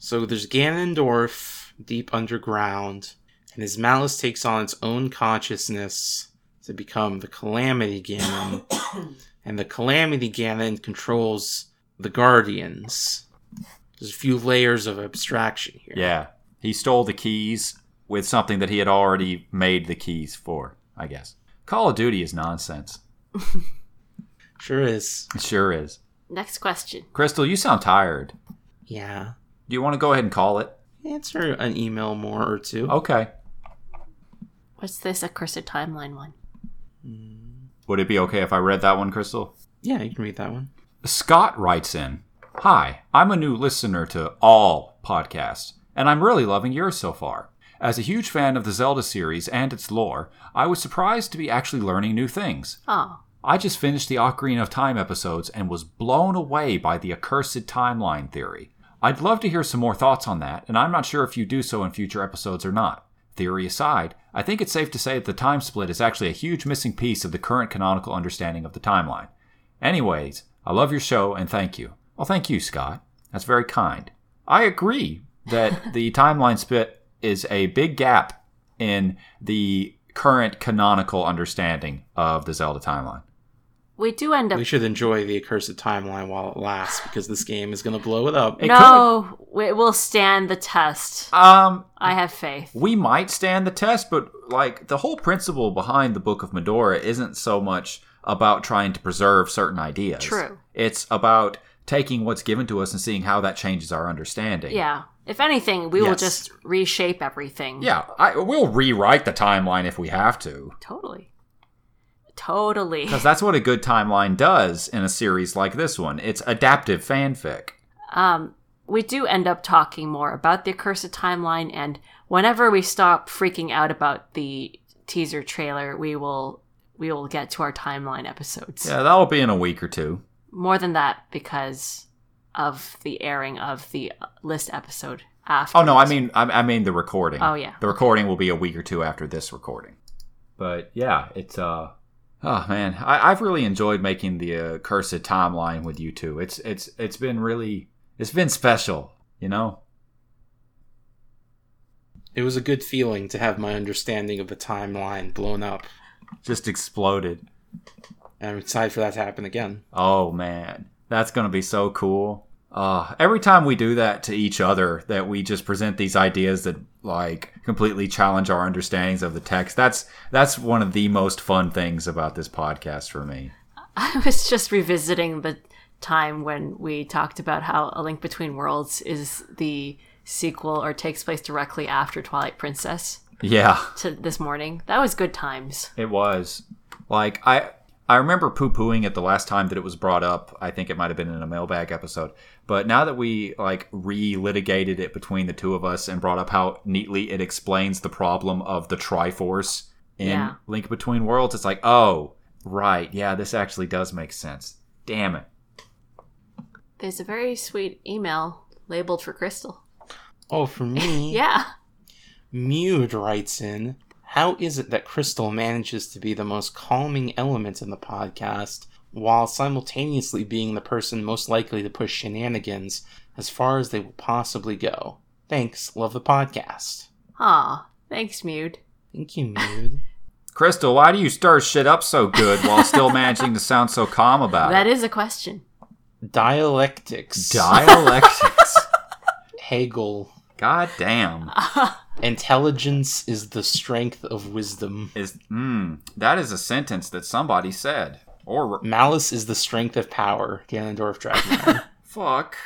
Speaker 1: So there's Ganondorf deep underground, and his malice takes on its own consciousness to become the Calamity Ganon. and the Calamity Ganon controls the Guardians. There's a few layers of abstraction here.
Speaker 3: Yeah. He stole the keys with something that he had already made the keys for, I guess. Call of Duty is nonsense. *laughs*
Speaker 1: Sure is.
Speaker 3: It sure is.
Speaker 2: Next question.
Speaker 3: Crystal, you sound tired.
Speaker 1: Yeah.
Speaker 3: Do you want to go ahead and call it?
Speaker 1: Answer an email more or two.
Speaker 3: Okay.
Speaker 2: What's this accursed timeline one?
Speaker 3: Would it be okay if I read that one, Crystal?
Speaker 1: Yeah, you can read that one.
Speaker 3: Scott writes in Hi, I'm a new listener to all podcasts, and I'm really loving yours so far. As a huge fan of the Zelda series and its lore, I was surprised to be actually learning new things.
Speaker 2: Oh,
Speaker 3: I just finished the Ocarina of Time episodes and was blown away by the accursed timeline theory. I'd love to hear some more thoughts on that, and I'm not sure if you do so in future episodes or not. Theory aside, I think it's safe to say that the time split is actually a huge missing piece of the current canonical understanding of the timeline. Anyways, I love your show and thank you. Well, thank you, Scott. That's very kind. I agree that the timeline split is a big gap in the current canonical understanding of the Zelda timeline.
Speaker 2: we do end up.
Speaker 1: We should enjoy the accursed timeline while it lasts because this game is going to blow it up.
Speaker 3: It
Speaker 2: no, we will stand the test.
Speaker 3: Um,
Speaker 2: I have faith.
Speaker 3: we might stand the test, but like the whole principle behind the Book of Medora isn't so much about trying to preserve certain ideas.
Speaker 2: True.
Speaker 3: It's about taking what's given to us and seeing how that changes our understanding.
Speaker 2: Yeah. If anything, we will
Speaker 1: Yes.
Speaker 2: just reshape everything.
Speaker 3: Yeah, I, we'll rewrite the timeline if we have to.
Speaker 2: Totally. Totally.
Speaker 3: Because that's what a good timeline does in a series like this one. It's adaptive fanfic.
Speaker 2: *laughs* Um, we do end up talking more about the accursed timeline, and whenever we stop freaking out about the teaser trailer, we will we will get to our timeline episodes.
Speaker 3: Yeah, that'll be in a week or two.
Speaker 2: More than that, because of the airing of the uh, list episode after.
Speaker 3: Oh no, I mean, I, I mean the recording.
Speaker 2: Oh, yeah. *laughs*
Speaker 3: the recording will be a week or two after this recording. But yeah, it's uh, oh man, I, I've really enjoyed making the uh, cursed timeline with you two. It's it's it's been really it's been special, you know.
Speaker 1: It was a good feeling to have my understanding of the timeline blown up.
Speaker 3: Just exploded.
Speaker 1: And I'm excited for that to happen again.
Speaker 3: Oh man, that's gonna be so cool. Uh, every time we do that to each other, that we just present these ideas that like completely challenge our understandings of the text. That's that's one of the most fun things about this podcast for me.
Speaker 2: I was just revisiting the time when we talked about how A Link Between Worlds is the sequel or takes place directly after Twilight Princess
Speaker 3: Yeah,
Speaker 2: to this morning. That was good times.
Speaker 3: it was. Like I I remember poo-pooing it the last time that it was brought up. I think it might have been in a mailbag episode. But now that we like relitigated it between the two of us and brought up how neatly it explains the problem of the Triforce in
Speaker 2: Yeah.
Speaker 3: Link Between Worlds, it's like, oh, right, yeah, this actually does make sense. Damn it.
Speaker 2: There's a very sweet email labeled for Crystal.
Speaker 1: Oh, for me,
Speaker 2: *laughs* Yeah.
Speaker 1: Mude writes in How is it that Crystal manages to be the most calming element in the podcast while simultaneously being the person most likely to push shenanigans as far as they will possibly go? Thanks, love the podcast.
Speaker 2: Aw, thanks, Mude.
Speaker 1: Thank you,
Speaker 3: *laughs*
Speaker 1: Mude.
Speaker 3: Crystal, why do you stir shit up so good while still managing to sound so calm about
Speaker 2: That
Speaker 3: it?
Speaker 2: is a question. *laughs*
Speaker 1: Dialectics.
Speaker 2: *laughs*
Speaker 3: Dialectics.
Speaker 1: Hegel.
Speaker 3: God damn.
Speaker 1: Intelligence is the strength of wisdom.
Speaker 3: Is mm, that is a sentence that somebody said. Or
Speaker 1: Malice is the strength of power. Ganondorf
Speaker 3: *laughs*
Speaker 1: Dragon.
Speaker 3: fuck.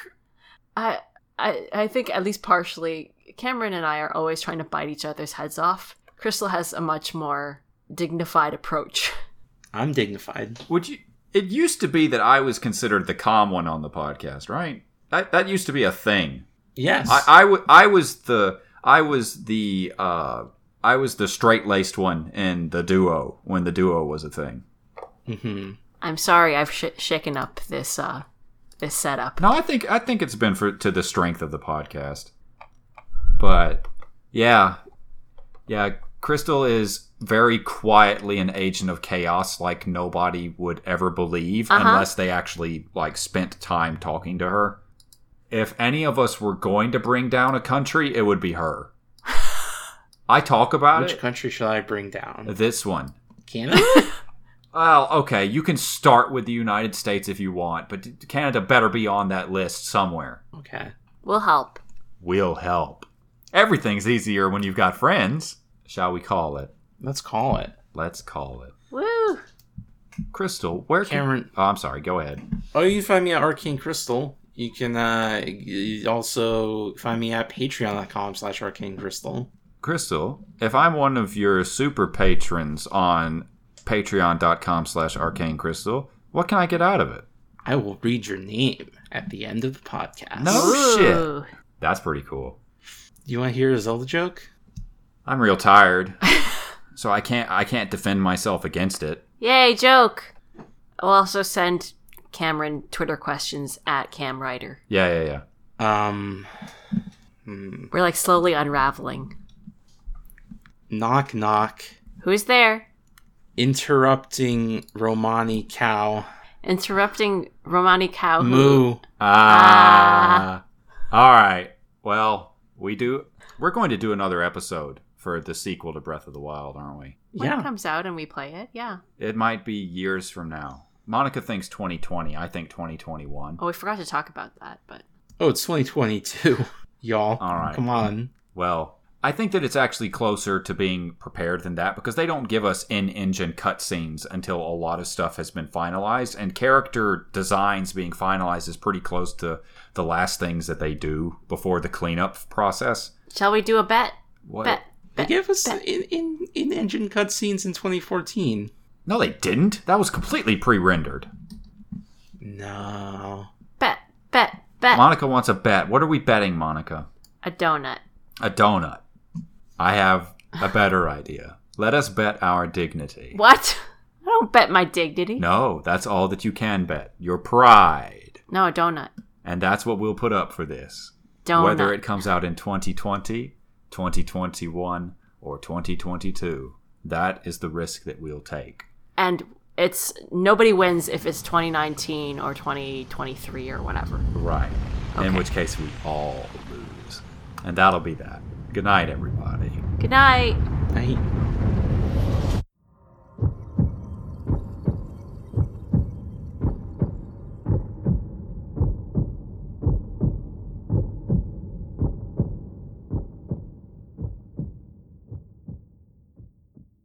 Speaker 2: I, I, I think at least partially, Cameron and I are always trying to bite each other's heads off. Crystal has a much more dignified approach. *laughs*
Speaker 1: I'm dignified.
Speaker 3: Would you It used to be that I was considered the calm one on the podcast, right? That that used to be a thing.
Speaker 1: Yes.
Speaker 3: I I, w- I was the I was the uh I was the straight-laced one in the duo when the duo was a thing.
Speaker 1: mm-hmm.
Speaker 2: I'm sorry, I've sh- shaken up this uh, this setup.
Speaker 3: No, I think I think it's been for to the strength of the podcast. But yeah. Yeah, Crystal is very quietly an agent of chaos like nobody would ever believe
Speaker 2: Uh-huh.
Speaker 3: unless they actually like spent time talking to her. If any of us were going to bring down a country, it would be her. I talk about
Speaker 1: Which
Speaker 3: it.
Speaker 1: country shall I bring down?
Speaker 3: This one.
Speaker 1: Canada?
Speaker 3: Well, okay, you can start with the United States if you want, but Canada better be on that list somewhere.
Speaker 1: okay.
Speaker 2: We'll help.
Speaker 3: will help. Everything's easier when you've got friends. Shall we call it?
Speaker 1: Let's call it.
Speaker 3: Let's call it.
Speaker 2: Woo!
Speaker 3: Crystal, where can
Speaker 1: Cameron.
Speaker 3: Oh, I'm sorry. Go ahead.
Speaker 1: Oh, you can find me at Arcane Crystal. You can uh, you also find me at patreon.com slash arcane crystal.
Speaker 3: Crystal, if I'm one of your super patrons on patreon.com slash arcane crystal, what can I get out of it?
Speaker 1: I will read your name at the end of the podcast.
Speaker 3: No. Oh, shit.
Speaker 2: Ooh.
Speaker 3: That's pretty cool.
Speaker 1: You want to hear a Zelda joke?
Speaker 3: I'm real tired. so I can't I can't defend myself against it.
Speaker 2: Yay, joke! I'll also send Cameron Twitter questions at CamWriter.
Speaker 3: Yeah, yeah, yeah.
Speaker 1: Um. hmm.
Speaker 2: We're like slowly unraveling.
Speaker 1: Knock, knock.
Speaker 2: Who's there?
Speaker 1: Interrupting Romani cow.
Speaker 2: Interrupting Romani
Speaker 3: Oh.
Speaker 2: Cow. who-
Speaker 1: Moo.
Speaker 3: Ah. All right. Well, we do. We're going to do another episode for the sequel to Breath of the Wild, aren't we?
Speaker 2: When it
Speaker 1: Yeah.
Speaker 2: comes out and we play it, yeah.
Speaker 3: It might be years from now. Monica thinks 2020. I think 2021.
Speaker 2: Oh, we forgot to talk about that, but
Speaker 1: Oh, it's 2022. Y'all.
Speaker 3: All right.
Speaker 1: Come on.
Speaker 3: Well, I think that it's actually closer to being prepared than that because they don't give us in engine cutscenes until a lot of stuff has been finalized, and character designs being finalized is pretty close to the last things that they do before the cleanup process.
Speaker 2: shall we do a bet?
Speaker 3: What?
Speaker 2: Bet.
Speaker 1: They
Speaker 2: Bet.
Speaker 1: gave us in in in engine cutscenes in 2014.
Speaker 3: No, they didn't. That was completely pre rendered.
Speaker 1: No.
Speaker 2: Bet. Bet. Bet.
Speaker 3: Monica wants a bet. What are we betting, Monica?
Speaker 2: a donut.
Speaker 3: A donut. I have a better idea. Let us bet our dignity.
Speaker 2: What? *laughs* I don't bet my dignity.
Speaker 3: No, that's all that you can bet. Your pride.
Speaker 2: No, a donut.
Speaker 3: And that's what we'll put up for this.
Speaker 2: Donut.
Speaker 3: Whether it comes out in 2020, 2021, or 2022, that is the risk that we'll take.
Speaker 2: and it's nobody wins if it's 2019 or 2023 or whatever.
Speaker 3: Right. In
Speaker 2: Okay.
Speaker 3: which case, we all lose. And that'll be that. Good night, everybody.
Speaker 2: Good night.
Speaker 1: I